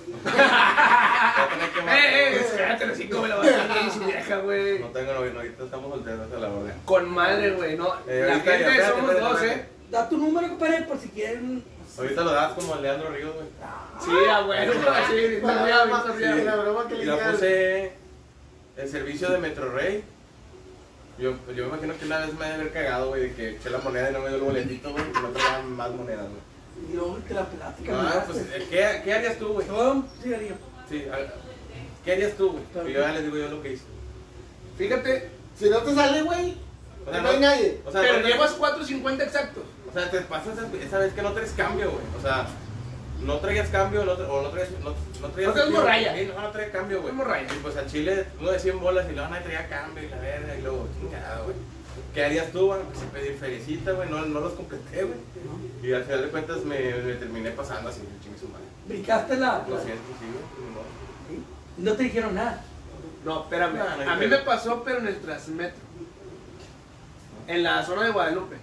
Voy a tener ¡Eh, que matar, eh! güey. Cállate los cinco, me la va a dar y su vieja, güey. No tengo novio, ahorita estamos solteros a la orden. Con madre, güey, no. Eh, La ahorita ya, gente espérate, somos espérate, dos, espérate. eh. Da tu número, compadre, por si quieren. Ahorita lo das como a Leandro Ríos, güey. Sí, a huevo, sí, torreado, La bien broma- sí, la torreado. broma que Y le la digas. puse el servicio de Metro Rey. Yo, yo me imagino que una vez me debe haber cagado, güey, de que eché la moneda y no me dio el boletito, güey, y no traía más monedas, güey. Y luego te la plática. Ah, pues, eh, ¿qué, ¿qué harías tú, güey? Todo un cigarrillo. Sí, ah, ¿qué harías tú, güey? Y yo ya les digo yo lo que hice. Fíjate, Si no te sale, güey, O sea, no hay nadie. O sea, pero no- llevas 4.50 exactos. O sea, te pasa esa, esa vez que no traes cambio, güey. O sea, no traías cambio, no tra- o no traías. No, no traías No traes efectivo. morralla. Sí, no, no traías cambio, güey. No traes morralla. Y pues a Chile, uno de 100 bolas y luego nadie traía cambio y la verga y luego, chingada, güey. ¿Qué harías tú, güey? Pues pedir felicita, güey. No, no los completé, güey. Y al final de cuentas me, me terminé pasando así, chingue su madre. Brincaste la. Lo siento, sí, güey. ni modo. No te dijeron nada. No, espérame. No, no hay a mí pedo. me pasó, pero en el Transmetro. En la zona de Guadalupe.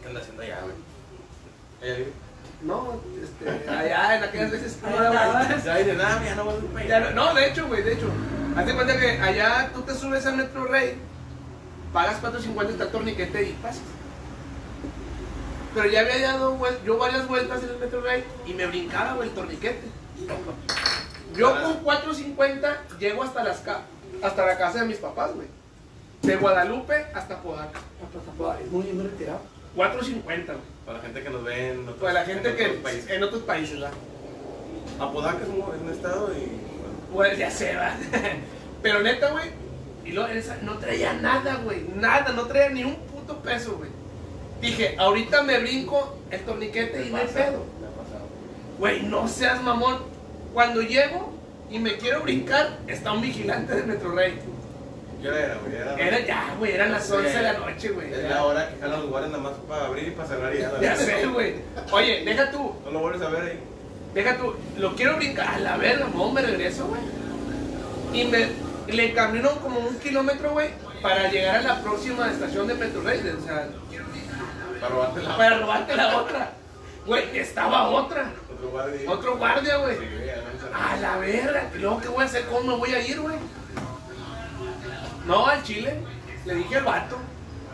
¿Qué andas haciendo allá, güey? Allá, güey. No, este, allá en aquellas veces que no Allá era nada. bonito. Ya dice, nada, mira, no voy a ir para allá. Ya no- No, de hecho, güey, de hecho. Hazte cuenta que allá tú te subes al Metro Rey, pagas 4.50, está el torniquete y pasas. Pero ya había dado vuel- yo varias vueltas en el Metro Rey y me brincaba, güey, el torniquete. Yo Ah. con 4.50 llego hasta, las ca- hasta la casa de mis papás, güey. De Guadalupe hasta Podaca. La plataforma es muy, muy retirado. 4.50, güey. Para la gente que nos ve en otros, Para Pues la gente en que otros países. en otros países, ¿verdad? Apodaca es un, es un estado y. bueno, Pues ya se va. *laughs* Pero neta, güey. Y luego esa no traía nada, güey. Nada, no traía ni un puto peso, güey. Dije, ahorita me brinco el torniquete y no hay pedo. Me ha pasado. Güey, no seas mamón. Cuando llego y me quiero brincar, está un vigilante de Metro Rey. ¿Qué hora era, güey? Era, Era ya, güey, eran las 11 de la noche, güey. Es la hora que jalan los lugares nada más para abrir y para cerrar y ya. la Ya verdad. sé, güey. Oye, deja tú. No lo vuelves a ver ahí. Deja tú, lo quiero brincar. A la verga, no, me regreso, güey. Y me le camino como un kilómetro, güey, para llegar a la próxima estación de Metro Rey. O sea, Para robarte la. para robarte la otra. Güey, estaba otra. Otro guardia. y- Otro guardia, güey. Sí, güey, ya no sé. A la verga. ¿Y luego qué voy a hacer? ¿Cómo me voy a ir, güey? No, al chile. Le dije al vato.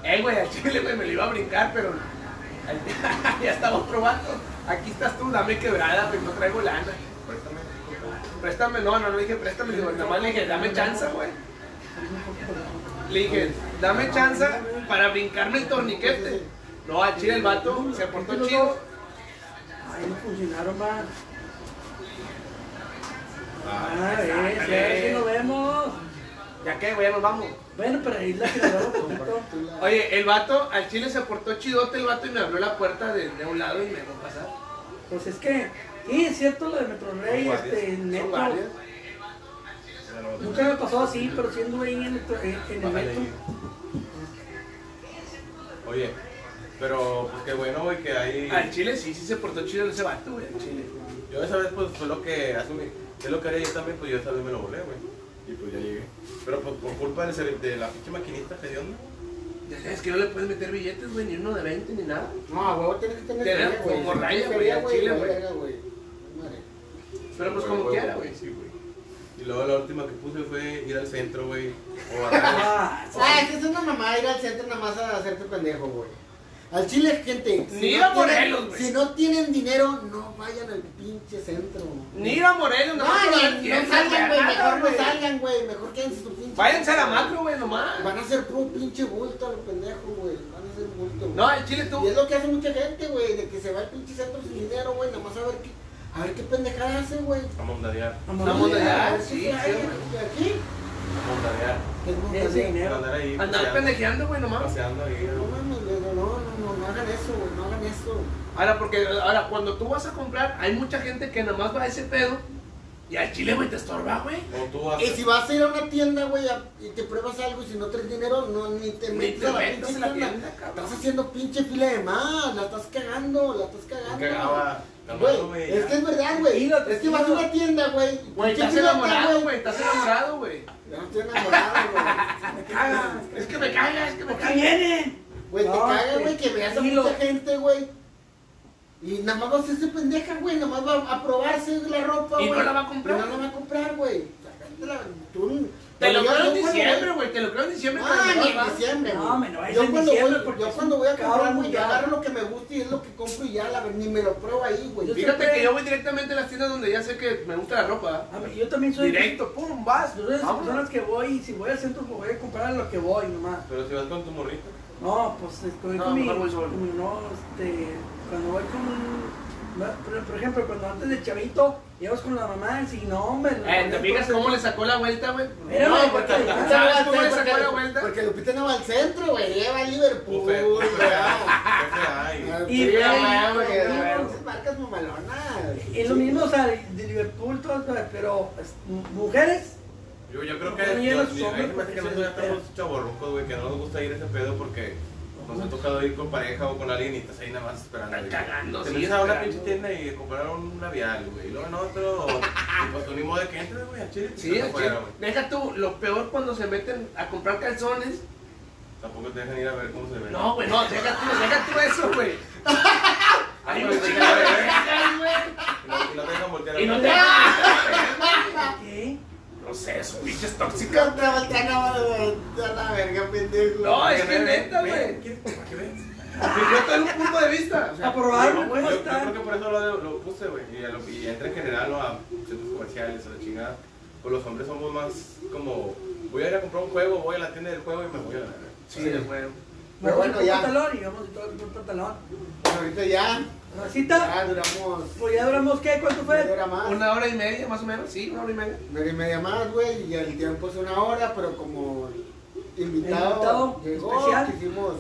Eh, güey, al chile, güey, me lo iba a brincar, pero *laughs* ya estamos probando. Aquí estás tú, dame quebrada, pues no traigo lana. Préstame. Préstame, no, no, no dije préstame, sino nada más le dije, dame chance, güey. Le dije, dame chance para brincarme el torniquete. No, al chile el vato se portó chido. Ahí no funcionaron más. Ah, ahí está, ves, dale. ya sí nos vemos. Ya que, güey, ya nos vamos. Bueno, pero ahí la quedaron un poquito. Oye, el vato, al chile se portó chidote el vato y me abrió la puerta de, de un lado y me dejó pasar. Pues es que, sí, es cierto lo de Metro Rey, Son este, neto. Son varias. Nunca me pasó así, pero siendo ahí en el, tro- en, en el Bájale metro. ahí. Oye, pero pues qué bueno, güey, que ahí. Al chile sí, sí se portó chido ese vato, güey, al chile. Yo esa vez pues fue lo que asumí, es lo que haría yo también, pues yo esa vez me lo volé, güey. Y pues ya llegué. Pero pues por culpa del cere- de la pinche maquinita que dio, Ya sabes que no le puedes meter billetes, güey, ni uno de 20 ni nada. No, a huevo tienes que tener Tener feria, güey. como Si no raya, tienes güey, feria, al chile, la güey. verga, güey. Madre. Pero pues como quiera, güey. Sí, güey. Y luego la última que puse fue ir al centro, güey. *laughs* O a Ah, Ah, es que es una mamá ir al centro nada más a hacerte pendejo, güey. Al chile, gente. Ni ir a tienen- Morelos, güey. Si no tienen dinero, no vayan al pinche centro. Ni ir a Morelos, No, nomás no, por no ver quién, salgan, güey. nada, Mejor no güey. salgan, güey. Mejor quédense en su pinche. Váyanse a la macro, güey, nomás. Van a ser puro pinche bulto a los pendejos, güey. Van a ser bulto. güey. No, al chile Y es tú. lo que hace mucha gente, güey. De que se va al pinche centro sin dinero, güey. Nada más a ver qué, a ver qué pendejada hace, güey. a mondadear, vamos La a moneda. A ver sí, qué sí, se hace, güey. Aquí. a mondadear. Es muy Ese pendejo. dinero. Andar ahí. Andar paseando, pendejeando, güey, nomás. Paseando ahí. No mames, güey, no, no, no, no hagan eso, güey, no hagan eso. Ahora, porque ahora cuando tú vas a comprar, hay mucha gente que nomás va a ese pedo y al chile, güey, te estorba, güey. O tú haces. Y si vas a ir a una tienda, güey, a- y te pruebas algo y si no traes dinero, no, ni te Ni metes te a la metas pinche a la tienda. tienda, cabrón. Estás haciendo pinche fila de más, la estás cagando, la estás Yo cagando. Cagaba. Güey, Cagando, güey. es que es verdad, güey. Tranquilo, Es que vas a una tienda, güey. Güey, pinche estás fila enamorado, acá, güey, estás enamorado, güey. Ya no estoy enamorado, *laughs* Me caga, es que me caga, es que me ¿Qué caga. viene? güey. Güey, te No, caga, güey, que tranquilo. veas a mucha gente, güey. Y nada más va a hacerse pendeja, güey. Nada más va a probarse la ropa, Y güey. no la va a comprar. Y no la va a comprar, güey. Sácatela, tú- Te lo Yo- creo en yo cuando diciembre, voy- güey, te lo creo en diciembre. Ah, pero ni no en va. diciembre, No, güey. me lo es yo en cuando voy, diciembre porque yo es cuando un voy a comprar, cabrón güey, yo mundial. agarro lo que me gusta y es lo que compro y ya, la, ni me lo pruebo ahí, güey. Yo Sí, Fíjate siempre- que yo voy directamente a las tiendas donde ya sé que me gusta la ropa. A mí- yo también soy. Directo, pum, vas. Yo soy de esas vámonos. personas que voy y si voy al centro, pues voy a comprar a lo que voy nomás. Pero si vas con tu morrito. No, pues este, voy No, con mi, mejor voy solo. con mi- No, este. Cuando voy con. un- Por, por ejemplo, cuando antes de chavito, llevas con la mamá y no, hombre. pues, Eh, ¿Te fijas cómo le sacó la vuelta, güey? Mira, No, güey, porque porque- ¿sabes cómo le porque, sacó la vuelta? porque Lupita no va al centro, güey, ella va a Liverpool. Buffet. güey. *laughs* buffet, buffet hay. *laughs* Ah, Y sí, ve- güey, güey, y ve- no, esas marcas mamalonas. Es lo mismo, o sea, de de Liverpool, todas, pero es- mujeres, Yo, yo creo Bueno, que ya yo- los yo- hombres, hay pues, que nosotros se ya estamos esperan. chaborrucos, güey, que no nos gusta ir a ese pedo porque nos ha tocado ir con pareja o con alguien y estás ahí nada más esperando. Están güey. cagando, Te sí, metes a una esperando. pinche tienda y comprar un labial, güey, y luego en otro, y pues tú ni modo de que entres, güey, a Chile. Sí, te al afuera, chile. güey. Deja tú, lo peor cuando se meten a comprar calzones. Tampoco te dejan ir a ver cómo se ve. No, güey, no, deja tú, deja tú eso, *laughs* güey. Hay no, un no, chingo no, de no, vergas, güey. Y no, y no te dejan voltear a Y no *laughs* ver. te. ¿qué? No sé, son pinches tóxicas. Contra voltean a a la verga, pendejo. No, Para es que vean, neta, vean, güey. ¿qué- para que vean. Yo tengo un punto de vista. o sea, A probarlo, Yo, ¿cómo yo creo está? que por eso lo, lo puse, güey. Y, a lo- y entra en general ¿no? a centros comerciales, a la chingada. Pues los hombres somos más como, voy a ir a comprar un juego, voy a la tienda del juego y me voy a la... Sí, güey. Pero Vamos bueno, con ya. pantalón y vamos y todo con pantalón. Ahorita ya, Racita, ya duramos. pues ya duramos, ¿qué? ¿Cuánto Media fue? hora más. Una hora y media, más o menos. Sí, una hora y media. Una hora y media más, güey, y el tiempo es una hora, pero como invitado, Invitado llegó, especial. quisimos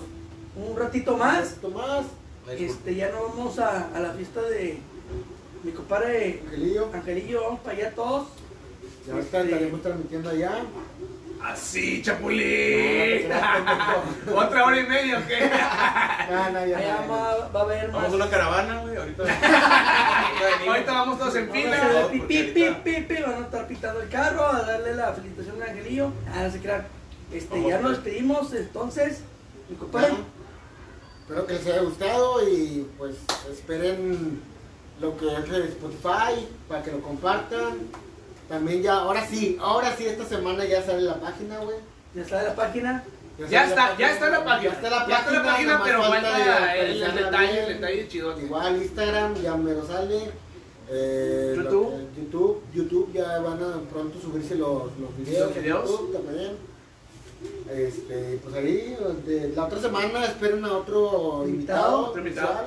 Un ratito más. esto más, Este, ya nos vamos a, a la fiesta de mi compadre Angelillo, Angelillo, vamos para allá todos. ya ahorita Este- estaremos transmitiendo allá. Así, *laughs* chapulín. *laughs* Otra hora y media, ¿ok? Ah, no, ya, Allá no, ya, va, va a haber más. Vamos a una caravana, *laughs* güey, ahorita. Ahorita vamos todos en Vamos a fila. hacer No, pi, porque pi, pi, ahorita- pi, pi, van a estar pintando el carro, a darle la felicitación a Angelillo. Ah, no se crean. Este, Vamos ya a nos ver. despedimos, entonces, mi compadre. Bueno, Pues, espero que les haya gustado y pues esperen lo que es el Spotify para que lo compartan. También ya, ahora sí, ahora sí, esta semana ya sale la página, güey. Ya está la página. Ya está está, ya está la página. Ya está la página, nada más pero falta falta el, de el actualizarla detalle, bien. el detalle chidote. Igual Instagram ya me lo sale. eh, lo YouTube. que- YouTube, YouTube ya van a pronto subirse los, los videos. Los videos. en YouTube también. Este, pues ahí, de- la otra semana esperen a otro invitado. Otro invitado. especial.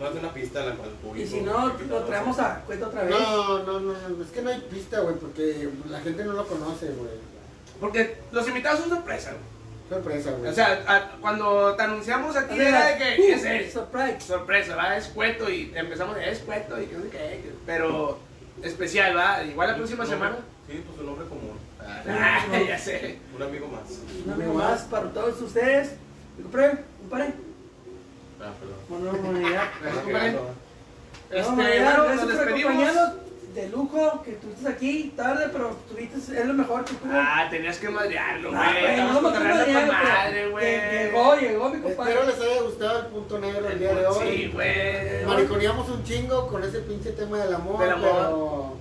Más de una pista al, al público. Y si no, lo traemos a cuenta otra vez. No, no, no, no, es que no hay pista, güey, porque pues, la gente no lo conoce, güey. *laughs* Porque los invitados son sorpresa, güey. Sorpresa, güey. O sea, a- cuando te anunciamos A aquí ver, era de que uh, ¿qué es eso? Surprise. sorpresa, va, es cueto y empezamos, es cueto y que no sé qué, pero especial, va, igual la próxima ¿Tu semana. nombre? Sí, pues un nombre común. Ah, *laughs* ya sé. Un amigo más. Un amigo más para todos ustedes. Mi compadre, compadre. Ah, perdón. Bueno, humanidad. Gracias, Ok, compadre. no. Este, No, bueno, humanidad, nos gracias por despedimos. acompañarnos. De lujo que tú estás aquí, tarde, pero estuviste, es lo mejor que tuvo. Ah, tenías que madrearlo, güey. Ah, güey, Estamos no me cotorreando acuerdo con de ella, madre, pero güey. Llegó, llegó mi Espero compadre. les haya gustado el punto negro el día de hoy. Sí, güey. Mariconeamos un chingo con ese pinche tema del amor, Del amor. pero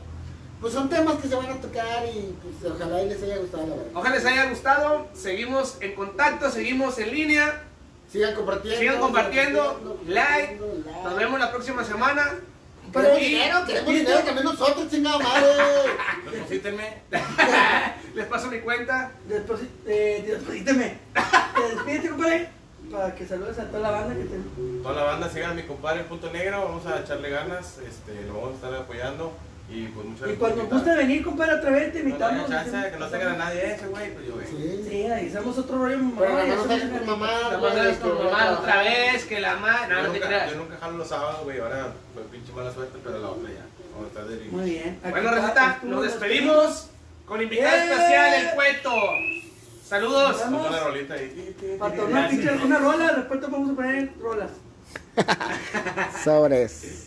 pues son temas que se van a tocar y pues ojalá y les haya gustado la verdad. Ojalá les haya gustado. Seguimos en contacto, seguimos en línea. Sigan compartiendo. Sigan compartiendo, like. compartiendo, Nos vemos la próxima semana. Pero Y- dinero, queremos dinero también nosotros, *laughs* chingada madre. Deposítenme. Les paso mi cuenta. Después, eh, despídeme. Te *laughs* despídete, compadre. Para que saludes a toda la banda que te. Toda la banda sigan a mi compadre Punto Negro, vamos a echarle ganas, este, lo vamos a estar apoyando y pues muchas Y gracias por cuando invitar. guste venir, compadre, otra vez te invitamos. No, no, chance, que no tengan a nadie ese, güey, pues yo, güey. Sí. Sí, ahí hacemos otro rollo mamá. Pero nada y más no hacemos salgas con una- mamá. Vamos a ver con mamá otra vez, que la madre. No, yo, no te nunca, creas. yo nunca jalo los sábados, güey, ahora fue pinche mala suerte, pero la otra ya. Vamos a estar de Muy bien. Aquí Bueno, está, receta, estuvo, nos despedimos con invitado especial, el cueto. Saludos. Nos vemos. Vamos a la rolita ahí. Para tomar Gracias. pinche una rola, después te vamos a poner rolas. Sobres.